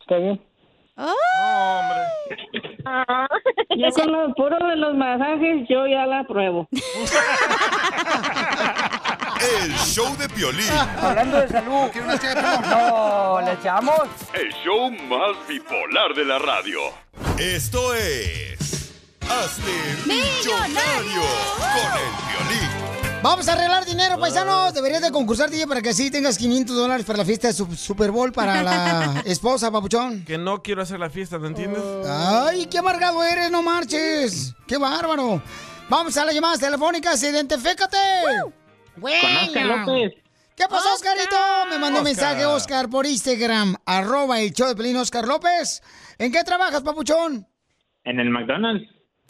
Está bien. Yo con lo puro de los masajes, yo ya la pruebo. El show de Piolín. Hablando de salud. ¿Quiere una chela, Pilón? No, ¿le echamos? El show más bipolar de la radio. Esto es... Hazte millonario con el Piolín. Vamos a arreglar dinero, paisanos. Deberías de concursar, DJ, para que así tengas 500 dólares para la fiesta de su- Super Bowl para la esposa, papuchón. Que no quiero hacer la fiesta, ¿me entiendes? Ay, qué amargado eres, no marches. Qué bárbaro. Vamos a las llamadas telefónicas, identifícate. Oscar López. ¿Qué pasó, Oscarito? Me mandó un Oscar. mensaje Oscar por Instagram, arroba el show de Pelín Oscar López. ¿En qué trabajas, papuchón? En el McDonald's.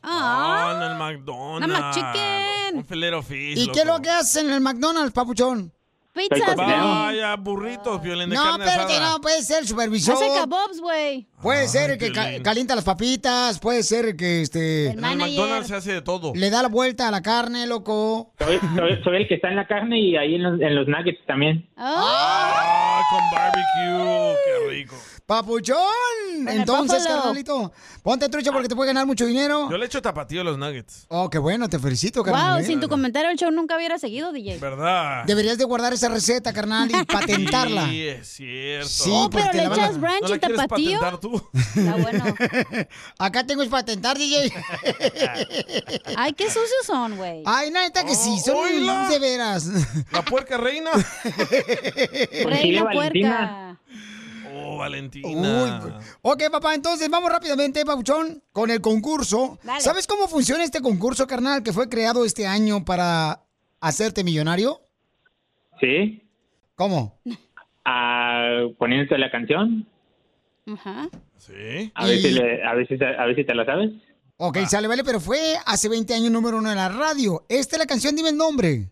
Ah, en el McDonald's. Nada más chicken. Un filero fish. ¿Y loco. qué es lo que haces en el McDonald's, papuchón? Vaya, burritos, violín de No, carne espérate, asada. no, pues, puede ser el supervisor. Hace kebabs, güey. Puede ser el que ca- Piolín. calienta las papitas, puede ser el que este En el McDonald's se hace de todo. Oh. le da la vuelta a la carne, loco. Soy, soy- soy el que está en la carne y ahí en los, en los nuggets también. Oh. Ah, con barbecue, qué rico. Papuchón, el entonces, buffalo. carnalito, ponte trucha porque te puede ganar mucho dinero. Yo le echo tapatío a los nuggets. Oh, qué bueno, te felicito, carnal. Wow, ¿eh? sin tu comentario el show nunca hubiera seguido, DJ. ¿Verdad? Deberías de guardar esa receta, carnal, y patentarla. Sí, es cierto. Sí, Oh, pero porque le la van a- echas ranch ¿No la y quieres tapatío? patentar tú? Acá tengo es patentar, DJ. Ay, qué sucios son, güey. Ay, neta que sí, son de veras. pues, ¿La puerca reina? Pues Reina puerca. pues. Oh, Valentina. Ok, papá, entonces vamos rápidamente, Papuchón, con el concurso. Dale. ¿Sabes cómo funciona este concurso, carnal, que fue creado este año para hacerte millonario? Sí. ¿Cómo? Ah, poniéndote la canción. Ajá. Sí. A ver, si le- a, ver si te, a ver si te la sabes. Ok, sale, vale, pero fue hace 20 años número uno en la radio. Esta es la canción, dime el nombre.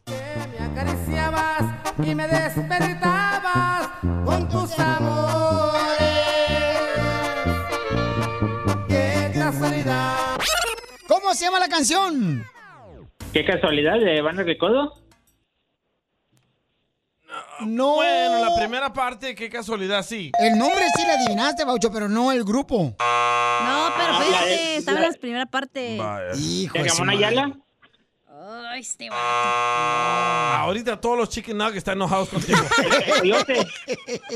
acariciabas y me despertabas con tus amores. ¡Qué casualidad! ¿Cómo se llama la canción? ¿Qué casualidad de Banda de Codo? No. Ah, Bueno, la primera parte, qué casualidad, sí. El nombre sí la adivinaste, Baucho, pero no el grupo. No, pues, pero Ah, fíjate, la- estaba en la- la primera parte. Hijo ¿De de su Ramón madre. Ayala? Ay, este Ahorita todos los chicken nuggets están enojados contigo. ¿El coyote?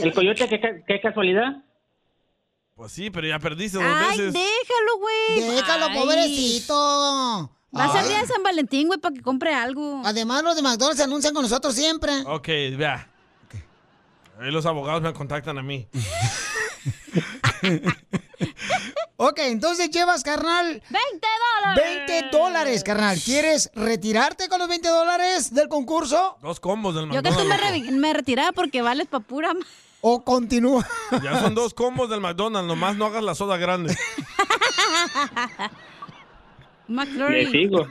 ¿El coyote qué, ca- qué casualidad? Pues sí, pero ya perdiste dos Ay, veces. déjalo, güey. Déjalo, Ay. pobrecito. Va a ser Ay. día de San Valentín, güey, para que compre algo. Además, los de McDonald's se anuncian con nosotros siempre. Ok, vea. Ahí los abogados me contactan a mí. Ok, entonces llevas, carnal. ¡20 dólares! ¡20 dólares, carnal! ¿Quieres retirarte con los 20 dólares del concurso? Dos combos del Yo que tú McDonald's. me, re- me retiraba porque vales pa' pura. ma- O continúa. Ya son dos combos del McDonald's, nomás no hagas la soda grande. McFlurry. sigo.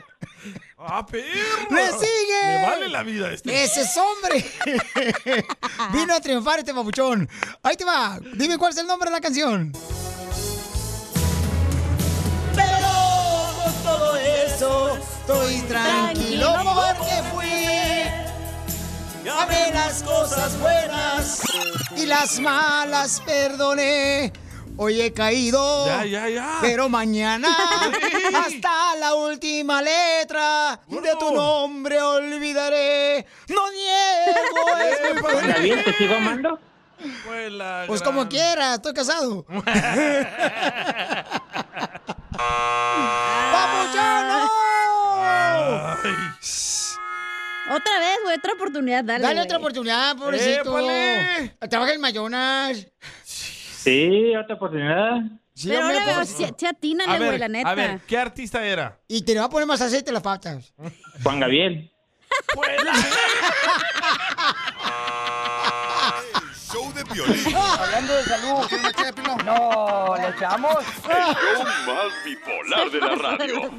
¡Ah, perro! ¡Le sigue! Le vale la vida este. ¡Ese es hombre! Vino a triunfar este papuchón. Ahí te va. Dime cuál es el nombre de la canción. Pero con todo eso estoy tranquilo porque fui. Amé las cosas buenas. Y las malas perdoné. Hoy he caído. Ya, ya, Ah. ya. Pero mañana, hasta la última letra de tu nombre olvidaré. No niego. es mi poder. ¿Está bien? ¿Te sigo amando? Pues como quiera, estoy casado. Otra vez, güey, otra oportunidad, dale. Dale güey. otra oportunidad, pobrecito. Épale. Trabaja en Mayonas. Sí, otra oportunidad. Pero ahora se, se atínale, A ver, güey, la neta. a ver. ¿Qué artista era? pues. Y te le va a poner más aceite a las patas. Juan Gabriel. Show de Piolín. Hablando de salud. ¿Quiere una chela, Pilón? No, ¿le echamos? El show más bipolar de la radio.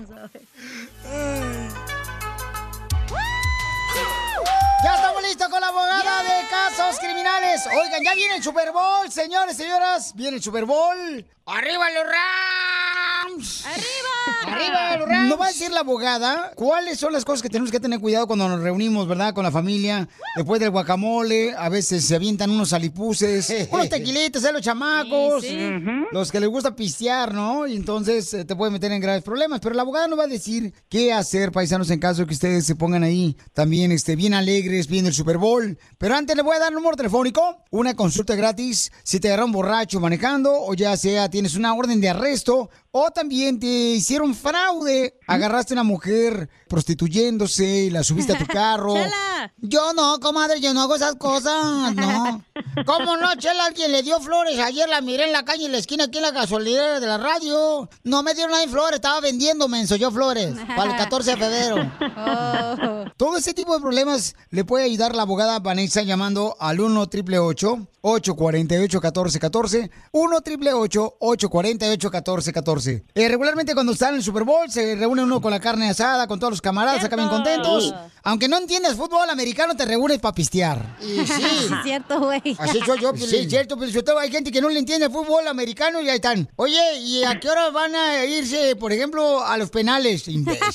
Ya estamos listos con la abogada de casos criminales. Oigan, ya viene el Super Bowl, señores, señoras. Viene el Super Bowl. ¡Arriba los Rams! Rams! ¡Arriba! ¡Arriba los Rams! Nos va a decir la abogada cuáles son las cosas que tenemos que tener cuidado cuando nos reunimos, ¿verdad? Con la familia. Después del guacamole, a veces se avientan unos salipuces, unos tequilitos, ¿eh? Los chamacos. Sí, sí. Ujú. Los que les gusta pistear, ¿no? Y entonces eh, te puede meter en graves problemas. Pero la abogada nos va a decir qué hacer, paisanos, en caso de que ustedes se pongan ahí también este, bien alegres viendo el Super Bowl. Pero antes les voy a dar un número telefónico, una consulta gratis si te agarra un borracho manejando o ya sea tienes una orden de arresto o también te hicieron fraude. Agarraste a una mujer prostituyéndose y la subiste a tu carro. Yo no, comadre, yo no hago esas cosas, no. ¿Cómo no, Chela? Alguien le dio flores. Ayer la miré en la calle, en la esquina, aquí en la gasolinera de la radio. No me dieron nadie flores, estaba vendiendo, menso, yo flores, para el 14 de febrero. Todo ese tipo de problemas le puede ayudar la abogada Vanessa llamando al 1 triple 848 1414 1 triple 848 1414 Eh, regularmente cuando están en el Super Bowl se reúne uno con la carne asada, con todos los camaradas, acá bien contentos. Aunque no entiendas fútbol americano, te reúnes para pistear. Y sí. Es cierto, güey. Así soy yo, Piolín, Sí. cierto, Piolín Sotelo. Hay gente que no le entiende el fútbol americano y ahí están. Oye, ¿y a qué hora van a irse, por ejemplo, a los penales? Imbéciles.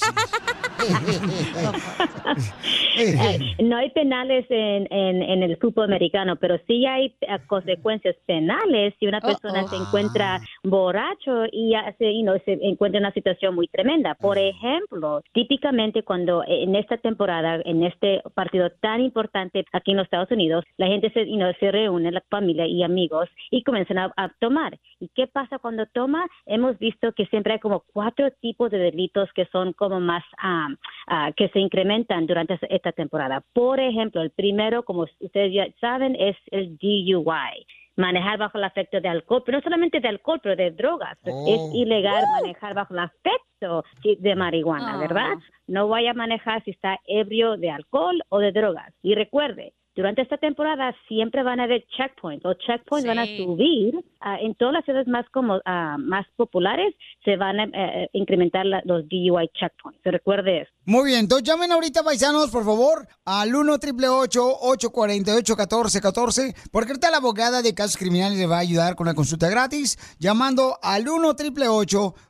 Eh, no hay penales en, en, en el fútbol americano, pero sí hay eh, consecuencias penales si una persona Uh-oh. se encuentra borracho y hace, you know, se encuentra en una situación muy tremenda. Por ejemplo, típicamente cuando eh, en esta temporada, en este partido tan importante aquí en los Estados Unidos, la gente se, you know, se reúne, la familia y amigos, y comienzan a, a tomar. ¿Y qué pasa cuando toma? Hemos visto que siempre hay como cuatro tipos de delitos que son como más ah, ah, que se incrementan durante es- esta temporada. Por ejemplo, el primero, como ustedes ya saben, es el DUI. Manejar bajo el afecto de alcohol, pero no solamente de alcohol, pero de drogas. Oh. Es ilegal manejar bajo el afecto sí, de marihuana, Ah. ¿verdad? No vaya a manejar si está ebrio de alcohol o de drogas. Y recuerde, durante esta temporada siempre van a haber checkpoints. Los checkpoints van a Sí. subir. ah, en todas las ciudades más, como, ah, más populares se van a eh, incrementar la- los DUI checkpoints. Recuerde eso. Muy bien, entonces llamen ahorita, paisanos, por favor, al 1 848 1414 porque ahorita la abogada de casos criminales le va a ayudar con una consulta gratis, llamando al 1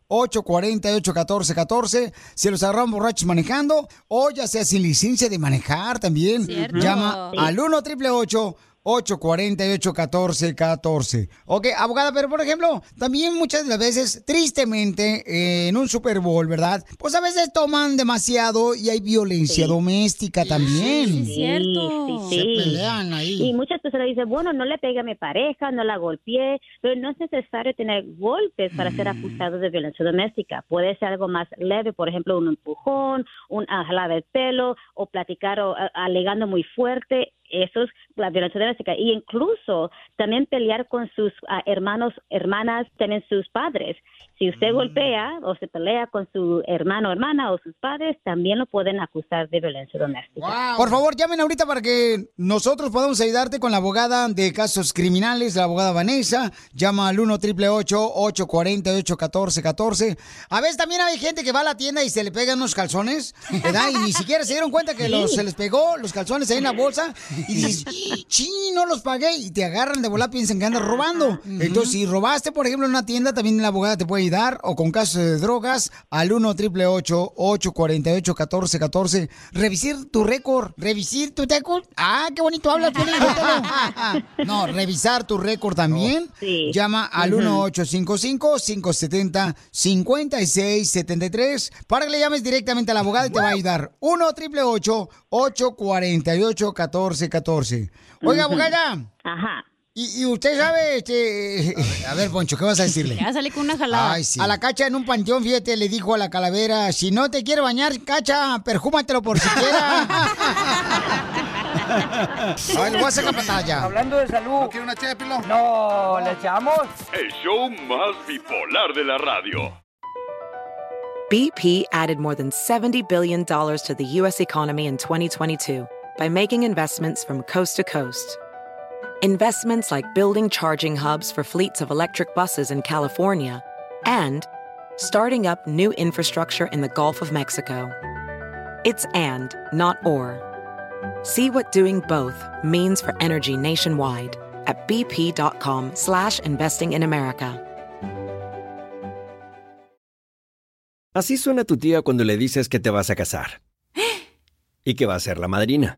848 1414 Se los agarran borrachos manejando, o ya sea sin licencia de manejar también, Cierto. llama Sí. al 1 888 848-1414. Ok, abogada, pero por ejemplo, también muchas de las veces, tristemente, eh, en un Super Bowl, ¿verdad? Pues a veces toman demasiado y hay violencia doméstica también. Sí, sí, sí. Se pelean ahí. Y muchas personas dicen, bueno, no le pegué a mi pareja, no la golpeé, pero no es necesario tener golpes para Mm. ser acusado de violencia doméstica. Puede ser algo más leve, por ejemplo, un empujón, un ah, jalada de pelo o platicar o ah, alegando muy fuerte. Eso es la violencia doméstica. Y incluso también pelear con sus ah, hermanos, hermanas, también sus padres. Si Mm. usted golpea o se pelea con su hermano, hermana o sus padres, también lo pueden acusar de violencia doméstica. Por favor, llamen ahorita para que nosotros podamos ayudarte con la abogada de casos criminales, la abogada Vanessa. Llama al 1 888 848 1414 A veces también hay gente que va a la tienda y se le pegan unos calzones, ¿verdad? Y ni siquiera se dieron cuenta que los- Sí. se les pegó los calzones ahí en la bolsa. Y dices, sí, no los pagué. Y te agarran de volar, piensan que andas robando. Entonces, si robaste, por ejemplo, en una tienda, también la abogada te puede ayudar. O con casos de drogas, al 1 888 848 1414 Revisir tu récord. Revisir tu récord. Ah, qué bonito habla, Piolín, Sotelo. No, revisar tu récord también. Llama al Ujú. 1-855-570-5673 para que le llames directamente a la abogada y te va a ayudar. 1-888-848-1414. Oiga, Ujú. abogada. Ajá. Y, y usted sabe, este... A ver, Poncho, ¿qué vas a decirle? Ya salí con una jalada. Ay, sí. A la cacha en un panteón, fíjate, le dijo a la calavera, si no te quiere bañar, cacha, perjúmatelo por siquiera. A ver, le voy a sacar pantalla. Hablando de salud. ¿No quiere una ché, Pilón? No, ¿le echamos? El show más bipolar de la radio. BP added more than $70 billion to the U.S. economy in 2022 by making investments from coast to coast. Investments like building charging hubs for fleets of electric buses in California and starting up new infrastructure in the Gulf of Mexico. It's and, not or. See what doing both means for energy nationwide at bp.com slash investing in America. Así suena tu tía cuando le dices que te vas a casar. Y que va a ser la madrina.